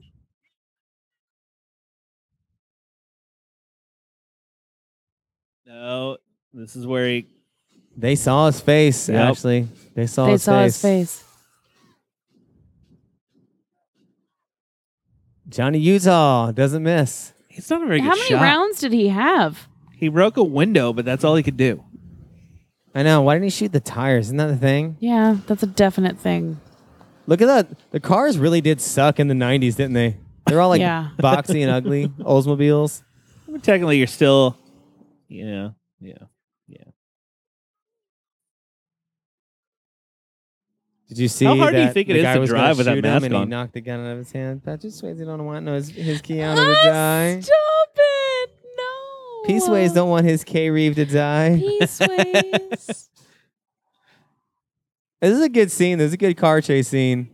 Speaker 1: No, this is where he.
Speaker 2: They saw his face,
Speaker 1: Yep.
Speaker 2: actually. They saw,
Speaker 3: they
Speaker 2: his,
Speaker 3: saw
Speaker 2: face.
Speaker 3: his face.
Speaker 2: Johnny Utah doesn't miss.
Speaker 1: He's not a very
Speaker 3: How
Speaker 1: good
Speaker 3: many
Speaker 1: shot.
Speaker 3: rounds did he have?
Speaker 1: He broke a window, but that's all he could do.
Speaker 2: I know. Why didn't he shoot the tires? Isn't that the thing?
Speaker 3: Yeah, that's a definite thing.
Speaker 2: Look at that. The cars really did suck in the 90s, didn't they? They're all like
Speaker 3: Yeah.
Speaker 2: boxy and ugly Oldsmobiles.
Speaker 1: I mean, technically, you're still, you know, yeah.
Speaker 2: Did you see
Speaker 1: How hard do you
Speaker 2: that
Speaker 1: think it
Speaker 2: the
Speaker 1: is
Speaker 2: guy
Speaker 1: to
Speaker 2: was gonna
Speaker 1: drive with that
Speaker 2: shoot him
Speaker 1: mask
Speaker 2: and
Speaker 1: on?
Speaker 2: He knocked the gun out of his hand. Patrick Swayze don't want no his, his Keanu
Speaker 3: Ah,
Speaker 2: to die.
Speaker 3: Stop it! No.
Speaker 2: Peaceways don't want his K Reeve to die.
Speaker 3: Peaceways.
Speaker 2: This is a good scene. This is a good car chase scene.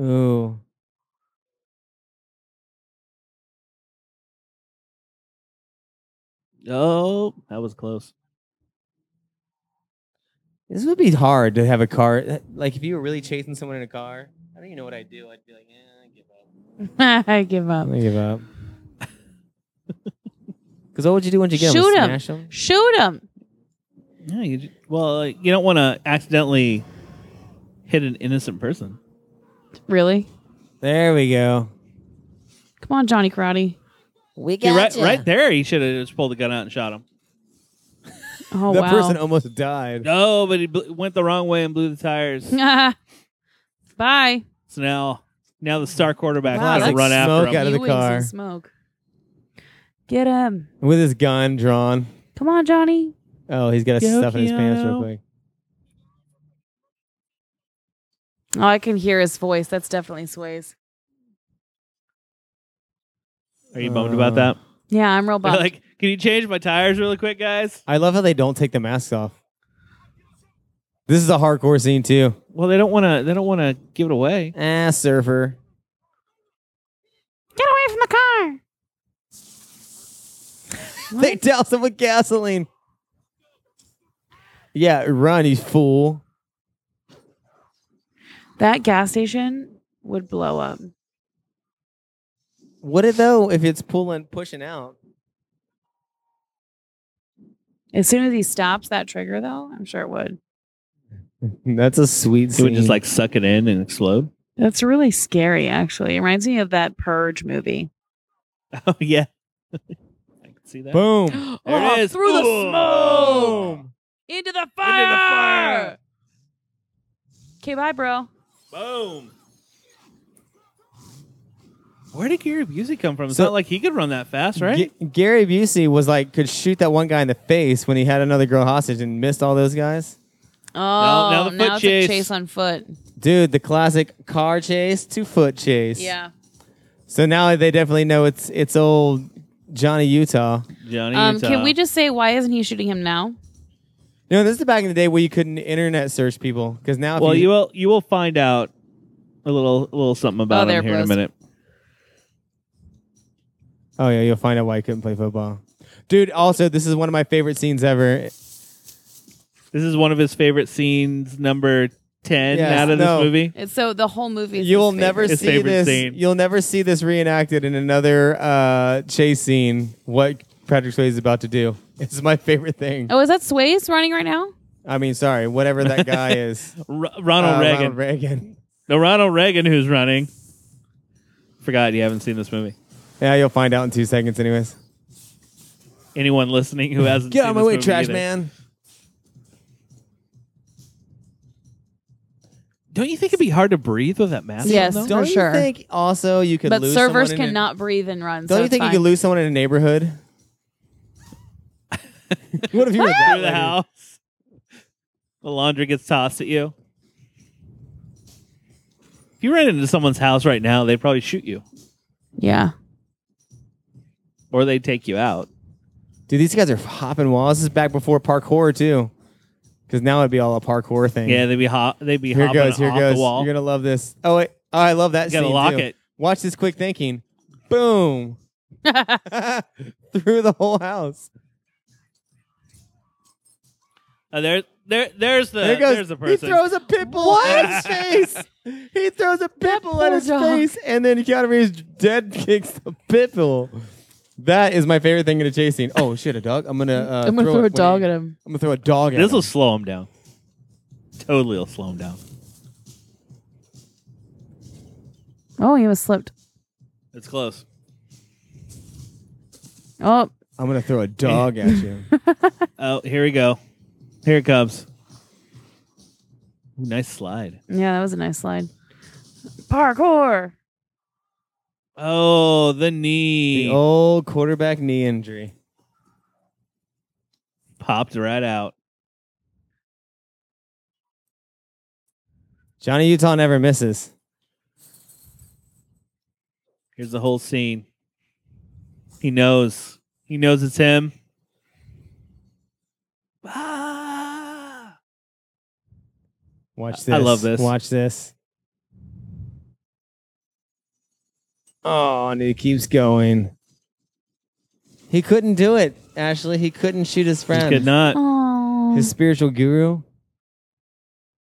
Speaker 2: Ooh.
Speaker 1: Oh, that was close.
Speaker 2: This would be hard to have a car. Like, if you were really chasing someone in a car, I don't even know what I'd do. I'd be like, eh, I give up.
Speaker 3: I give up.
Speaker 2: I'm going to give up. Because what would you do once you get
Speaker 3: Shoot
Speaker 2: him?
Speaker 3: him.
Speaker 2: Smash him?
Speaker 3: Shoot him.
Speaker 1: Yeah, you, ju- well, you don't want to accidentally hit an innocent person.
Speaker 3: Really?
Speaker 2: There we go.
Speaker 3: Come on, Johnny Karate.
Speaker 5: We
Speaker 1: Yeah,
Speaker 5: got
Speaker 1: right, right there, he should have just pulled the gun out and shot him.
Speaker 3: Oh
Speaker 2: that
Speaker 3: wow.
Speaker 2: person almost died.
Speaker 1: No, but he bl- went the wrong way and blew the tires.
Speaker 3: Bye.
Speaker 1: so now, now the star quarterback
Speaker 3: Wow,
Speaker 1: is going
Speaker 3: that's
Speaker 1: to run after
Speaker 2: smoke
Speaker 1: him.
Speaker 2: out of the
Speaker 3: You and some
Speaker 2: car.
Speaker 3: Smoke. Get him.
Speaker 2: With his gun drawn.
Speaker 3: Come on, Johnny.
Speaker 2: Oh, he's got to
Speaker 1: Yo,
Speaker 2: stuff in his pants
Speaker 1: Keanu.
Speaker 2: real quick.
Speaker 3: Oh, I can hear his voice. That's definitely Sway's.
Speaker 1: Are you bummed about that?
Speaker 3: Yeah, I'm real Uh, bummed.
Speaker 1: like, can you change my tires really quick, guys?
Speaker 2: I love how they don't take the masks off. This is a hardcore scene too.
Speaker 1: Well, they don't want to. They don't want to give it away.
Speaker 2: Ah, surfer.
Speaker 3: Get away from the car.
Speaker 2: They douse him with gasoline. Yeah, run, you fool.
Speaker 3: That gas station would blow up.
Speaker 2: What it though if it's pulling, pushing out?
Speaker 3: As soon as he stops that trigger, though, I'm sure it would.
Speaker 2: That's a sweet
Speaker 1: It
Speaker 2: scene.
Speaker 1: would just like suck it in and explode.
Speaker 3: That's really scary, actually. It reminds me of that Purge movie.
Speaker 1: Oh yeah, I can see that.
Speaker 2: boom.
Speaker 3: There
Speaker 1: There it is.
Speaker 3: Oh, Through the
Speaker 1: Boom.
Speaker 3: smoke. Into the fire.
Speaker 1: fire.
Speaker 3: Okay, bye, bro.
Speaker 1: Boom. Where did Gary Busey come from? It's
Speaker 2: So-
Speaker 1: not like he could run that fast, right?
Speaker 2: G- Gary Busey was like could shoot that one guy in the face when he had another girl hostage and missed all those guys.
Speaker 3: Oh,
Speaker 1: now the foot
Speaker 3: now it's
Speaker 1: chase.
Speaker 3: a chase on foot.
Speaker 2: Dude, the classic car chase to foot chase.
Speaker 3: Yeah.
Speaker 2: So now they definitely know it's it's old Johnny Utah.
Speaker 1: Johnny uh,
Speaker 3: Um,
Speaker 1: Utah.
Speaker 3: can we just say why isn't he shooting him now?
Speaker 2: No, this is back in the day where you couldn't internet search people because now. If
Speaker 1: Well,
Speaker 2: you,
Speaker 1: you will. You will find out a little, a little something about
Speaker 3: there
Speaker 1: him
Speaker 3: it
Speaker 1: here in a
Speaker 3: blows.
Speaker 1: minute.
Speaker 2: oh yeah, you'll find out why you couldn't play football, dude. Also, this is one of my favorite scenes ever.
Speaker 1: This is one of his favorite scenes, number ten
Speaker 2: Yes,
Speaker 1: out of
Speaker 2: no.
Speaker 1: this movie.
Speaker 3: It's so the whole movie. Is
Speaker 2: You'll
Speaker 3: his
Speaker 2: never
Speaker 3: favorite.
Speaker 1: His
Speaker 2: see
Speaker 1: favorite
Speaker 2: this.
Speaker 1: scene.
Speaker 2: You'll never see this reenacted in another uh, chase scene. What Patrick Swayze is about to do. It's my favorite thing.
Speaker 3: Oh, is that Swayze running right now?
Speaker 2: I mean, sorry, whatever that guy is.
Speaker 1: R- Ronald
Speaker 2: Uh,
Speaker 1: Reagan.
Speaker 2: Ronald Reagan.
Speaker 1: No, Ronald Reagan who's running. Forgot you haven't seen this movie.
Speaker 2: Yeah, you'll find out in two seconds, anyways.
Speaker 1: Anyone listening who hasn't
Speaker 2: Get
Speaker 1: seen
Speaker 2: out of my
Speaker 1: this
Speaker 2: way,
Speaker 1: movie
Speaker 2: trash
Speaker 1: either.
Speaker 2: man.
Speaker 1: Don't you think it'd be hard to breathe with that mask?
Speaker 3: Yes.
Speaker 1: on, though?
Speaker 3: For
Speaker 2: Don't
Speaker 3: sure.
Speaker 2: you think also you could
Speaker 3: But
Speaker 2: lose
Speaker 3: servers
Speaker 2: someone in a-
Speaker 3: cannot breathe and run.
Speaker 2: Don't
Speaker 3: so
Speaker 2: you
Speaker 3: it's
Speaker 2: think
Speaker 3: fine.
Speaker 2: you could lose someone in a neighborhood? what if you were that
Speaker 1: Through the
Speaker 2: lady?
Speaker 1: house. The laundry gets tossed at you. If you ran into someone's house right now, they'd probably shoot you
Speaker 3: Yeah.
Speaker 1: or they'd take you out.
Speaker 2: Dude, these guys are hopping walls. This is back before parkour too, because now it'd be all a parkour thing.
Speaker 1: Yeah, they'd be hop. They'd be
Speaker 2: here
Speaker 1: hopping
Speaker 2: goes, here
Speaker 1: off
Speaker 2: goes.
Speaker 1: the wall.
Speaker 2: You're gonna love this. Oh wait, oh, I love that.
Speaker 1: You gotta
Speaker 2: scene,
Speaker 1: lock
Speaker 2: too.
Speaker 1: it.
Speaker 2: Watch this quick thinking. Boom through the whole house.
Speaker 1: Uh, there, there, there's the
Speaker 2: there goes.
Speaker 1: there's the
Speaker 2: he
Speaker 1: person.
Speaker 2: throws a pit bull at his face. He throws a pit bull at
Speaker 3: poor
Speaker 2: his
Speaker 3: dog.
Speaker 2: face, and then Keanu Reeves dead kicks the pit bull. That is my favorite thing in a chase scene. Oh shit, a dog! I'm gonna. Uh,
Speaker 3: I'm gonna throw, a
Speaker 2: it-
Speaker 3: dog
Speaker 2: wait,
Speaker 3: at him.
Speaker 2: I'm gonna throw a dog at
Speaker 1: this will
Speaker 2: him.
Speaker 1: slow him down. Totally, will slow him down.
Speaker 3: Oh, he was slipped.
Speaker 1: It's close.
Speaker 3: Oh,
Speaker 2: I'm gonna throw a dog at you.
Speaker 1: Oh, here we go. Here it comes. Ooh, nice slide.
Speaker 3: yeah, that was a nice slide. Parkour.
Speaker 1: Oh, the knee
Speaker 2: the old quarterback knee injury.
Speaker 1: popped right out.
Speaker 2: Johnny Utah never misses.
Speaker 1: Here's the whole scene. He knows. He knows it's him. Ah!
Speaker 2: Watch this.
Speaker 1: I- I love this.
Speaker 2: Watch this. Oh, and it keeps going. He couldn't do it, Ashley. He couldn't shoot his
Speaker 1: He
Speaker 2: friend.
Speaker 1: could not.
Speaker 3: Oh.
Speaker 2: His spiritual guru.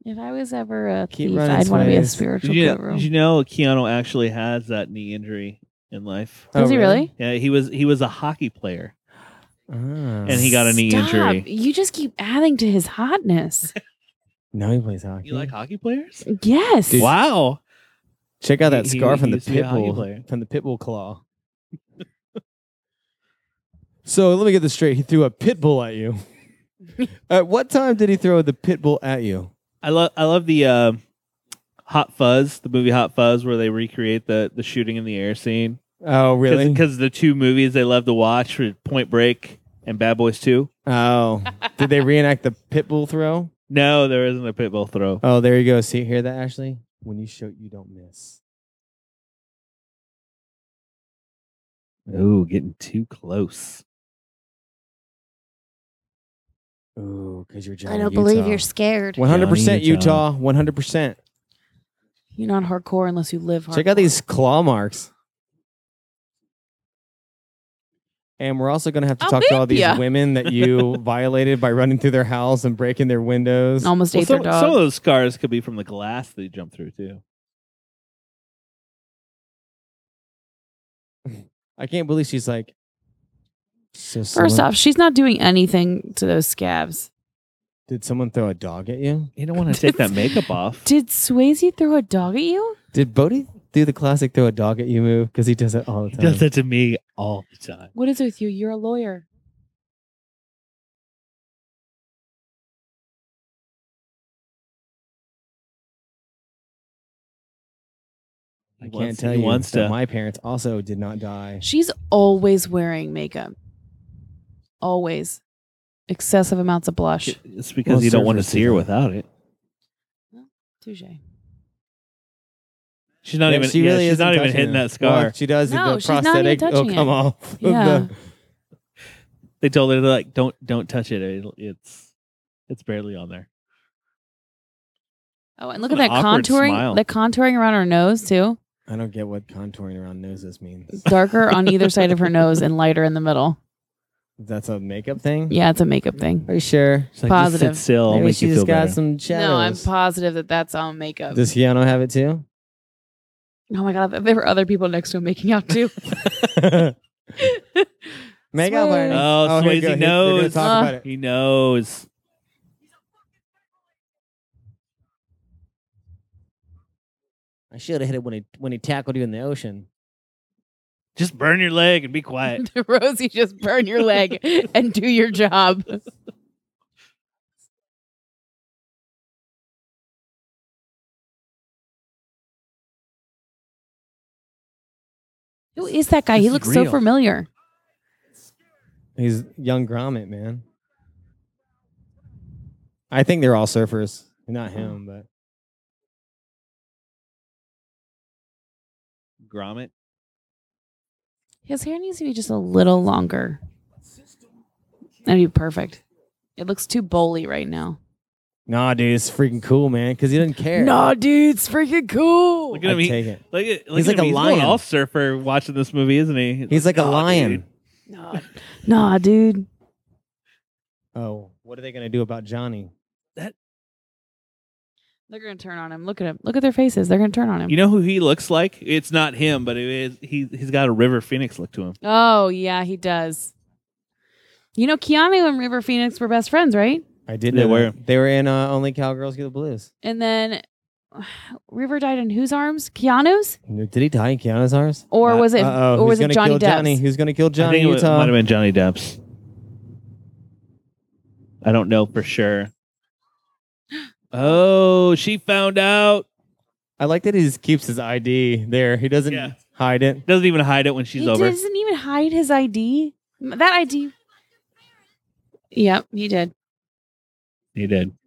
Speaker 3: if I was ever a
Speaker 2: Keep
Speaker 3: thief,
Speaker 2: running,
Speaker 3: I'd want to be a
Speaker 2: Swayze.
Speaker 1: Did
Speaker 3: spiritual
Speaker 1: you,
Speaker 3: guru.
Speaker 1: did you know Keanu actually has that knee injury in life?
Speaker 3: Does
Speaker 2: Oh,
Speaker 3: he really?
Speaker 1: Yeah, he was he was a hockey player
Speaker 2: Ah.
Speaker 1: and he got a knee
Speaker 3: Stop.
Speaker 1: injury.
Speaker 3: You just keep adding to his hotness.
Speaker 2: now he plays hockey.
Speaker 1: You like hockey players?
Speaker 3: yes.
Speaker 1: Wow.
Speaker 2: Check out that
Speaker 1: He- he-
Speaker 2: scar from the
Speaker 1: he's the hockey player.
Speaker 2: pitbull from the pitbull claw. so let me get this straight. He threw a pitbull at you. at what time did he throw the pitbull at you?
Speaker 1: I love I love the uh, Hot Fuzz, the movie Hot Fuzz, where they recreate the the shooting in the air scene.
Speaker 2: Oh, really?
Speaker 1: Because the two movies they love to watch were Point Break and Bad Boys Two.
Speaker 2: oh, did they reenact the pitbull throw?
Speaker 1: No, there isn't a pitbull throw.
Speaker 2: Oh, there you go. See, hear that, Ashley? When you shoot, you don't miss.
Speaker 1: Ooh, getting too close.
Speaker 2: Ooh, because you're Johnny.
Speaker 5: I don't believe
Speaker 2: Utah.
Speaker 5: you're scared.
Speaker 2: One hundred percent
Speaker 1: Johnny Utah.
Speaker 2: Utah. One hundred percent.
Speaker 5: You're not hardcore unless you live hardcore.
Speaker 2: Check out these claw marks. And we're also going to have to
Speaker 3: I'll
Speaker 2: talk to all
Speaker 3: whip
Speaker 2: these
Speaker 3: ya.
Speaker 2: women that you violated by running through their house and breaking their windows.
Speaker 5: Almost
Speaker 1: Well,
Speaker 5: ate
Speaker 1: some,
Speaker 5: their dog.
Speaker 1: some of those scars could be from the glass that you jumped through too.
Speaker 2: I can't believe she's like. So
Speaker 3: First
Speaker 2: someone-
Speaker 3: off, she's not doing anything to those scabs.
Speaker 2: did someone throw a dog at you?
Speaker 1: You don't want to take that makeup off.
Speaker 3: Did Swayze throw a dog at you?
Speaker 2: Did Bodhi do the classic throw a dog at you move? Because he does it all the
Speaker 1: He
Speaker 2: time.
Speaker 1: does that to me all the time.
Speaker 3: What is it with you? You're a lawyer.
Speaker 2: I
Speaker 1: He
Speaker 2: can't
Speaker 1: wants-
Speaker 2: tell
Speaker 1: he
Speaker 2: you.
Speaker 1: wants
Speaker 2: that
Speaker 1: to.
Speaker 2: My parents also did not die.
Speaker 3: She's always wearing makeup. Always. Excessive amounts of blush.
Speaker 1: It's because
Speaker 2: Well,
Speaker 1: you don't want to
Speaker 2: surfers
Speaker 1: see
Speaker 2: do
Speaker 1: her
Speaker 2: that.
Speaker 1: without it.
Speaker 3: Touche.
Speaker 1: She's not
Speaker 2: Yeah,
Speaker 1: even.
Speaker 2: she
Speaker 1: yeah,
Speaker 2: really
Speaker 1: she's
Speaker 2: isn't
Speaker 1: not even
Speaker 2: touching
Speaker 1: hitting
Speaker 2: it.
Speaker 1: that scar.
Speaker 2: Well, she does.
Speaker 3: No,
Speaker 2: the
Speaker 3: she's not even
Speaker 2: prosthetic will
Speaker 3: touching
Speaker 2: come
Speaker 3: it.
Speaker 2: off. of
Speaker 3: Yeah.
Speaker 2: the-
Speaker 1: They told her they're like, don't don't touch it. It'll- It's it's barely on there.
Speaker 3: Oh, and look at
Speaker 1: An
Speaker 3: that
Speaker 1: awkward
Speaker 3: contouring.
Speaker 1: smile.
Speaker 3: The contouring around her nose too.
Speaker 2: I don't get what contouring around noses means.
Speaker 3: Darker on either side of her nose and lighter in the middle.
Speaker 2: That's a makeup thing.
Speaker 3: Yeah, it's a makeup thing.
Speaker 2: Are you sure?
Speaker 1: It's like, just sit
Speaker 3: Positive.
Speaker 1: still. I'll
Speaker 2: Maybe
Speaker 1: make
Speaker 2: she
Speaker 1: you
Speaker 2: just
Speaker 1: feel
Speaker 2: got
Speaker 1: better.
Speaker 2: some shadows.
Speaker 3: No, I'm positive that that's on makeup.
Speaker 2: Does Keanu have it too?
Speaker 3: oh my god, there were other people next to him making out too.
Speaker 2: Makeup
Speaker 3: Swear.
Speaker 2: artist.
Speaker 1: Oh,
Speaker 2: here
Speaker 1: Swayze
Speaker 2: we go. Here- They're gonna
Speaker 1: knows.
Speaker 2: talk
Speaker 3: Uh.
Speaker 2: about it.
Speaker 1: He knows.
Speaker 2: I should have hit it when he when he tackled you in the ocean.
Speaker 1: Just burn your leg and be quiet.
Speaker 3: Rosie, just burn your leg and do your job. Who is that guy?
Speaker 1: This
Speaker 3: He
Speaker 1: is
Speaker 3: looks so
Speaker 1: real.
Speaker 3: familiar.
Speaker 2: He's young Gromit, man. I think they're all surfers. Not him, but
Speaker 1: Grommet.
Speaker 3: His hair needs to be just a little longer. That'd be perfect. It looks too bowly right now.
Speaker 2: nah, dude, it's freaking cool, man. Because he doesn't care.
Speaker 3: dude, it's freaking cool.
Speaker 1: Look
Speaker 2: I
Speaker 1: at him. He,
Speaker 2: take it.
Speaker 1: look at, look
Speaker 2: He's
Speaker 1: at
Speaker 2: like
Speaker 1: him.
Speaker 2: a
Speaker 1: He's
Speaker 2: lion.
Speaker 1: going all surfer watching this movie, isn't he?
Speaker 2: He's like a
Speaker 1: "Nah,
Speaker 2: lion.
Speaker 1: dude."
Speaker 3: Nah, nah, dude.
Speaker 2: Oh, what are they gonna do about Johnny?
Speaker 3: They're gonna turn on him. Look at him. Look at their faces. They're gonna turn on him.
Speaker 1: You know who he looks like? It's not him, but it is. He he's got a River Phoenix look to him.
Speaker 3: Oh yeah, he does. You know, Keanu and River Phoenix were best friends, right?
Speaker 2: I did.
Speaker 1: They
Speaker 2: know
Speaker 1: were.
Speaker 2: that. They were in uh, Only Cowgirls Get the Blues.
Speaker 3: And then River died in whose arms? Keanu's,
Speaker 2: Did he die in Keanu's arms?
Speaker 3: or
Speaker 2: Uh,
Speaker 3: was it,
Speaker 2: uh-oh,
Speaker 3: or
Speaker 2: who's
Speaker 3: was it
Speaker 2: gonna
Speaker 3: Johnny
Speaker 2: kill
Speaker 3: Depp's?
Speaker 2: Johnny? Who's going to kill Johnny
Speaker 1: I think it
Speaker 2: Utah?
Speaker 1: might have been Johnny Depp's. I don't know for sure. Oh, she found out.
Speaker 2: I like that he just keeps his ID there. He doesn't
Speaker 1: Yeah.
Speaker 2: hide it.
Speaker 1: Doesn't even hide it when she's
Speaker 3: he
Speaker 1: over.
Speaker 3: doesn't even hide his ID. M- That ID. Yep, he did.
Speaker 1: He did.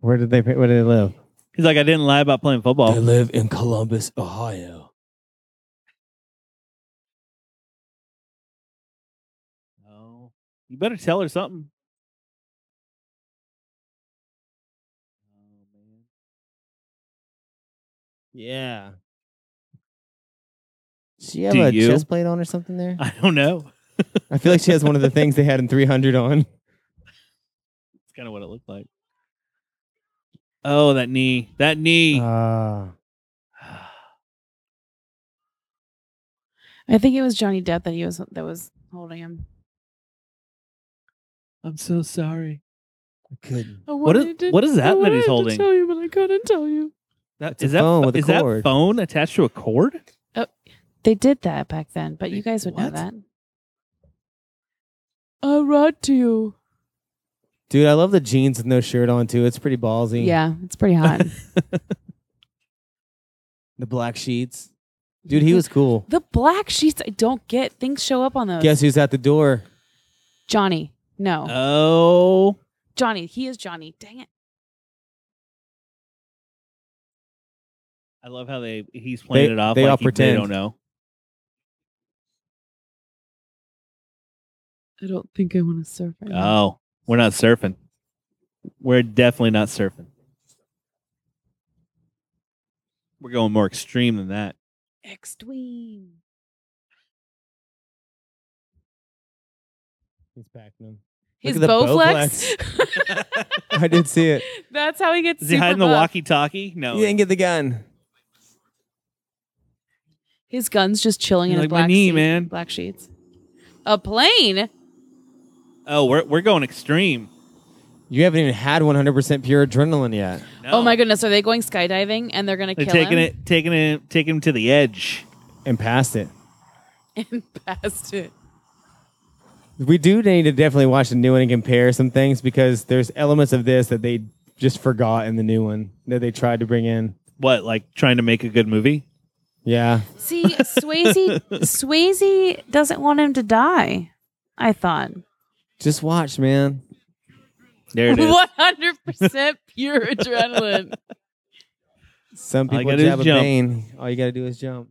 Speaker 2: Where did they? Where did they live?
Speaker 1: He's like, I didn't lie about playing football.
Speaker 2: live in Columbus, Ohio.
Speaker 1: No. Oh, You better tell her something. Oh,
Speaker 2: Yeah. Does she have
Speaker 1: Do
Speaker 2: a
Speaker 1: you?
Speaker 2: chest plate on or something there?
Speaker 1: I don't know.
Speaker 2: I feel like she has one of the things they had in 300 on.
Speaker 1: That's kind of what it looked like. Oh, that knee. That knee.
Speaker 2: Ah,
Speaker 3: I think it was Johnny Depp that he was that was holding him.
Speaker 1: I'm so sorry.
Speaker 2: I couldn't.
Speaker 3: I
Speaker 1: What is-
Speaker 3: wanted to-
Speaker 1: what is that that
Speaker 3: I
Speaker 1: he's
Speaker 3: wanted to
Speaker 1: holding?
Speaker 3: tell you, but I couldn't tell you.
Speaker 2: That's
Speaker 1: Is
Speaker 2: a
Speaker 1: that
Speaker 2: phone with a
Speaker 1: is
Speaker 2: cord.
Speaker 1: that phone attached to a cord?
Speaker 3: They did that back then, but you guys would know
Speaker 1: What?
Speaker 3: that. I wrote to you.
Speaker 2: Dude, I love the jeans with no shirt on too. It's pretty ballsy.
Speaker 3: Yeah, it's pretty hot.
Speaker 2: The black sheets. Dude, he was cool.
Speaker 3: the black sheets. I don't get. Things show up on those.
Speaker 2: Guess who's at the door?
Speaker 3: Johnny. No,
Speaker 1: Oh,
Speaker 3: Johnny. He is Johnny. Dang it.
Speaker 1: I love how they he's playing
Speaker 2: They-
Speaker 1: it off.
Speaker 2: they
Speaker 1: like
Speaker 2: all
Speaker 1: he-
Speaker 2: pretend.
Speaker 1: They don't know.
Speaker 3: I don't think I want to surf right
Speaker 1: Oh, we're not surfing. We're definitely not surfing. We're going more extreme than that.
Speaker 3: Extreme.
Speaker 2: He's packing him. Look
Speaker 3: His
Speaker 2: at the
Speaker 3: bow
Speaker 2: bow
Speaker 3: flex.
Speaker 2: I did see it.
Speaker 3: That's how he gets.
Speaker 1: Is he hiding
Speaker 3: super
Speaker 1: the
Speaker 3: buff.
Speaker 1: walkie-talkie? No.
Speaker 2: You didn't get the gun.
Speaker 3: His gun's just chilling in
Speaker 1: Like
Speaker 3: a
Speaker 1: my
Speaker 3: black
Speaker 1: knee,
Speaker 3: seat-
Speaker 1: man.
Speaker 3: Black sheets. A plane.
Speaker 1: Oh, we're we're going extreme.
Speaker 2: You haven't even had 100% pure adrenaline yet.
Speaker 1: No.
Speaker 3: Oh my goodness, are they going skydiving and they're gonna
Speaker 1: They're
Speaker 3: kill
Speaker 1: taking
Speaker 3: him
Speaker 1: it, taking it, taking him to the edge.
Speaker 2: And passed it.
Speaker 3: and past it?
Speaker 2: We do need to definitely watch the new one and compare some things because there's elements of this that they just forgot in the new one that they tried to bring in.
Speaker 1: What, like trying to make a good movie?
Speaker 2: Yeah.
Speaker 3: See, Swayze, Swayze doesn't want him to die. I thought
Speaker 2: Just watch, man.
Speaker 1: There it is.
Speaker 3: one hundred percent pure adrenaline.
Speaker 2: Some
Speaker 1: All you
Speaker 2: people
Speaker 1: gotta do is
Speaker 2: jab a
Speaker 1: jump.
Speaker 2: pain. All you got to do is jump.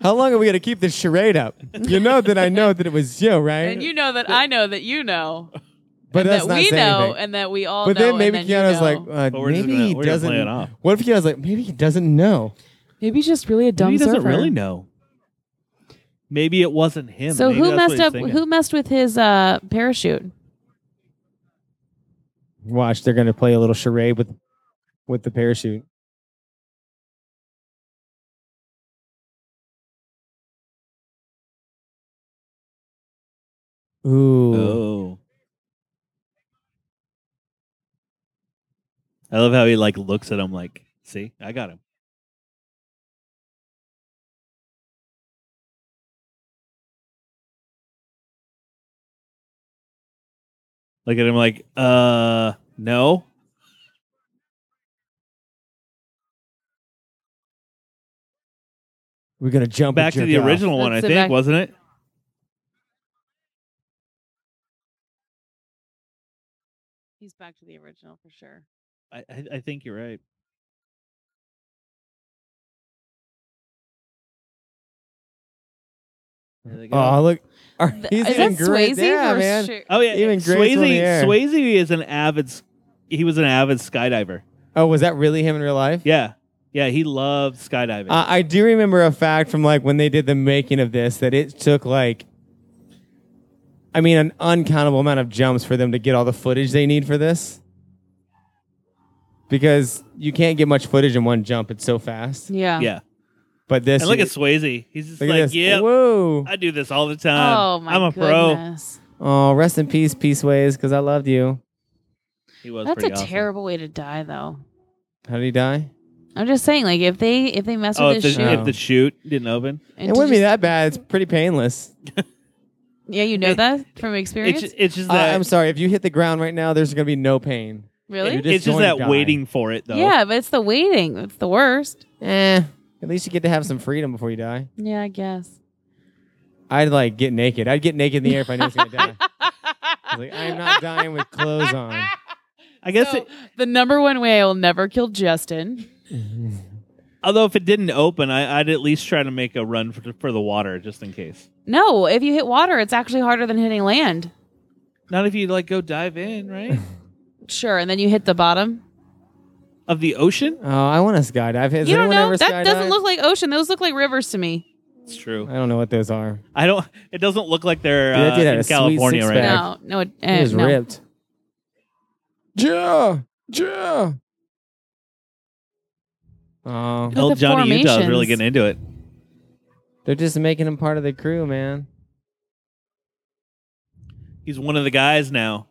Speaker 2: How long are we going to keep this charade up? You know that I know that it was you, right?
Speaker 3: And you know that I know that you know,
Speaker 2: but
Speaker 3: and
Speaker 2: that's
Speaker 3: that
Speaker 2: not
Speaker 3: we
Speaker 2: saying
Speaker 3: know,
Speaker 2: anything.
Speaker 3: and that we all
Speaker 2: But
Speaker 3: know.
Speaker 2: then maybe
Speaker 3: and
Speaker 2: Keanu's
Speaker 3: you know.
Speaker 2: like,
Speaker 1: But
Speaker 2: uh,
Speaker 1: we're just
Speaker 2: maybe
Speaker 1: gonna-
Speaker 2: he
Speaker 1: we're gonna play it
Speaker 2: doesn't.
Speaker 1: off.
Speaker 2: What if Keanu's like, maybe he doesn't know?
Speaker 3: maybe he's just really a dumb
Speaker 1: Maybe he doesn't
Speaker 3: surfer.
Speaker 1: really know. Maybe it wasn't him.
Speaker 3: So
Speaker 1: Maybe
Speaker 3: who
Speaker 1: that's what
Speaker 3: messed
Speaker 1: he's
Speaker 3: up?
Speaker 1: thinking.
Speaker 3: Who messed with his uh, parachute?
Speaker 2: Watch, they're going to play a little charade with, with the parachute. Ooh.
Speaker 1: Oh. I love how he like looks at him like, see, I got him. Look at him like, uh, no.
Speaker 2: We're going to jump and
Speaker 1: Back to
Speaker 2: jerk
Speaker 1: the
Speaker 2: off.
Speaker 1: original one, I
Speaker 3: Let's sit
Speaker 1: think,
Speaker 3: back.
Speaker 1: wasn't it?
Speaker 3: He's back to the original for sure.
Speaker 1: I, I, I think you're right. There they go.
Speaker 2: Oh, look. Are-
Speaker 3: Th-
Speaker 2: He's
Speaker 3: is
Speaker 2: even
Speaker 3: that
Speaker 2: great.
Speaker 3: Swayze
Speaker 2: Yeah,
Speaker 3: or
Speaker 2: man.
Speaker 3: Shu-
Speaker 1: Oh yeah,
Speaker 2: Even Grace on the
Speaker 1: Swayze.
Speaker 2: air.
Speaker 1: Swayze is an avid. s- He was an avid skydiver.
Speaker 2: Oh, was that really him in real life?
Speaker 1: Yeah, yeah. He loved skydiving.
Speaker 2: Uh, I do remember a fact from like when they did the making of this that it took like, I mean, an uncountable amount of jumps for them to get all the footage they need for this. Because you can't get much footage in one jump; it's so fast.
Speaker 3: Yeah.
Speaker 1: yeah,
Speaker 2: But this,
Speaker 1: and look at Swayze. He's just
Speaker 2: look at
Speaker 1: like,
Speaker 2: this.
Speaker 1: yeah,
Speaker 2: whoa!
Speaker 1: I do this all the time.
Speaker 3: Oh my
Speaker 1: Um, I'm a pro.
Speaker 3: goodness.
Speaker 2: Oh, rest in peace, Peaceways, because I loved you.
Speaker 1: He was.
Speaker 3: That's a
Speaker 1: pretty awesome.
Speaker 3: terrible way to die, though.
Speaker 2: How did he die?
Speaker 3: I'm just saying, like if they if they mess
Speaker 1: Oh, if
Speaker 3: with
Speaker 1: the,
Speaker 3: his shoe,
Speaker 1: if the chute didn't open,
Speaker 2: It
Speaker 3: and
Speaker 2: wouldn't
Speaker 3: to
Speaker 2: be
Speaker 3: just-
Speaker 2: that bad. It's pretty painless.
Speaker 3: yeah, you know
Speaker 1: It-
Speaker 3: that from
Speaker 1: it's
Speaker 3: experience,
Speaker 1: just, it's just
Speaker 2: I-
Speaker 1: that
Speaker 2: I'm sorry if you hit the ground right now. There's gonna be no pain.
Speaker 3: really.
Speaker 2: you're just
Speaker 1: it's just
Speaker 2: going to
Speaker 1: that
Speaker 2: die.
Speaker 1: waiting for it though.
Speaker 3: Yeah, but it's the waiting. It's the worst.
Speaker 2: Eh. At least you get to have some freedom before you die.
Speaker 3: Yeah, I guess.
Speaker 2: I'd like get naked. I'd get naked in the air if I knew I was gonna die. I was like, I'm not dying with clothes on.
Speaker 1: I guess.
Speaker 3: So,
Speaker 1: it,
Speaker 3: the number one way I will never kill Justin.
Speaker 1: although if it didn't open, I, I'd at least try to make a run for, for the water just in case.
Speaker 3: No, if you hit water, it's actually harder than hitting land.
Speaker 1: Not if you like go dive in right
Speaker 3: Sure, and then you hit the bottom.
Speaker 1: of the ocean.
Speaker 2: Oh, I want to skydive. Has
Speaker 3: you don't
Speaker 2: anyone
Speaker 3: know.
Speaker 2: ever
Speaker 3: That
Speaker 2: skydived?
Speaker 3: doesn't look like ocean. Those look like rivers to me.
Speaker 1: It's true.
Speaker 2: I don't know what those are.
Speaker 1: I don't. It doesn't look like they're
Speaker 2: Dude, that
Speaker 1: uh,
Speaker 2: dude had
Speaker 1: in
Speaker 2: a sweet
Speaker 1: California right
Speaker 2: six-pack.
Speaker 1: now.
Speaker 3: No, no, it,
Speaker 2: It
Speaker 3: eh,
Speaker 2: was
Speaker 3: no.
Speaker 2: ripped. Yeah, yeah. Oh,
Speaker 3: Look at
Speaker 1: Old
Speaker 3: the
Speaker 1: Johnny Utah is really
Speaker 3: formations.
Speaker 1: getting into it.
Speaker 2: They're just making him part of the crew, man.
Speaker 1: He's one of the guys now,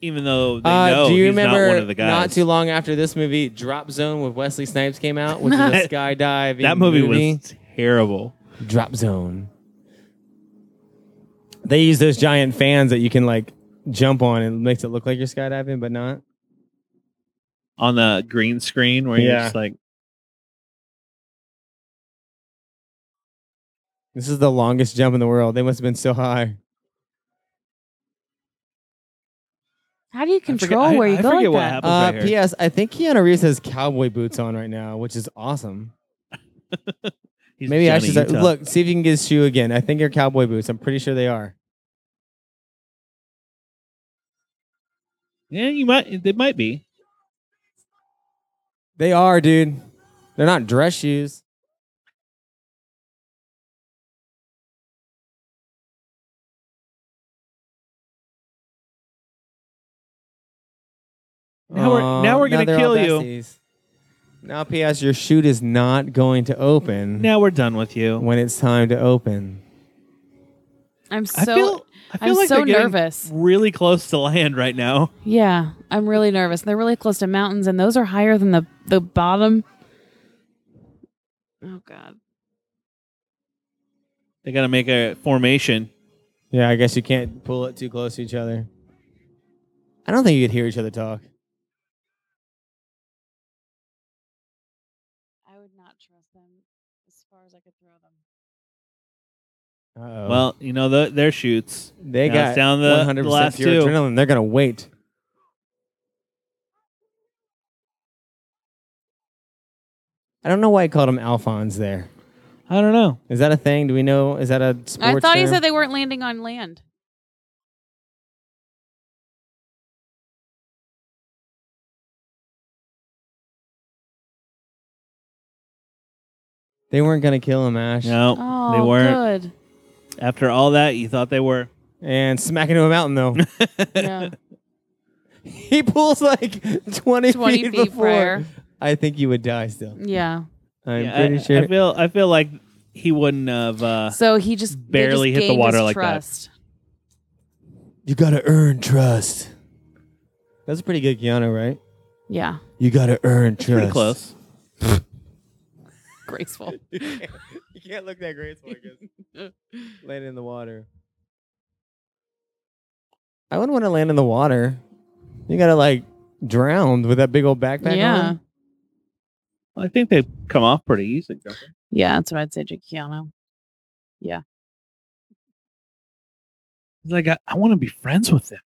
Speaker 1: even though they
Speaker 2: Uh,
Speaker 1: know
Speaker 2: do you
Speaker 1: he's
Speaker 2: remember
Speaker 1: not one of the guys.
Speaker 2: not too long after this movie, Drop Zone with Wesley Snipes came out, which is a skydiving
Speaker 1: that movie, was terrible.
Speaker 2: Drop Zone. They use those giant fans that you can like jump on and makes it look like you're skydiving, but not.
Speaker 1: On the green screen where you're
Speaker 2: Yeah.
Speaker 1: just like,
Speaker 2: This is the longest jump in the world. They must have been so high.
Speaker 5: How do you
Speaker 1: forget-
Speaker 5: control
Speaker 1: I-
Speaker 5: where you
Speaker 1: I
Speaker 5: go
Speaker 1: forget
Speaker 5: like
Speaker 1: what
Speaker 5: that?
Speaker 1: happened. Apple's
Speaker 2: Uh,
Speaker 1: right here.
Speaker 2: P.S. I think Keanu Reeves has cowboy boots on right now, which is awesome.
Speaker 1: he's
Speaker 2: Maybe I
Speaker 1: Johnny
Speaker 2: should start-
Speaker 1: Utah.
Speaker 2: look. See if you can get his shoe again. I think they're cowboy boots. I'm pretty sure they are.
Speaker 1: Yeah, you might. They might be.
Speaker 2: They are, dude. They're not dress shoes.
Speaker 1: Now we're- now we're gonna
Speaker 2: they're all
Speaker 1: kill you.
Speaker 2: besties. Now, P.S. Your chute is not going to open
Speaker 1: Now we're done with you.
Speaker 2: when it's time to open.
Speaker 3: I'm
Speaker 1: I
Speaker 3: so
Speaker 1: feel. I feel
Speaker 3: I'm
Speaker 1: like
Speaker 3: so
Speaker 1: they're getting
Speaker 3: nervous.
Speaker 1: Really close to land right now.
Speaker 3: yeah, I'm really nervous. They're really close to mountains, and those are higher than the the bottom. Oh God.
Speaker 1: They got to make a formation.
Speaker 2: Yeah, I guess you can't pull it too close to each other. I don't think you could hear each other talk.
Speaker 5: I would not trust them as far as I could throw them.
Speaker 2: Uh-oh.
Speaker 1: Well, you know the, their shoots.
Speaker 2: they
Speaker 1: now
Speaker 2: got
Speaker 1: it's down the-
Speaker 2: 100%
Speaker 1: the last
Speaker 2: pure
Speaker 1: two.
Speaker 2: adrenaline. They're gonna wait. I don't know why he called him Alphonse. There
Speaker 1: I don't know.
Speaker 2: is that a thing? Do we know? Is that a sports?
Speaker 3: I thought he
Speaker 2: term?
Speaker 3: said they weren't landing on land.
Speaker 2: they weren't gonna kill him, Ash.
Speaker 1: No,
Speaker 3: Oh,
Speaker 1: they weren't.
Speaker 3: good.
Speaker 1: After all that, you thought they were.
Speaker 2: And smack into a mountain though.
Speaker 3: Yeah.
Speaker 2: he pulls like twenty,
Speaker 3: 20
Speaker 2: feet,
Speaker 3: feet
Speaker 2: before.
Speaker 3: prior.
Speaker 2: I think you would die still.
Speaker 3: Yeah.
Speaker 2: I'm
Speaker 1: Yeah,
Speaker 2: pretty
Speaker 1: I,
Speaker 2: sure.
Speaker 1: I feel. I feel like he wouldn't have. Uh,
Speaker 3: So he just they
Speaker 1: barely
Speaker 3: just
Speaker 1: hit the
Speaker 3: gained
Speaker 1: water
Speaker 3: his
Speaker 1: like that.
Speaker 3: trust.
Speaker 2: you gotta earn trust. That's pretty good, Keanu. Right?
Speaker 3: Yeah.
Speaker 2: You gotta earn trust.
Speaker 1: pretty close.
Speaker 3: Graceful.
Speaker 2: you can't look that graceful, I guess. land in the water. I wouldn't want to land in the water. You gotta like drown with that big old backpack
Speaker 3: Yeah.
Speaker 2: on.
Speaker 1: I think they come off pretty easy. don't they?
Speaker 3: yeah, that's what I'd say, Jake Keanu.
Speaker 1: He's like, I, I want to be friends with them.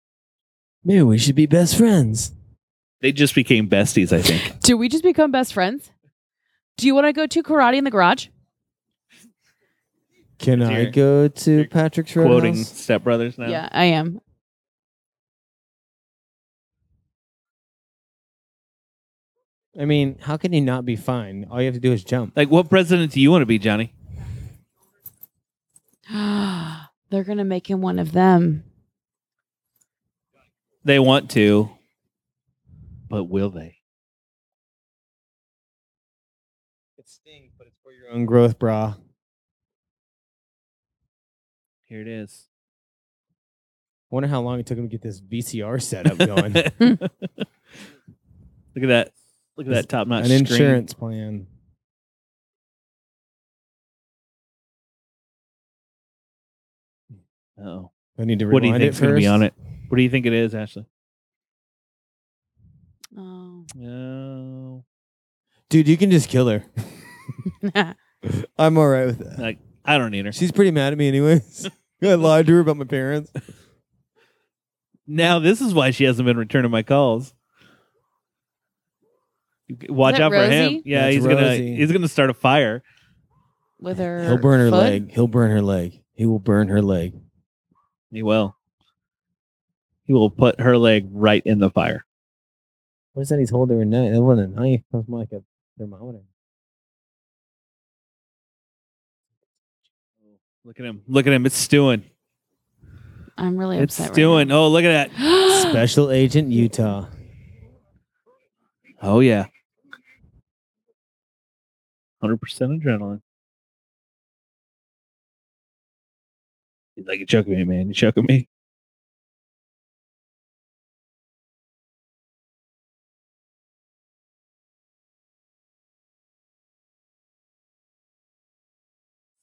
Speaker 2: Maybe we should be best friends.
Speaker 1: They just became besties. I think.
Speaker 3: Do we just become best friends? Do you want to go to karate in the garage?
Speaker 2: Can I
Speaker 1: You're-
Speaker 2: go to
Speaker 1: you're
Speaker 2: Patrick's
Speaker 1: Quoting
Speaker 2: Roadhouse?
Speaker 1: Step Brothers now.
Speaker 3: Yeah, I am.
Speaker 2: I mean, how can you not be fine? All you have to do is jump.
Speaker 1: Like, what president do you want to be, Johnny?
Speaker 3: They're going to make him one of them.
Speaker 1: They want to, but will they?
Speaker 2: It stings, but it's for your own growth, brah.
Speaker 1: Here it is.
Speaker 2: Wonder how long it took him to get this VCR setup going.
Speaker 1: Look at that. Look at that top notch
Speaker 2: An insurance plan.
Speaker 1: Oh,
Speaker 2: I need to rewind
Speaker 1: what do you think's
Speaker 2: it
Speaker 1: going
Speaker 2: first.
Speaker 1: to be on it? What do you think it is, Ashley?
Speaker 3: Oh.
Speaker 1: No,
Speaker 2: Dude, you can just kill her. I'm all right with that.
Speaker 1: like I don't need her.
Speaker 2: She's pretty mad at me, anyways. I lied to her about my parents.
Speaker 1: Now this is why she hasn't been returning my calls. Watch
Speaker 3: that
Speaker 1: out for
Speaker 3: Rosie?
Speaker 1: him. Yeah,
Speaker 2: That's
Speaker 1: he's gonna
Speaker 2: Rosie.
Speaker 1: he's gonna start a fire.
Speaker 3: With her
Speaker 2: He'll burn her
Speaker 3: foot?
Speaker 2: leg. He'll burn her leg. He will burn her leg.
Speaker 1: He will. He will put her leg right in the fire.
Speaker 2: What is that he's holding her knife? That wasn't a knife. That was more like a thermometer.
Speaker 1: Look at him. Look at him. It's stewing.
Speaker 3: I'm really
Speaker 1: It's
Speaker 3: upset.
Speaker 1: stewing. Oh, look at that.
Speaker 3: Oh.
Speaker 2: Special Agent Utah.
Speaker 1: Oh yeah. Hundred percent adrenaline. He's like, you're choking me, man. You're choking me.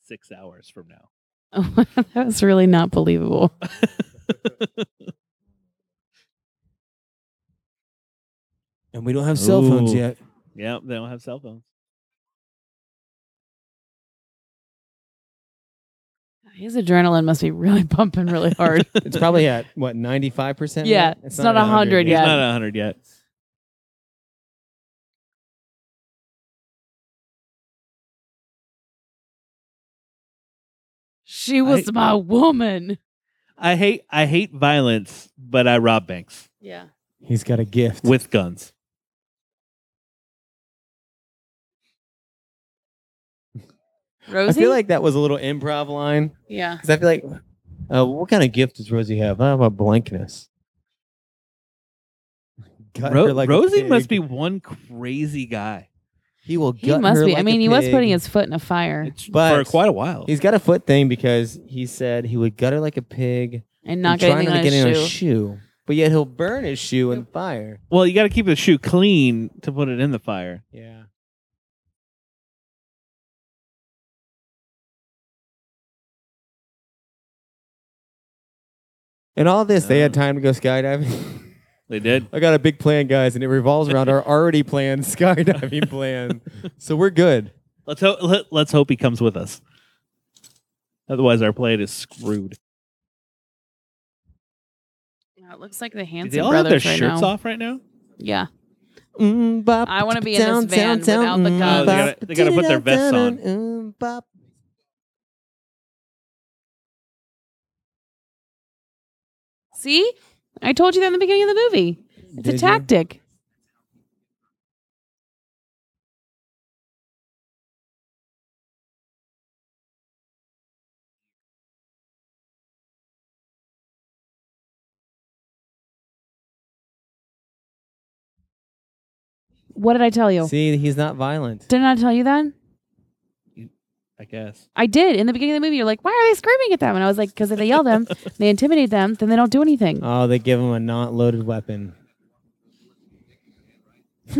Speaker 1: Six hours from now.
Speaker 3: Oh, that was really not believable.
Speaker 2: And we don't have cell phones
Speaker 1: Ooh.
Speaker 2: yet.
Speaker 1: yeah, they don't have cell phones.
Speaker 3: His adrenaline must be really pumping really hard.
Speaker 2: It's probably at what ninety five percent.
Speaker 3: Yeah, it's not 100
Speaker 1: He's
Speaker 3: Yeah.
Speaker 1: not at 100 yet.
Speaker 3: she was
Speaker 1: I-
Speaker 3: my woman.
Speaker 1: I hate I hate violence, but I rob banks
Speaker 3: Yeah.
Speaker 2: He's got a gift.
Speaker 1: with guns.
Speaker 2: I
Speaker 3: Rosie?
Speaker 2: feel like that was a little improv line
Speaker 3: yeah.
Speaker 2: because I feel like, uh, what kind of gift does Rosie have? How about blankness? Gut
Speaker 1: Ro-
Speaker 2: her like a
Speaker 1: Rosie
Speaker 2: pig.
Speaker 1: must be one crazy guy
Speaker 2: He will.
Speaker 3: He
Speaker 2: gut
Speaker 3: must
Speaker 2: her
Speaker 3: be. I
Speaker 2: like a
Speaker 3: mean, he was
Speaker 2: pig.
Speaker 3: putting his foot in a fire
Speaker 1: for
Speaker 2: But-
Speaker 1: quite a while.
Speaker 2: He's got a foot thing because he said he would gutter like a pig,
Speaker 3: and not
Speaker 2: and
Speaker 3: getting
Speaker 2: trying
Speaker 3: on
Speaker 2: not to
Speaker 3: his
Speaker 2: get in
Speaker 3: shoe.
Speaker 2: a shoe. But yet he'll burn his shoe in fire.
Speaker 1: Well, you got to keep the shoe clean to put it in the fire.
Speaker 2: Yeah. In all this, they had
Speaker 1: Uh.
Speaker 2: time to go skydiving.
Speaker 1: They did.
Speaker 2: I got a big plan, guys, and it revolves around our already planned skydiving plan. So we're good.
Speaker 1: Let's hope. Let, let's hope he comes with us. Otherwise, our plate is screwed.
Speaker 3: Yeah, it looks like
Speaker 1: Do
Speaker 3: the handsome
Speaker 1: they all have
Speaker 3: brothers
Speaker 1: their
Speaker 3: right
Speaker 1: shirts
Speaker 3: now.
Speaker 1: off right now?
Speaker 3: Yeah.
Speaker 2: Mm, bop,
Speaker 3: I wanna be in this van without the
Speaker 1: guns. Oh, they gotta- they gotta put their vests on.
Speaker 2: Mm, bop.
Speaker 3: See? I told you that in the beginning of the movie. It's
Speaker 2: Did
Speaker 3: a
Speaker 2: you?
Speaker 3: tactic. What did I tell you?
Speaker 2: See, he's not violent.
Speaker 3: Didn't I tell you that?
Speaker 1: I guess.
Speaker 3: I did. In the beginning of the movie, you're like, why are they screaming at them? And I was like, because if they yell them, they intimidate them, then they don't do anything.
Speaker 2: Oh, they give him a not loaded weapon. Good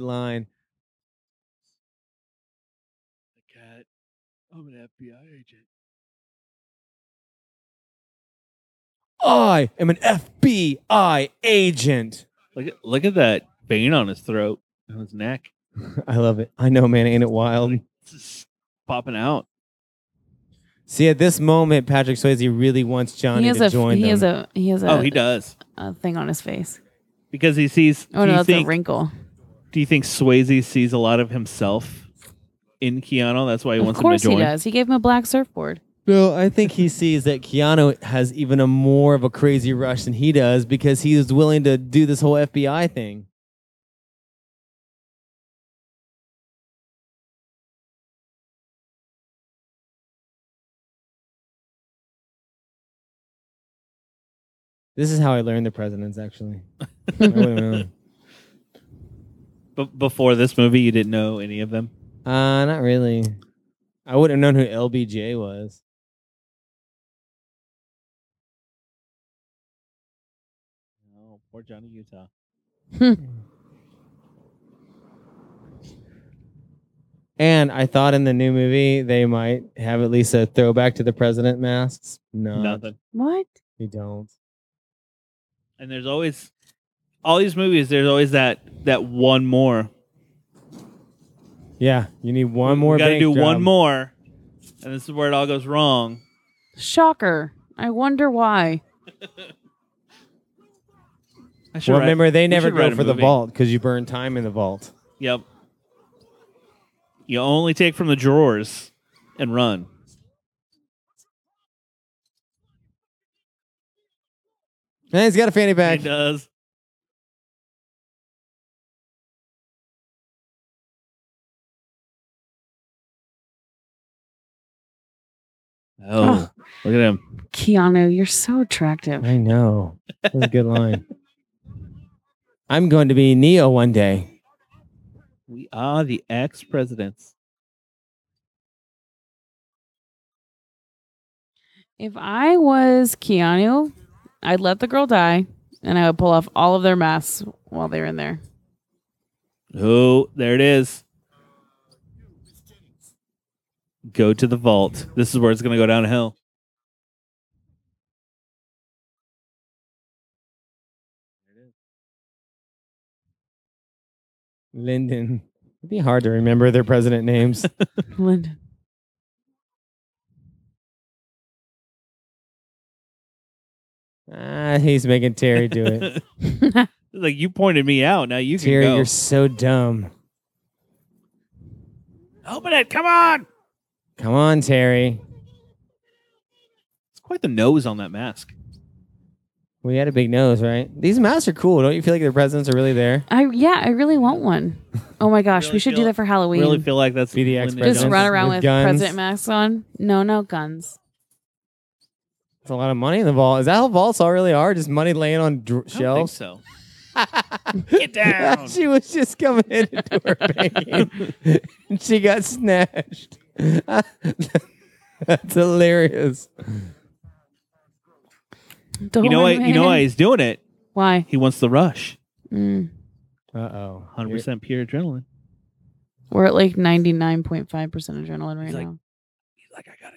Speaker 2: line.
Speaker 1: cat. I'm an FBI agent.
Speaker 2: I am an FBI agent.
Speaker 1: Look at look at that vein on his throat, on his neck,
Speaker 2: I love it. I know, man. Ain't it wild?
Speaker 1: It's just popping out.
Speaker 2: See, at this moment, Patrick Swayze really wants Johnny
Speaker 3: he has
Speaker 2: to
Speaker 3: a
Speaker 2: join
Speaker 3: he
Speaker 2: them.
Speaker 3: has a he has a,
Speaker 1: oh, he does
Speaker 3: a thing on his face.
Speaker 1: because he sees.
Speaker 3: Oh
Speaker 1: do
Speaker 3: no,
Speaker 1: you
Speaker 3: that's
Speaker 1: think
Speaker 3: a wrinkle.
Speaker 1: Do you think Swayze sees a lot of himself in Keanu? That's why he
Speaker 3: Of
Speaker 1: wants him to
Speaker 3: course he
Speaker 1: join.
Speaker 3: does. He gave him a black surfboard.
Speaker 2: no, I think he sees that Keanu has even a more of a crazy rush than he does because he is willing to do this whole FBI thing. This is how I learned the presidents, actually. I wouldn't know.
Speaker 1: But before this movie, you didn't know any of them.
Speaker 2: Uh, not really. I would have known who LBJ was.
Speaker 1: Oh, poor Johnny Utah.
Speaker 2: And I thought in the new movie they might have at least a throwback to the president masks. No,
Speaker 1: Nothing.
Speaker 3: What?
Speaker 2: you don't.
Speaker 1: And there's always all these movies. There's always that that one more.
Speaker 2: Yeah, you need one more.
Speaker 1: We got to
Speaker 2: bank
Speaker 1: do
Speaker 2: job.
Speaker 1: one more, and this is where it all goes wrong.
Speaker 3: Shocker. I wonder why.
Speaker 1: I should
Speaker 2: Well,
Speaker 1: write-
Speaker 2: remember they
Speaker 1: we
Speaker 2: never
Speaker 1: should write
Speaker 2: go
Speaker 1: a
Speaker 2: for the
Speaker 1: movie.
Speaker 2: vault because you burn time in the vault.
Speaker 1: Yep. You only take from the drawers and run.
Speaker 2: And he's got a fanny
Speaker 1: He
Speaker 2: pack.
Speaker 1: does. Oh, look at him.
Speaker 3: Keanu, you're so attractive.
Speaker 2: I know. That's a good line. I'm going to be Neo one day.
Speaker 1: We are the ex presidents.
Speaker 3: If I was Keanu, I'd let the girl die and I would pull off all of their masks while they were in there.
Speaker 1: Oh, there it is. Go to the vault. This is where it's going to go downhill.
Speaker 2: Lyndon. It'd be hard to remember their president names.
Speaker 3: Lyndon.
Speaker 2: ah, he's making Terry do it.
Speaker 1: like you pointed me out. Now you can
Speaker 2: Terry,
Speaker 1: go.
Speaker 2: you're so dumb.
Speaker 1: Open it. Come on.
Speaker 2: Come on, Terry.
Speaker 1: It's quite the nose on that mask.
Speaker 2: We had a big nose, right? These masks are cool. Don't you feel like their presidents are really there?
Speaker 3: I yeah, I really want one. Oh my gosh, we
Speaker 1: Really
Speaker 3: should do
Speaker 1: feel-
Speaker 3: that for Halloween.
Speaker 1: Really feel like that's
Speaker 2: Be the
Speaker 1: Lyndon
Speaker 2: expert.
Speaker 3: Just
Speaker 1: Johnson.
Speaker 3: run around
Speaker 2: With
Speaker 3: with,
Speaker 2: guns.
Speaker 3: president masks on. No, no guns.
Speaker 2: It's a lot of money in the vault. Is that how vaults all really are? Just money laying on dr-
Speaker 1: I don't think
Speaker 2: shelves?
Speaker 1: so. Get down.
Speaker 2: she was just coming into her banking. and she got snatched. That's hilarious.
Speaker 1: You know what? You know why he's doing it.
Speaker 3: Why?
Speaker 1: He wants the rush.
Speaker 3: Mm.
Speaker 2: Uh oh.
Speaker 1: 100% pure adrenaline.
Speaker 3: We're at like ninety nine point five percent adrenaline right
Speaker 1: He's like-
Speaker 3: now.
Speaker 1: He's like, I got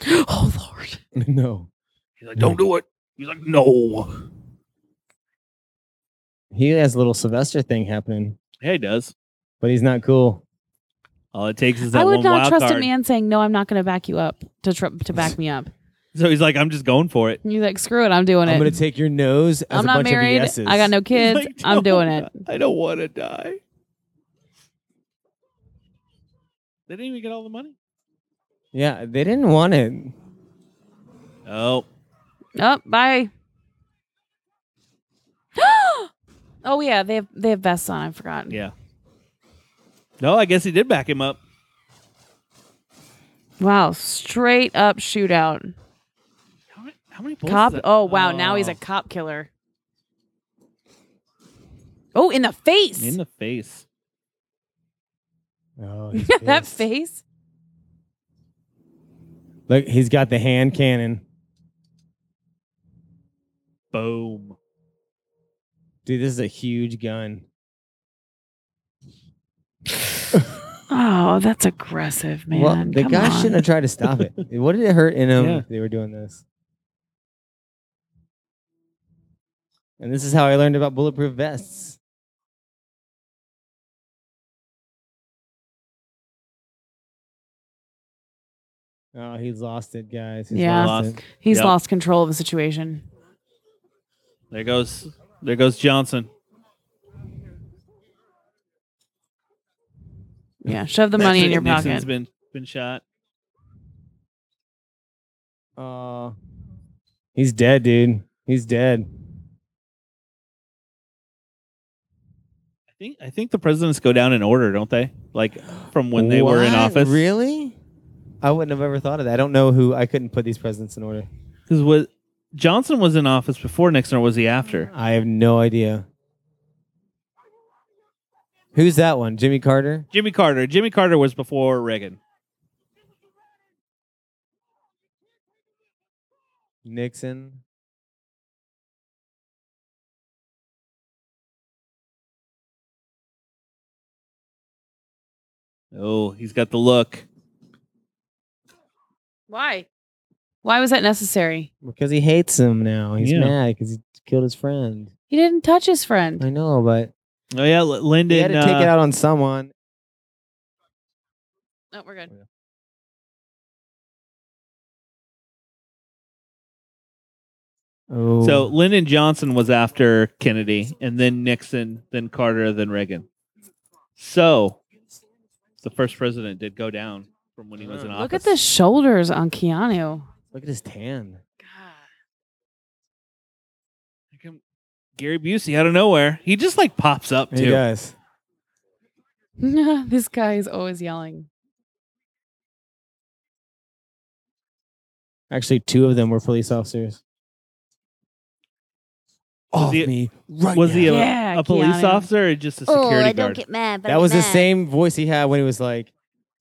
Speaker 1: a gun.
Speaker 3: oh lord.
Speaker 2: No.
Speaker 1: He's like, don't do it. He's like, no.
Speaker 2: He has a little Sylvester thing happening,
Speaker 1: Yeah, he does.
Speaker 2: but he's not cool.
Speaker 1: All it takes is that
Speaker 3: I would
Speaker 1: one
Speaker 3: not
Speaker 1: wild
Speaker 3: trust
Speaker 1: card.
Speaker 3: a man saying no. I'm not going to back you up to tr- to back me up.
Speaker 1: So he's like, I'm just going for it.
Speaker 3: You're like, screw it, I'm doing
Speaker 2: I'm
Speaker 3: it.
Speaker 2: going to take your nose as
Speaker 3: I'm
Speaker 2: a
Speaker 3: not
Speaker 2: bunch
Speaker 3: married.
Speaker 2: of yeses.
Speaker 3: I got no kids.
Speaker 1: He's like,
Speaker 3: I'm doing
Speaker 1: "No,
Speaker 3: it.
Speaker 1: I don't want to die. They didn't even get all the money.
Speaker 2: Yeah, they didn't want it.
Speaker 1: Oh,
Speaker 3: Oh, bye. oh yeah, they have they have vests on. I forgot.
Speaker 1: yeah. No, I guess he did back him up.
Speaker 3: Wow, straight up shootout.
Speaker 1: How many, how many bullets
Speaker 3: Cop.
Speaker 1: is that?
Speaker 3: Oh wow, now he's
Speaker 1: Oh,
Speaker 3: a cop killer. Oh, in the face.
Speaker 1: in the face.
Speaker 2: Oh, he's
Speaker 3: that
Speaker 2: pissed.
Speaker 3: face.
Speaker 2: Look, he's got the hand cannon.
Speaker 1: Boom.
Speaker 2: Dude, this is a huge gun.
Speaker 3: Oh, that's aggressive, man.
Speaker 2: well, the
Speaker 3: Come
Speaker 2: guy
Speaker 3: on.
Speaker 2: shouldn't have tried to stop it. What did it hurt in him
Speaker 1: Yeah.
Speaker 2: if they were doing this? And this is how I learned about bulletproof vests. Oh, he's lost it, guys. He's
Speaker 3: Yeah.
Speaker 2: lost
Speaker 1: Lost.
Speaker 2: it.
Speaker 3: He's
Speaker 1: Yep.
Speaker 3: lost control of the situation.
Speaker 1: There goes there goes Johnson.
Speaker 3: Yeah, shove the money in your
Speaker 1: Nixon's
Speaker 3: pocket.
Speaker 1: Been been shot.
Speaker 2: Oh, he's dead, dude. He's dead.
Speaker 1: I think I think the presidents go down in order, don't they? Like from when they were in
Speaker 2: What?
Speaker 1: office.
Speaker 2: Really? I wouldn't have ever thought of that. I don't know who. I couldn't put these presidents in order.
Speaker 1: Because was Johnson was in office before Nixon, or was he after?
Speaker 2: I have no idea. Who's that one? Jimmy Carter?
Speaker 1: Jimmy Carter. Jimmy Carter was before Reagan.
Speaker 2: Nixon?
Speaker 1: Oh, he's got the look.
Speaker 3: Why? Why was that necessary?
Speaker 2: Because he hates him now. He's
Speaker 1: Yeah.
Speaker 2: mad because he killed his friend.
Speaker 3: He didn't touch his friend.
Speaker 2: I know, but
Speaker 1: Oh yeah, L-
Speaker 2: he had
Speaker 1: Lyndon.
Speaker 2: to take it
Speaker 1: uh,
Speaker 2: out on someone.
Speaker 3: No, we're good.
Speaker 2: Oh.
Speaker 1: so Lyndon Johnson was after Kennedy, and then Nixon, then Carter, then Reagan. So the first president did go down from when he was in
Speaker 2: Look
Speaker 1: office.
Speaker 3: Look at the shoulders on Keanu.
Speaker 2: look at his tan.
Speaker 3: God.
Speaker 1: Here come um, Gary Busey out of nowhere. He just like pops up
Speaker 2: He
Speaker 1: too.
Speaker 2: does.
Speaker 3: this guy is always yelling.
Speaker 2: Actually, two of them were police officers.
Speaker 1: Was
Speaker 2: Off
Speaker 1: he-
Speaker 2: me right
Speaker 1: was he a,
Speaker 3: Yeah,
Speaker 1: a police
Speaker 3: Keanu.
Speaker 1: officer or just a
Speaker 5: Oh,
Speaker 1: security
Speaker 5: I
Speaker 1: guard?
Speaker 5: don't get mad. But
Speaker 2: that
Speaker 5: I'm
Speaker 2: was the
Speaker 5: mad.
Speaker 2: same voice he had when he was like,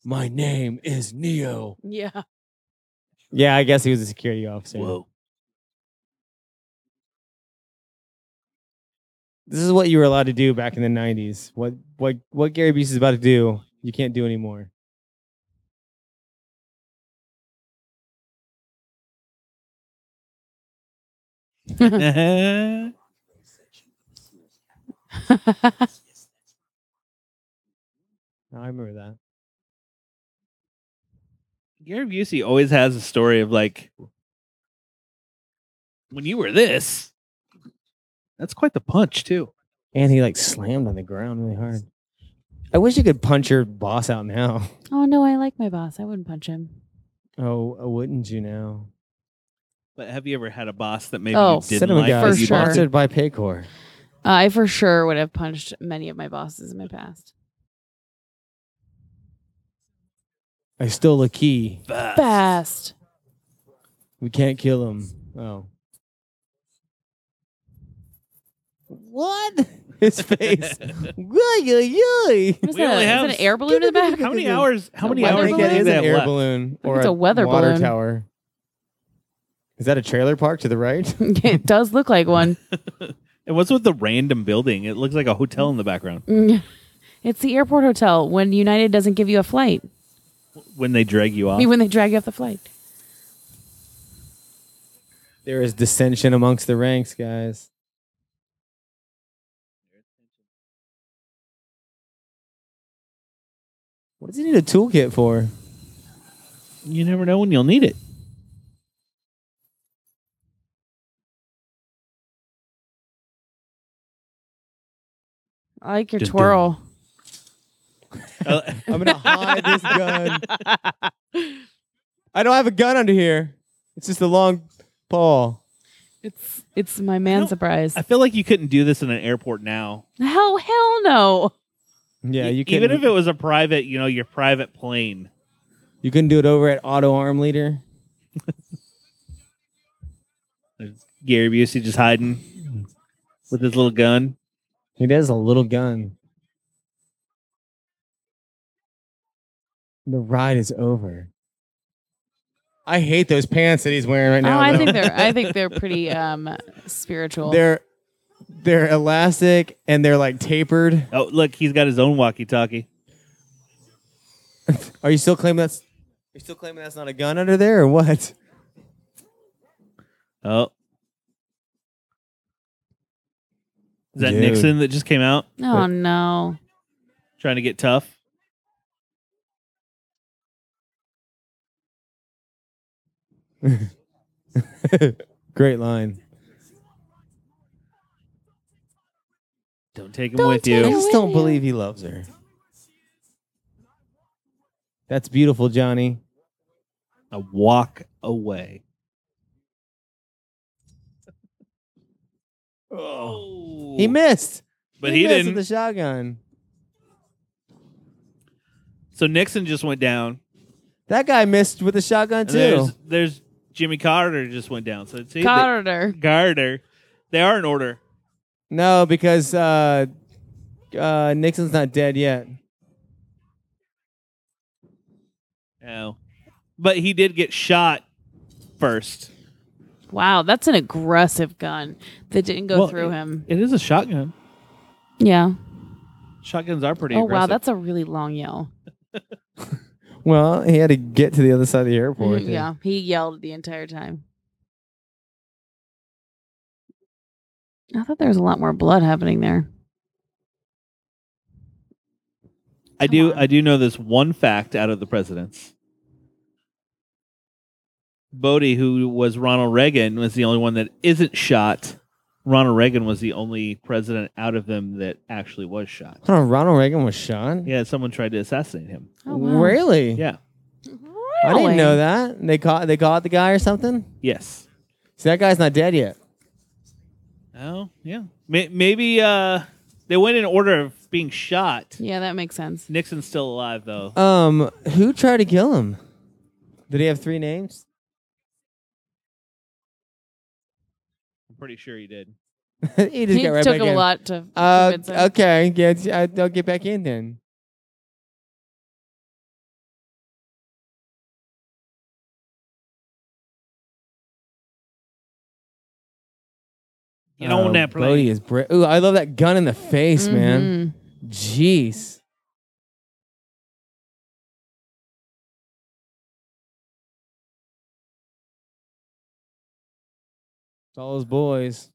Speaker 2: My name is Neo.
Speaker 3: Yeah.
Speaker 2: Yeah, I guess he was a security officer.
Speaker 1: Whoa.
Speaker 2: This is what you were allowed to do back in the '90s. What what what Gary Busey's about to do, you can't do anymore.
Speaker 1: That's
Speaker 2: No, I remember that.
Speaker 1: Gary Busey always has a story of like when you were this. That's quite the punch too.
Speaker 2: And he like slammed on the ground really hard. I wish you could punch your boss out now.
Speaker 5: Oh no, I like my boss. I wouldn't punch him.
Speaker 2: Oh, uh, wouldn't you now?
Speaker 1: But have you ever had a boss that maybe
Speaker 3: Oh,
Speaker 1: you didn't
Speaker 2: Cinema
Speaker 1: like?
Speaker 2: Guys,
Speaker 1: that you
Speaker 3: For sure.
Speaker 1: bossed?
Speaker 2: sponsored by Paycor.
Speaker 3: Uh, I for sure would have punched many of my bosses in my past.
Speaker 2: I stole a key.
Speaker 1: Fast.
Speaker 3: Fast.
Speaker 2: We can't kill him. Oh. What? His face. Yoy, yoy, yoy.
Speaker 3: What is
Speaker 1: We
Speaker 3: that?
Speaker 1: only
Speaker 3: Is
Speaker 1: have-
Speaker 3: that an air balloon in the back?
Speaker 1: How many hours? How many
Speaker 3: weather
Speaker 1: hours
Speaker 2: I
Speaker 1: do
Speaker 2: think
Speaker 1: they
Speaker 2: that
Speaker 3: balloon?
Speaker 2: is an
Speaker 1: have
Speaker 2: air
Speaker 1: left?
Speaker 2: balloon
Speaker 3: think
Speaker 2: or
Speaker 3: it's a weather
Speaker 2: water
Speaker 3: balloon.
Speaker 2: tower. Is that a trailer park to the right?
Speaker 3: it does look like one.
Speaker 1: And what's with the random building? It looks like a hotel in the background.
Speaker 3: Mm. It's the airport hotel when United doesn't give you a flight.
Speaker 1: When they drag you
Speaker 3: I
Speaker 1: off,
Speaker 3: mean, when they drag you off the flight.
Speaker 2: There is dissension amongst the ranks, guys. What does he need a toolkit for?
Speaker 1: you never know when you'll need it.
Speaker 3: I like your
Speaker 1: Dun-dun.
Speaker 3: twirl.
Speaker 1: Uh,
Speaker 2: I'm gonna hide this gun. I don't have a gun under here. It's just a long pole.
Speaker 3: It's it's my man
Speaker 1: don't-
Speaker 3: surprise.
Speaker 1: I feel like you couldn't do this in an airport now. E-
Speaker 3: Hell, hell no.
Speaker 2: Yeah,
Speaker 3: E
Speaker 2: you couldn't, e-
Speaker 1: even if it was a private, you know, your private plane.
Speaker 2: you couldn't do it over at Auto Arm Leader.
Speaker 1: Gary Busey just hiding with his little gun.
Speaker 2: He does a little gun. The ride is over. I hate those pants that he's wearing right now.
Speaker 3: oh, I
Speaker 2: though.
Speaker 3: think they're I think they're pretty um spiritual.
Speaker 2: they're they're elastic and they're like tapered.
Speaker 1: Oh, look, he's got his own walkie-talkie.
Speaker 2: Are you still claiming that's? Are you still claiming that's not a gun under there or what?
Speaker 1: Oh, is that
Speaker 2: Dude.
Speaker 1: Nixon that just came out
Speaker 3: oh no.
Speaker 1: trying to get tough?
Speaker 2: Great line.
Speaker 1: Don't take him
Speaker 3: Don't
Speaker 1: with
Speaker 3: take
Speaker 1: you.
Speaker 2: I
Speaker 3: him.
Speaker 2: just don't believe he loves her. That's beautiful, Johnny.
Speaker 1: I walk away. Oh,
Speaker 2: He missed,
Speaker 1: but
Speaker 2: he,
Speaker 1: he
Speaker 2: missed
Speaker 1: didn't.
Speaker 2: with the shotgun.
Speaker 1: so Nixon just went down.
Speaker 2: That guy missed with the shotgun
Speaker 1: And
Speaker 2: too.
Speaker 1: There's, there's Jimmy Carter just went down. So see, Carter.
Speaker 3: Carter.
Speaker 1: Carter, they are in order.
Speaker 2: No, because uh, uh, Nixon's not dead yet.
Speaker 1: Oh, but he did get shot first.
Speaker 3: Wow, that's an aggressive gun that didn't go
Speaker 1: Well,
Speaker 3: through
Speaker 1: it-
Speaker 3: him.
Speaker 1: It is a shotgun.
Speaker 3: Yeah.
Speaker 1: Shotguns are pretty.
Speaker 3: Oh wow,
Speaker 1: aggressive.
Speaker 3: that's a really long yell.
Speaker 2: Well, he had to get to the other side of the airport. to-
Speaker 3: Mm, yeah, he yelled the entire time. I thought there was a lot more blood happening there.
Speaker 1: I
Speaker 3: Come
Speaker 1: do.
Speaker 3: on.
Speaker 1: I do know this one fact out of the presidents. Bodie, who was Ronald Reagan, was the only one that isn't shot. Ronald Reagan was the only president out of them that actually was shot.
Speaker 2: Hold on, Ronald Reagan was shot.
Speaker 1: Yeah, someone tried to assassinate him.
Speaker 3: Oh wow.
Speaker 2: Really?
Speaker 1: Yeah.
Speaker 3: Really?
Speaker 2: I didn't know that. They caught they caught the guy or something.
Speaker 1: Yes.
Speaker 2: See, that guy's not dead yet.
Speaker 1: Oh, yeah. May- maybe uh, they went in order of being shot.
Speaker 3: Yeah, that makes sense.
Speaker 1: Nixon's still alive though.
Speaker 2: Um, who tried to kill him? Did he have three names?
Speaker 1: I'm pretty sure he did.
Speaker 2: he just
Speaker 3: It
Speaker 2: got right
Speaker 3: took
Speaker 2: back
Speaker 3: him
Speaker 2: in.
Speaker 3: a lot to
Speaker 2: Uh,
Speaker 3: convince him.
Speaker 2: okay, yeah, I- I'll get back in then.
Speaker 1: Get on
Speaker 2: Oh,
Speaker 1: that plane.
Speaker 2: Bodhi is bra- Ooh, I love that gun in the face, man.
Speaker 3: Mhm.
Speaker 2: Jeez. It's all those boys.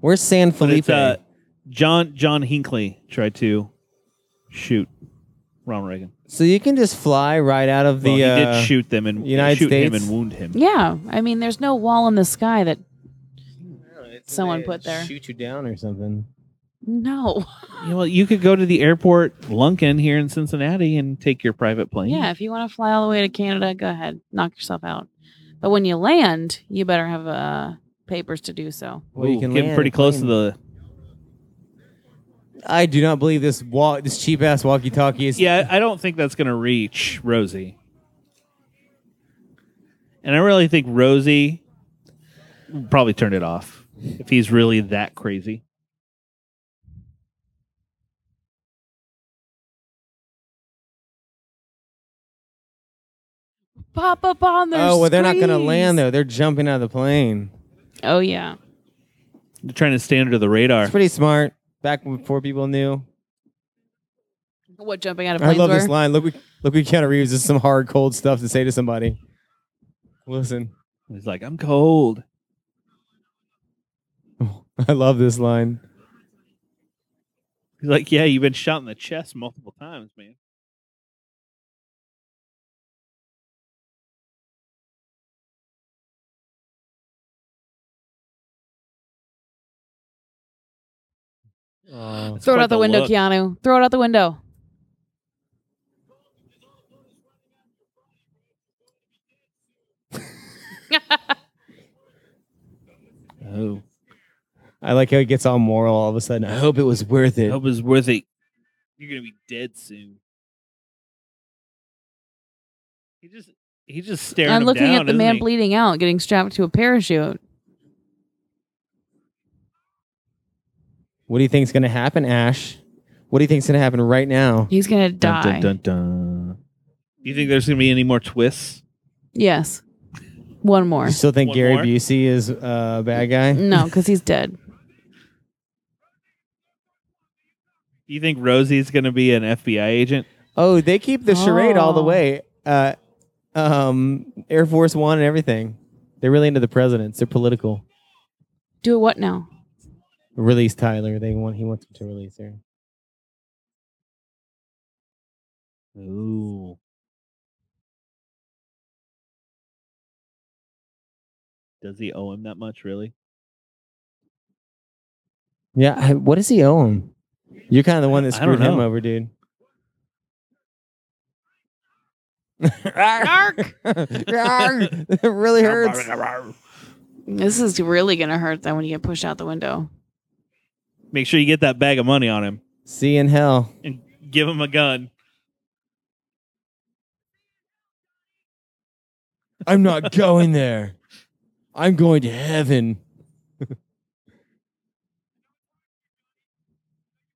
Speaker 2: Where's San
Speaker 1: But
Speaker 2: Felipe?
Speaker 1: it's, uh, John John Hinckley tried to shoot Ronald Reagan.
Speaker 2: so you can just fly right out of the.
Speaker 1: Well, he
Speaker 2: uh,
Speaker 1: did shoot them and
Speaker 2: United
Speaker 1: shoot him
Speaker 2: States.
Speaker 1: and wound him.
Speaker 3: Yeah, I mean, there's no wall in the sky that Someone
Speaker 6: They
Speaker 3: put there.
Speaker 6: Shoot you down.
Speaker 2: down or something.
Speaker 3: no.
Speaker 1: Yeah, well, you could go to the airport Lunkin here in Cincinnati and take your private plane.
Speaker 3: Yeah, if you want to fly all the way to Canada, go ahead, knock yourself out. But when you land, you better have uh, papers to do so.
Speaker 2: Well, you
Speaker 1: Ooh,
Speaker 2: can
Speaker 1: getting
Speaker 2: land
Speaker 1: pretty
Speaker 2: a
Speaker 1: close
Speaker 2: plane.
Speaker 1: to the.
Speaker 2: I do not believe this walk, this cheap ass walkie talkie is.
Speaker 1: Yeah, I don't think that's going to reach Rosie. And I really think Rosie probably turned it off if he's really that crazy.
Speaker 3: Pop up on their.
Speaker 2: oh well, they're not going to
Speaker 3: screens.
Speaker 2: land though. They're jumping out of the plane.
Speaker 3: Oh yeah,
Speaker 1: They're trying to stay under the radar.
Speaker 2: It's pretty smart. Back before people knew.
Speaker 3: what jumping out of
Speaker 2: I
Speaker 3: planes
Speaker 2: love
Speaker 3: were?
Speaker 2: this line. Look, we- look, we Keanu Reeves is some hard, cold stuff to say to somebody. Listen,
Speaker 1: He's like, I'm cold.
Speaker 2: I love this line.
Speaker 1: He's like, Yeah, you've been shot in the chest multiple times, man.
Speaker 2: Oh,
Speaker 1: That's
Speaker 2: Uh,
Speaker 3: Throw it
Speaker 1: quite
Speaker 3: out the, window,
Speaker 1: look.
Speaker 3: Keanu. Throw it out the window.
Speaker 1: Oh.
Speaker 2: I like how he gets all moral all of a sudden. I hope it was worth it.
Speaker 1: Hope it's worth it. You're gonna be dead soon. He just he just staring.
Speaker 3: I'm
Speaker 1: him
Speaker 3: looking
Speaker 1: down,
Speaker 3: at the
Speaker 1: isn't
Speaker 3: man
Speaker 1: he?
Speaker 3: bleeding out, getting strapped to a parachute.
Speaker 2: What do you think's going to happen, Ash? What do you think's going to happen right now?
Speaker 3: He's gonna
Speaker 1: Dun,
Speaker 3: die.
Speaker 1: dun, dun, dun. You think there's gonna be any more twists?
Speaker 3: Yes, one more.
Speaker 2: You still think
Speaker 1: One
Speaker 2: Gary
Speaker 1: more?
Speaker 2: Busey is a uh, bad guy?
Speaker 3: No, because he's dead.
Speaker 1: You think Rosie's gonna be an FBI agent?
Speaker 2: Oh, they keep the charade all the
Speaker 3: Oh.
Speaker 2: way. Uh, um, Air Force One and everything. They're really into the presidents. They're political.
Speaker 3: Do it what now?
Speaker 2: Release Tyler. They want he wants them to release her.
Speaker 1: Ooh. Does he owe him that much, really?
Speaker 2: Yeah. I, what does he owe him? You're kind of the one that
Speaker 1: I don't
Speaker 2: screwed him
Speaker 1: know.
Speaker 2: over, dude.
Speaker 3: Narc.
Speaker 2: Yarg! it really hurts.
Speaker 3: This is really gonna hurt them when you get pushed out the window.
Speaker 1: Make sure you get that bag of money on him
Speaker 2: See you in hell.
Speaker 1: and give him a gun.
Speaker 2: I'm not going there. I'm going to heaven.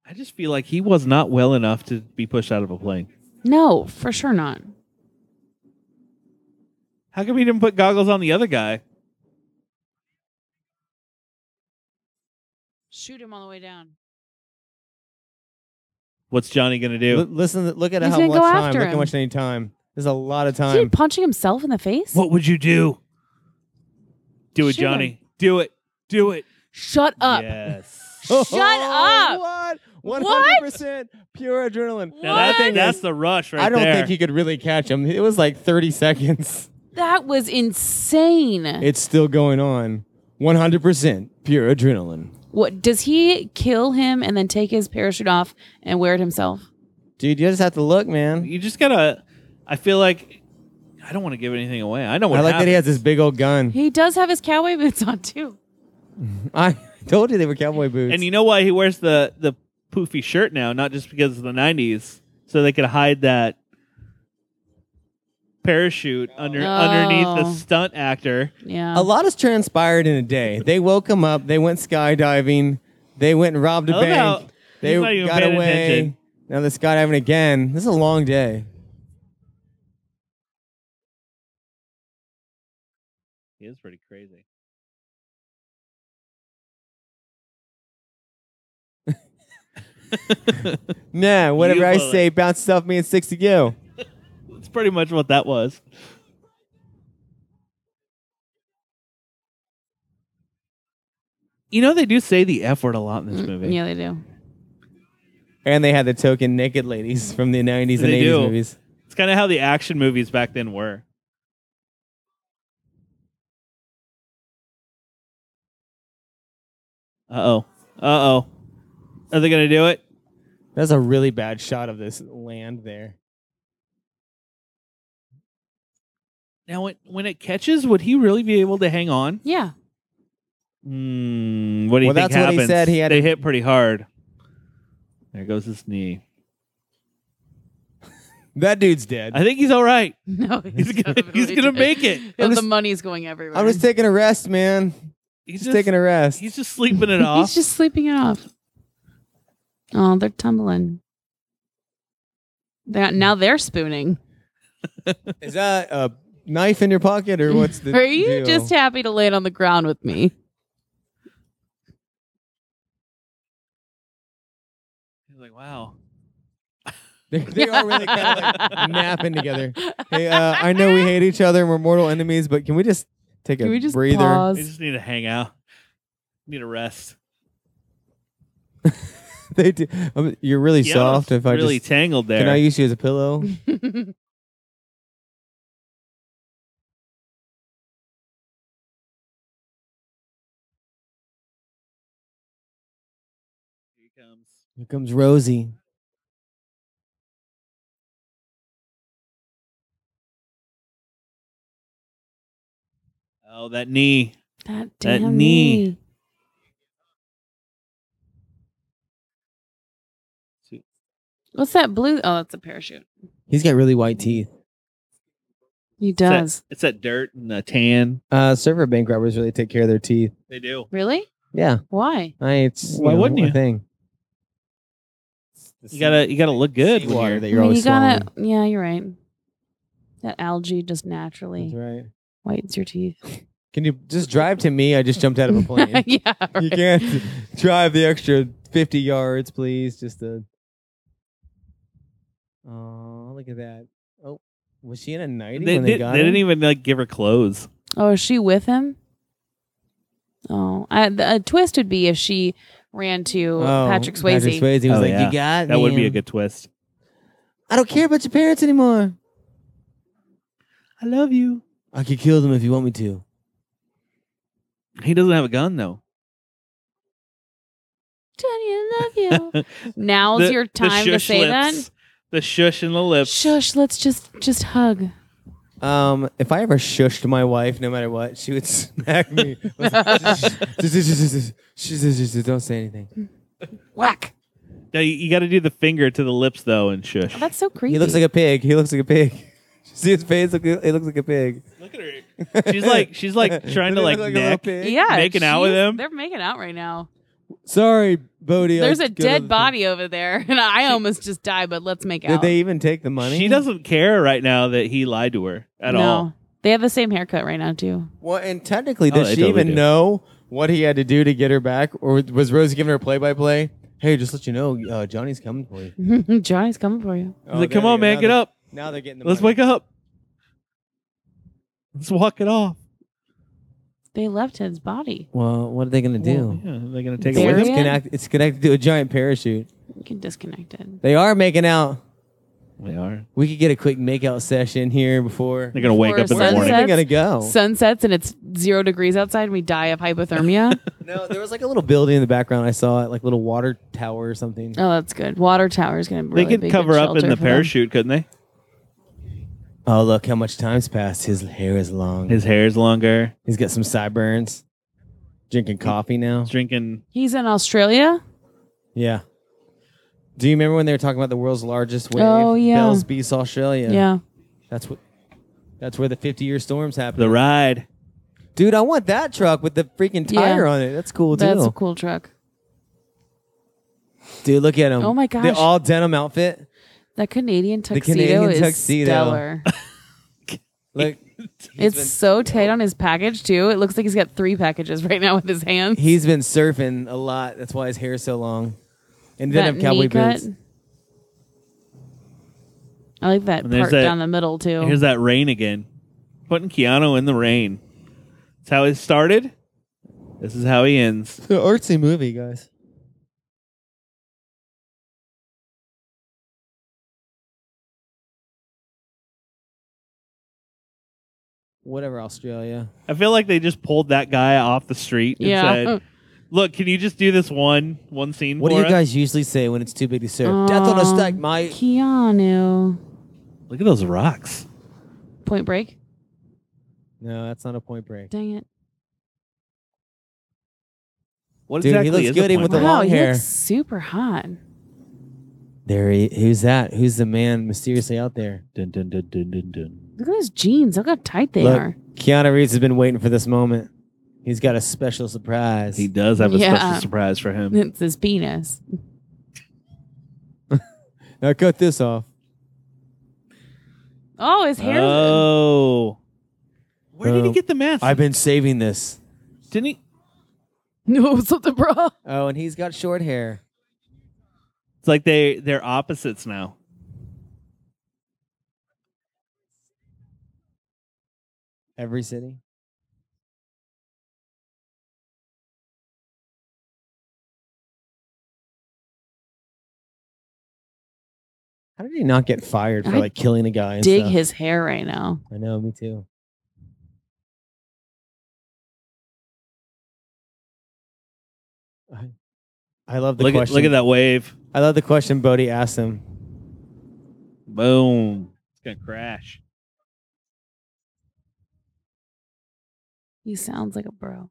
Speaker 1: I just feel like he was not well enough to be pushed out of a plane.
Speaker 3: No, for sure not.
Speaker 1: How come he didn't put goggles on the other guy?
Speaker 3: Shoot him all the way down.
Speaker 1: What's Johnny gonna
Speaker 2: L-
Speaker 1: do?
Speaker 2: listen, look at
Speaker 3: He's
Speaker 2: how
Speaker 3: gonna
Speaker 2: much
Speaker 3: go
Speaker 2: time.
Speaker 3: after
Speaker 2: Look how
Speaker 3: him.
Speaker 2: much any time. There's a lot of
Speaker 3: Is he
Speaker 2: time.
Speaker 3: punching himself in the face?
Speaker 1: What would you do? Do it,
Speaker 3: Shoot
Speaker 1: Johnny. Do it. Do it.
Speaker 3: Shut up.
Speaker 1: Yes.
Speaker 3: Shut up.
Speaker 2: Oh, What?
Speaker 3: What?
Speaker 2: 100% pure adrenaline.
Speaker 1: Now that
Speaker 3: What?
Speaker 1: that's the rush right
Speaker 2: I don't
Speaker 1: there.
Speaker 2: think he could really catch him. It was like 30 seconds.
Speaker 3: That was insane.
Speaker 2: It's still going on. 100% pure adrenaline.
Speaker 3: what does he kill him and then take his parachute off and wear it himself?
Speaker 2: Dude, you just have to look, man.
Speaker 1: you just gotta. I feel like I don't want to give anything away. I know what
Speaker 2: I like that
Speaker 1: happened.
Speaker 2: he has this big old gun.
Speaker 3: He does have his cowboy boots on too.
Speaker 2: I told you they were cowboy boots.
Speaker 1: And you know why he wears the the poofy shirt now? Not just because of the '90s, so they could hide that parachute under
Speaker 3: Oh.
Speaker 1: underneath the stunt actor.
Speaker 3: Yeah.
Speaker 2: a lot has transpired in a day. They woke him up. They went skydiving. They went and robbed a
Speaker 1: I love how
Speaker 2: bank. They
Speaker 1: he's not even
Speaker 2: got
Speaker 1: paying
Speaker 2: away.
Speaker 1: attention.
Speaker 2: Now they're skydiving again. This is a long day.
Speaker 1: He is pretty crazy.
Speaker 2: Nah, whatever
Speaker 1: You
Speaker 2: I
Speaker 1: will.
Speaker 2: say bounces off me and sticks to you.
Speaker 1: That's pretty much what that was. You know they do say the F word a lot in this movie.
Speaker 3: Mm, Yeah, they do.
Speaker 2: And they had the token naked ladies from the 90s and
Speaker 1: They
Speaker 2: 80s
Speaker 1: do.
Speaker 2: movies.
Speaker 1: It's kind of how the action movies back then were. Uh oh. Uh oh. Are they going to do it?
Speaker 2: That's a really bad shot of this land there.
Speaker 1: Now, when, when it catches, would he really be able to hang on?
Speaker 3: Yeah.
Speaker 1: Hmm. what do you
Speaker 2: Well,
Speaker 1: think
Speaker 2: that's what he
Speaker 1: happens?
Speaker 2: said. He had
Speaker 1: they
Speaker 2: a-
Speaker 1: hit pretty hard. There goes his knee.
Speaker 2: That dude's dead.
Speaker 1: I think he's all right.
Speaker 3: No,
Speaker 1: He's gonna- he's
Speaker 3: totally
Speaker 1: gonna
Speaker 3: dead.
Speaker 1: make it.
Speaker 3: Yeah,
Speaker 2: I'm
Speaker 3: the
Speaker 2: just-
Speaker 3: money's going everywhere.
Speaker 2: I'm just taking a rest, man.
Speaker 1: He's
Speaker 2: Just,
Speaker 1: just
Speaker 2: taking a rest.
Speaker 1: he's just sleeping it off.
Speaker 3: He's just sleeping it off.
Speaker 5: Oh, they're tumbling.
Speaker 3: That now they're spooning.
Speaker 2: Is that a knife in your pocket or what's the
Speaker 3: Are you
Speaker 2: deal?
Speaker 3: just happy to lay it on the ground with me?
Speaker 1: He's like, wow.
Speaker 2: they, they are really kind of like napping together. Hey, uh, I know we hate each other and we're mortal enemies, but can we just take a
Speaker 3: Can we just
Speaker 2: breather?
Speaker 1: I
Speaker 3: pause?
Speaker 1: just need to hang out. Need a rest.
Speaker 2: They do. I'm- you're really
Speaker 1: Yeah,
Speaker 2: soft. If I
Speaker 1: really
Speaker 2: just
Speaker 1: tangled there.
Speaker 2: can, I use you as a pillow.
Speaker 1: Here he comes.
Speaker 2: Here comes Rosie.
Speaker 1: Oh, that knee.
Speaker 5: That
Speaker 1: That
Speaker 5: damn
Speaker 1: knee.
Speaker 5: knee.
Speaker 3: What's that blue? Oh, that's a parachute.
Speaker 2: He's got really white teeth.
Speaker 5: He
Speaker 1: It's that-
Speaker 5: does.
Speaker 1: It's that dirt and the tan.
Speaker 2: Uh, server bank robbers really take care of their teeth.
Speaker 1: They do.
Speaker 3: Really?
Speaker 2: Yeah,
Speaker 3: Why?
Speaker 2: I, it's you
Speaker 1: Why
Speaker 2: know,
Speaker 1: wouldn't
Speaker 2: a
Speaker 1: you?
Speaker 2: Thing.
Speaker 1: You gotta you gotta look good when
Speaker 2: water
Speaker 1: you're
Speaker 2: that
Speaker 5: I
Speaker 2: you're
Speaker 5: mean,
Speaker 2: always
Speaker 5: you gotta.
Speaker 2: swallowing.
Speaker 5: Yeah, you're right. That algae just
Speaker 2: That's
Speaker 5: naturally
Speaker 2: right.
Speaker 5: whitens your teeth.
Speaker 2: Can you just drive to me? I just jumped out of a plane.
Speaker 3: yeah.
Speaker 2: You
Speaker 3: right.
Speaker 2: can't drive the extra 50 yards, please. Just to. Oh, look at that. Oh, was she in a 90
Speaker 1: they,
Speaker 2: when they,
Speaker 1: did,
Speaker 2: got
Speaker 1: they
Speaker 2: her?
Speaker 1: didn't even like give her clothes.
Speaker 5: Oh, is she with him? Oh, I, the, a twist would be if she ran to
Speaker 2: Oh,
Speaker 5: Patrick Swayze.
Speaker 2: Patrick Swayze was
Speaker 1: Oh,
Speaker 2: like,
Speaker 1: yeah.
Speaker 2: You got
Speaker 1: That would be a
Speaker 2: me."
Speaker 1: good twist.
Speaker 2: I don't care about your parents anymore.
Speaker 1: I love you.
Speaker 2: I could kill them if you want me to.
Speaker 1: He doesn't have a gun though.
Speaker 5: Tony, I love you.
Speaker 3: Now's
Speaker 1: The-
Speaker 3: your
Speaker 1: the
Speaker 3: time to
Speaker 1: shush
Speaker 3: say
Speaker 1: lips. The shush and the lips.
Speaker 5: Shush, let's just just hug.
Speaker 2: Um, if I ever shushed my wife, no matter what, she would smack me. Don't say anything.
Speaker 5: Whack.
Speaker 1: Now, you, got to do the finger to the lips though and shush.
Speaker 5: Oh, that's so creepy.
Speaker 2: He looks like a pig. He looks like a pig. See his face? Look- It looks like a pig.
Speaker 1: Look at her. She's like she's like trying
Speaker 2: Doesn't he
Speaker 1: to
Speaker 2: look
Speaker 1: like,
Speaker 2: like a little
Speaker 1: neck.
Speaker 2: pig?
Speaker 3: Yeah.
Speaker 1: Making out with
Speaker 3: she's-
Speaker 1: him?
Speaker 3: They're making out right now.
Speaker 2: Sorry, Bodie. I
Speaker 3: There's a
Speaker 2: killed
Speaker 3: dead
Speaker 2: other
Speaker 3: body over there, and I almost just died, but let's make
Speaker 2: things. Did
Speaker 3: out.
Speaker 2: they even take the money?
Speaker 1: She doesn't care right now that he lied to her at
Speaker 3: no.
Speaker 1: all.
Speaker 3: They have the same haircut right now, too.
Speaker 2: Well, and technically,
Speaker 1: Oh,
Speaker 2: does
Speaker 1: they
Speaker 2: she
Speaker 1: totally
Speaker 2: even
Speaker 1: do.
Speaker 2: know what he had to do to get her back, or was Rosie giving her play by play? Hey, just let you know, uh, Johnny's coming for you.
Speaker 5: Johnny's coming for you.
Speaker 2: Oh,
Speaker 1: He's like, "Come on, man, get up.
Speaker 2: Now they're getting the
Speaker 1: Let's wake up. Let's walk it off."
Speaker 5: They left his body.
Speaker 2: Well, what are they gonna
Speaker 1: Well,
Speaker 2: do?
Speaker 1: yeah, they're gonna take
Speaker 2: It's
Speaker 1: it with
Speaker 5: Bury
Speaker 1: them.
Speaker 5: it?
Speaker 2: connected, it's connected to a giant parachute.
Speaker 5: You can disconnect it.
Speaker 2: They are making out.
Speaker 1: They are.
Speaker 2: We could get a quick makeout session here before.
Speaker 1: They're gonna wake up in the
Speaker 2: Where
Speaker 3: sunset.
Speaker 2: are
Speaker 1: morning.
Speaker 2: they gonna go?
Speaker 3: Sunsets, and it's zero degrees outside, and we die of hypothermia.
Speaker 2: no, there was like a little building in the background. I saw it, like little water tower or something.
Speaker 3: oh, that's good. Water tower is going to really
Speaker 1: they
Speaker 3: be
Speaker 1: could
Speaker 3: a
Speaker 1: cover
Speaker 3: good
Speaker 1: up in
Speaker 3: shelter
Speaker 1: the
Speaker 3: for them.
Speaker 1: parachute, couldn't they?
Speaker 2: Oh, look how much time's passed. His hair is long.
Speaker 1: His hair's longer.
Speaker 2: He's got some sideburns. Drinking coffee now.
Speaker 1: He's drinking.
Speaker 3: He's in Australia.
Speaker 2: Yeah. Do you remember when they were talking about the world's largest wave?
Speaker 5: Oh, yeah.
Speaker 2: Bells Beast, Australia.
Speaker 3: Yeah.
Speaker 2: That's what. That's where the 50 year storms happened.
Speaker 1: The ride.
Speaker 2: Dude, I want that truck with the freaking
Speaker 3: Yeah.
Speaker 2: tire on it. That's cool
Speaker 3: That's a
Speaker 2: too.
Speaker 3: cool truck.
Speaker 2: Dude, look at him.
Speaker 5: Oh, my
Speaker 2: The
Speaker 5: gosh.
Speaker 2: all denim outfit.
Speaker 5: That Canadian tuxedo
Speaker 2: Canadian
Speaker 5: is
Speaker 2: tuxedo.
Speaker 5: stellar.
Speaker 2: Look,
Speaker 3: it's so tight on his package too. It looks like he's got three packages right now with his hands.
Speaker 2: He's been surfing a lot. That's why his hair is so long. And he
Speaker 3: that
Speaker 2: doesn't have cowboy
Speaker 3: knee cut.
Speaker 2: boots.
Speaker 3: I like that
Speaker 1: And there's
Speaker 3: part
Speaker 1: that-
Speaker 3: down the middle too.
Speaker 1: Here's that rain again. Putting Keanu in the rain. That's how it started. This is how he ends.
Speaker 2: It's an artsy movie, guys. Whatever, Australia.
Speaker 1: I feel like they just pulled that guy off the street and
Speaker 3: Yeah.
Speaker 1: said, "Look, can you just do this one one scene
Speaker 2: What do
Speaker 1: for
Speaker 2: you
Speaker 1: us?"
Speaker 2: guys usually say when it's too big to serve? Death on a
Speaker 3: Um,
Speaker 2: stack, mate.
Speaker 3: Keanu.
Speaker 1: Look at those rocks.
Speaker 3: Point Break.
Speaker 2: No, that's not a point break.
Speaker 3: Dang it!
Speaker 1: What
Speaker 2: Dude, he
Speaker 1: exactly
Speaker 2: looks
Speaker 1: is
Speaker 2: good
Speaker 1: a
Speaker 2: even
Speaker 1: point
Speaker 2: with The
Speaker 1: break?
Speaker 3: wow,
Speaker 2: long
Speaker 3: he
Speaker 2: hair.
Speaker 3: looks super hot.
Speaker 2: There he who's that? Who's the man mysteriously out there?
Speaker 1: Dun, dun, dun, dun, dun, dun.
Speaker 3: Look at his jeans. Look how tight they
Speaker 2: Look.
Speaker 3: are.
Speaker 2: Keanu Reeves has been waiting for this moment. He's got a special surprise.
Speaker 1: He does have a
Speaker 3: Yeah.
Speaker 1: special surprise for him.
Speaker 3: It's his penis.
Speaker 2: now cut this off.
Speaker 3: Oh, his hair.
Speaker 1: Oh, where did he
Speaker 2: Oh.
Speaker 1: get the mask?
Speaker 2: I've been saving this.
Speaker 1: Didn't he?
Speaker 3: No, something, bro.
Speaker 2: Oh, and he's got short hair.
Speaker 1: It's like they they're opposites now.
Speaker 2: Every city. How did he not get fired for
Speaker 3: I
Speaker 2: like killing a guy? And
Speaker 3: Dig
Speaker 2: stuff?
Speaker 3: his hair right now.
Speaker 2: I know, me too. I, I love the
Speaker 1: Look at,
Speaker 2: question.
Speaker 1: look at that wave.
Speaker 2: I love the question Bodhi asked him.
Speaker 1: Boom. It's gonna crash.
Speaker 3: He sounds like a bro.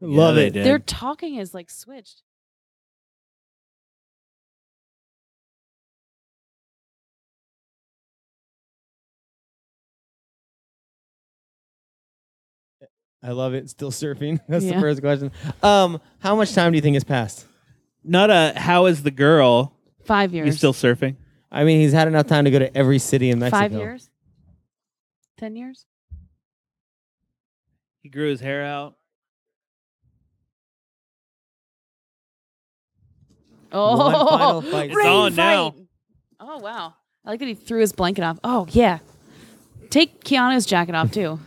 Speaker 2: Love
Speaker 1: they
Speaker 2: it.
Speaker 1: did.
Speaker 3: Their talking is like switched.
Speaker 2: I love it. Still surfing. That's
Speaker 3: Yeah.
Speaker 2: the first question. Um, how much time do you think has passed?
Speaker 1: Not a how is the girl?
Speaker 3: Five
Speaker 1: You
Speaker 3: years.
Speaker 1: still surfing?
Speaker 2: I mean, he's had enough time to go to every city in Mexico.
Speaker 3: five years. Ten years.
Speaker 1: He grew his hair out.
Speaker 3: Oh,
Speaker 2: final fight.
Speaker 1: It's on now.
Speaker 3: fight. Oh wow! I like that he threw his blanket off. Oh yeah. Take Keanu's jacket off too.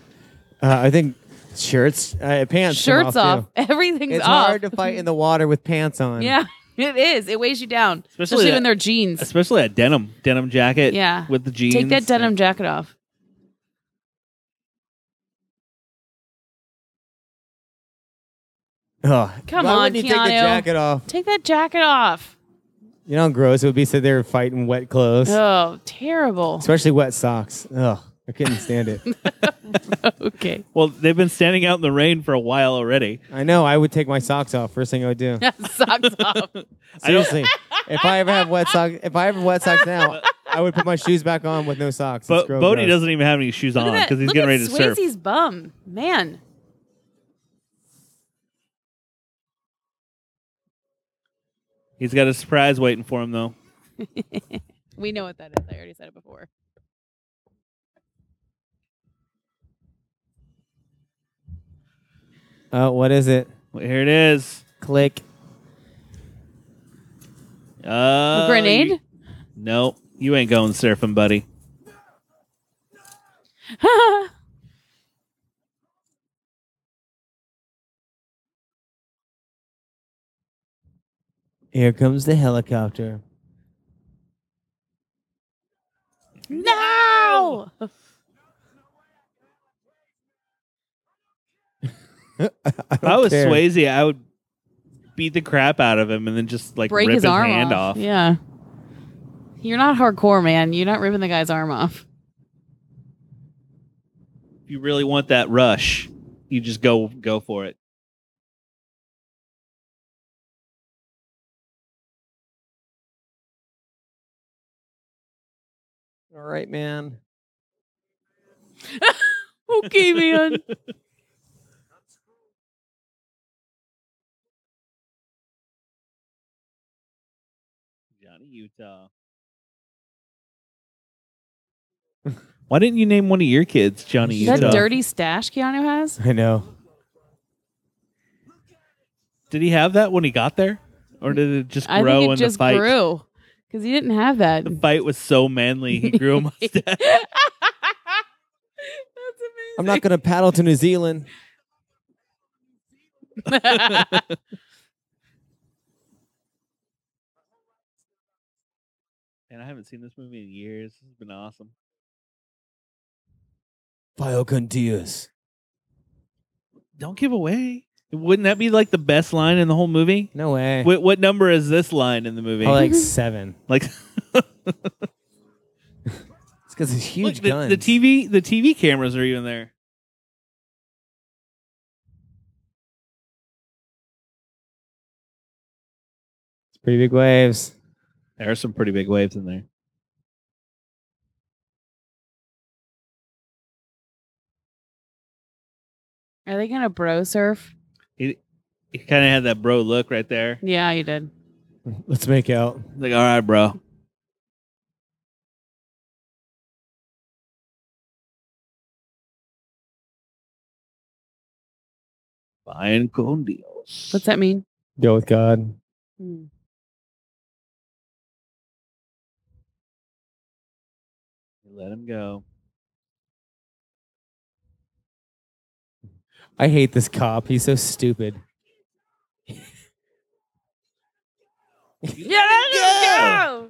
Speaker 2: Uh, I think shirts, uh, pants, come
Speaker 3: Shirts off.
Speaker 2: too.
Speaker 3: Everything's
Speaker 2: It's
Speaker 3: off.
Speaker 2: hard to fight in the water with pants on.
Speaker 3: yeah, it is. It weighs you down,
Speaker 1: Especially
Speaker 3: especially,
Speaker 1: that-
Speaker 3: when they're jeans.
Speaker 1: Especially a denim denim jacket.
Speaker 3: Yeah.
Speaker 1: With the jeans.
Speaker 3: Take that denim jacket off.
Speaker 2: Ugh.
Speaker 3: Come
Speaker 2: Why
Speaker 3: on,
Speaker 2: wouldn't you take the
Speaker 3: Keanu.
Speaker 2: jacket off?
Speaker 3: Take that jacket off.
Speaker 2: You know how gross it would be. So they were fighting wet clothes,
Speaker 3: Oh, terrible.
Speaker 2: especially wet socks. Ugh, I couldn't stand it.
Speaker 3: Okay.
Speaker 1: Well, they've been standing out in the rain for a while already.
Speaker 2: I know. I would take my socks off. First thing I would do.
Speaker 3: Socks off.
Speaker 1: I don't-
Speaker 2: Seriously, if I ever have wet socks, if I ever wet socks now, I would put my shoes back on with no socks.
Speaker 1: But
Speaker 2: It's gross.
Speaker 1: Bodie doesn't even have any shoes on
Speaker 3: Look at that.
Speaker 1: because he's
Speaker 3: Look
Speaker 1: getting
Speaker 3: at
Speaker 1: ready to surf.
Speaker 3: Swayze's bum. Man.
Speaker 1: He's got a surprise waiting for him though.
Speaker 3: We know what that is. I already said it before.
Speaker 2: Oh, what is it?
Speaker 1: Well, here it is.
Speaker 2: Click.
Speaker 1: Uh,
Speaker 3: a grenade?
Speaker 1: you- no, you ain't going surfing, buddy.
Speaker 2: Here comes the helicopter.
Speaker 3: no!
Speaker 2: I,
Speaker 1: If I
Speaker 2: don't
Speaker 1: was
Speaker 2: care.
Speaker 1: Swayze, I would beat the crap out of him and then just like
Speaker 3: Break
Speaker 1: rip
Speaker 3: his,
Speaker 1: his,
Speaker 3: arm
Speaker 1: hand off.
Speaker 3: Yeah. You're not hardcore, man. You're not ripping the guy's arm off.
Speaker 1: If you really want that rush, you just go go for it.
Speaker 2: All right, man.
Speaker 3: Okay, man.
Speaker 1: Johnny Utah. Why didn't you name one of your kids Johnny
Speaker 2: That
Speaker 1: Utah?
Speaker 3: That dirty stash Keanu has?
Speaker 2: I know.
Speaker 1: Did he have that when he got there, or did it just
Speaker 3: I
Speaker 1: grow
Speaker 3: think it
Speaker 1: in
Speaker 3: just
Speaker 1: the fight?
Speaker 3: grew because he didn't have that.
Speaker 1: The fight was so manly, he grew a
Speaker 3: That's
Speaker 1: mustache.
Speaker 3: amazing.
Speaker 2: I'm not going to paddle to New Zealand.
Speaker 1: and I haven't seen this movie in years. It's been awesome.
Speaker 2: Vio con Dios.
Speaker 1: Don't give away. Wouldn't that be like the best line in the whole movie?
Speaker 2: No way.
Speaker 1: What, what number is this line in the movie?
Speaker 2: Oh, like seven.
Speaker 1: like
Speaker 2: It's because it's huge
Speaker 1: Look, the,
Speaker 2: guns.
Speaker 1: the TV, the TV cameras are even there.
Speaker 2: It's pretty big waves.
Speaker 1: There are some pretty big waves in there.
Speaker 3: Are they gonna bro surf?
Speaker 1: He, he kind of had that bro look right there.
Speaker 3: Yeah, you did.
Speaker 2: Let's make out.
Speaker 1: Like, all right, bro. Buying con deals.
Speaker 3: What's that mean?
Speaker 2: Go with God.
Speaker 3: Hmm.
Speaker 1: Let him go.
Speaker 2: I hate this cop. He's so stupid.
Speaker 3: Yeah, let him go.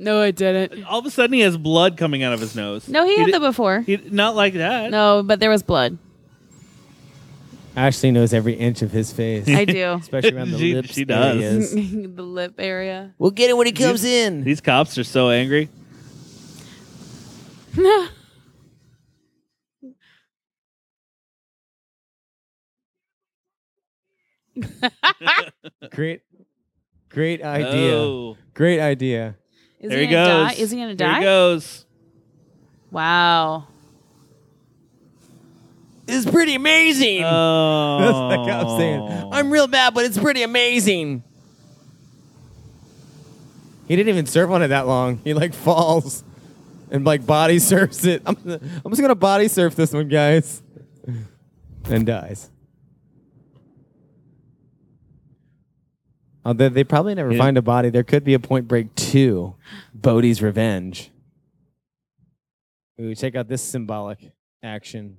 Speaker 3: No, I didn't.
Speaker 1: All of a sudden, he has blood coming out of his nose.
Speaker 3: No, he had
Speaker 1: di-
Speaker 3: the before.
Speaker 1: he, not like that.
Speaker 3: No, but there was blood.
Speaker 2: Ashley knows every inch of his face,
Speaker 3: I do.
Speaker 2: especially around the
Speaker 1: She-
Speaker 2: lips.
Speaker 1: she does.
Speaker 2: areas.
Speaker 3: the lip area.
Speaker 2: We'll get it when he
Speaker 1: comes
Speaker 2: in.
Speaker 1: These cops are so angry.
Speaker 2: Great, great idea.
Speaker 1: Oh,
Speaker 2: Great idea.
Speaker 3: Is
Speaker 1: there
Speaker 3: he
Speaker 1: he
Speaker 3: gonna
Speaker 1: goes.
Speaker 3: die? Is he gonna
Speaker 1: There
Speaker 3: die?
Speaker 1: he goes.
Speaker 3: Wow.
Speaker 2: It's pretty amazing.
Speaker 1: Oh,
Speaker 2: That's the cop saying. I'm real bad, but it's pretty amazing. He didn't even surf on it that long. He like falls and like body surfs it. I'm, gonna- I'm just gonna body surf this one, guys, and dies. Although they probably never
Speaker 1: Yeah.
Speaker 2: find a body, there could be a Point Break two, Bodie's Revenge. Ooh, check out this symbolic action.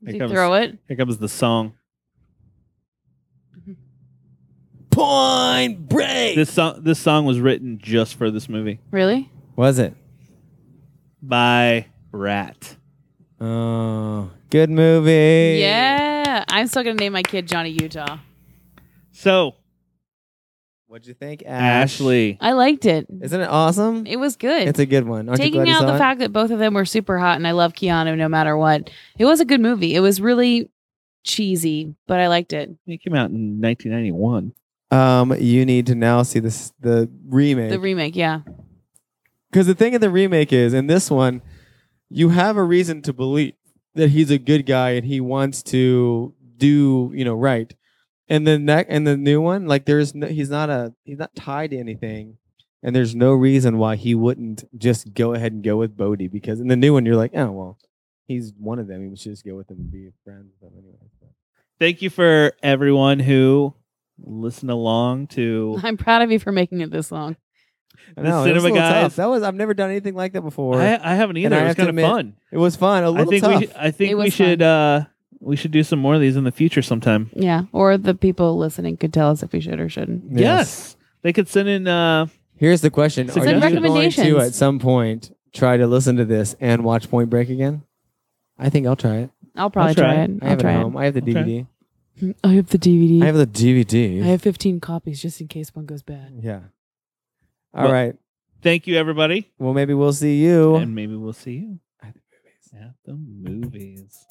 Speaker 3: Did
Speaker 1: Here
Speaker 3: he
Speaker 1: comes-
Speaker 3: throw it?
Speaker 1: Here comes the song.
Speaker 2: Point Break.
Speaker 1: This song. This song was written just for this movie
Speaker 3: Really?
Speaker 2: was it?
Speaker 1: by Rat.
Speaker 2: Oh, good movie.
Speaker 3: Yeah. I'm still gonna name my kid Johnny Utah.
Speaker 1: So
Speaker 2: What'd you think,
Speaker 1: Ashley,
Speaker 3: I liked it.
Speaker 2: Isn't it awesome?
Speaker 3: It was good.
Speaker 2: It's a good one. Aren't you
Speaker 3: Taking
Speaker 2: glad you
Speaker 3: out
Speaker 2: saw
Speaker 3: the
Speaker 2: it?
Speaker 3: fact that both of them were super hot and I love Keanu no matter what. It was a good movie. It was really cheesy, but I liked it.
Speaker 1: it came out in 1991.
Speaker 2: Um, you need to now see this the
Speaker 3: The
Speaker 2: remake
Speaker 3: remake, yeah.
Speaker 2: because the thing in the remake is in this one, you have a reason to believe that he's a good guy and he wants to do you know right, and then that and the new one like there's no, he's not a he's not tied to anything. And there's no reason why he wouldn't just go ahead and go with Bodhi because in the new one you're like, oh well, he's one of them. He should just go with him and be friends with him anyway. So.
Speaker 1: Thank you for everyone who listened along to.
Speaker 3: I'm proud of you for making it this long.
Speaker 2: I
Speaker 1: The
Speaker 2: know, it
Speaker 1: Cinema
Speaker 2: was a little tough.
Speaker 1: Guys-
Speaker 2: That was I've never done anything like that before.
Speaker 1: I, I haven't either.
Speaker 2: I
Speaker 1: it was
Speaker 2: have to
Speaker 1: kind of
Speaker 2: admit,
Speaker 1: fun.
Speaker 2: it was fun. A
Speaker 1: I
Speaker 2: little
Speaker 1: think
Speaker 2: tough.
Speaker 1: we. Sh- I think
Speaker 3: It
Speaker 1: we
Speaker 3: was
Speaker 1: should.
Speaker 3: fun.
Speaker 1: uh We should do some more of these in the future sometime.
Speaker 3: Yeah. Or the people listening could tell us if we should or shouldn't.
Speaker 1: uh, Yes. They could send in uh
Speaker 2: Here's the question:
Speaker 1: Send
Speaker 2: Are you going to
Speaker 3: recommendations.
Speaker 2: at some point try to listen to this and watch Point Break again? I think I'll try it.
Speaker 3: I'll probably
Speaker 1: try.
Speaker 3: try. it.
Speaker 2: I
Speaker 3: I'll
Speaker 2: have it
Speaker 3: try
Speaker 2: at
Speaker 3: it.
Speaker 2: home. I have the
Speaker 1: I'll try.
Speaker 2: DVD.
Speaker 3: I have the DVD.
Speaker 2: I have the DVD.
Speaker 3: I have 15 copies just in case one goes bad.
Speaker 2: yeah. All right.
Speaker 1: Well- thank you everybody.
Speaker 2: Well, maybe we'll see you.
Speaker 1: And maybe we'll see you at the movies.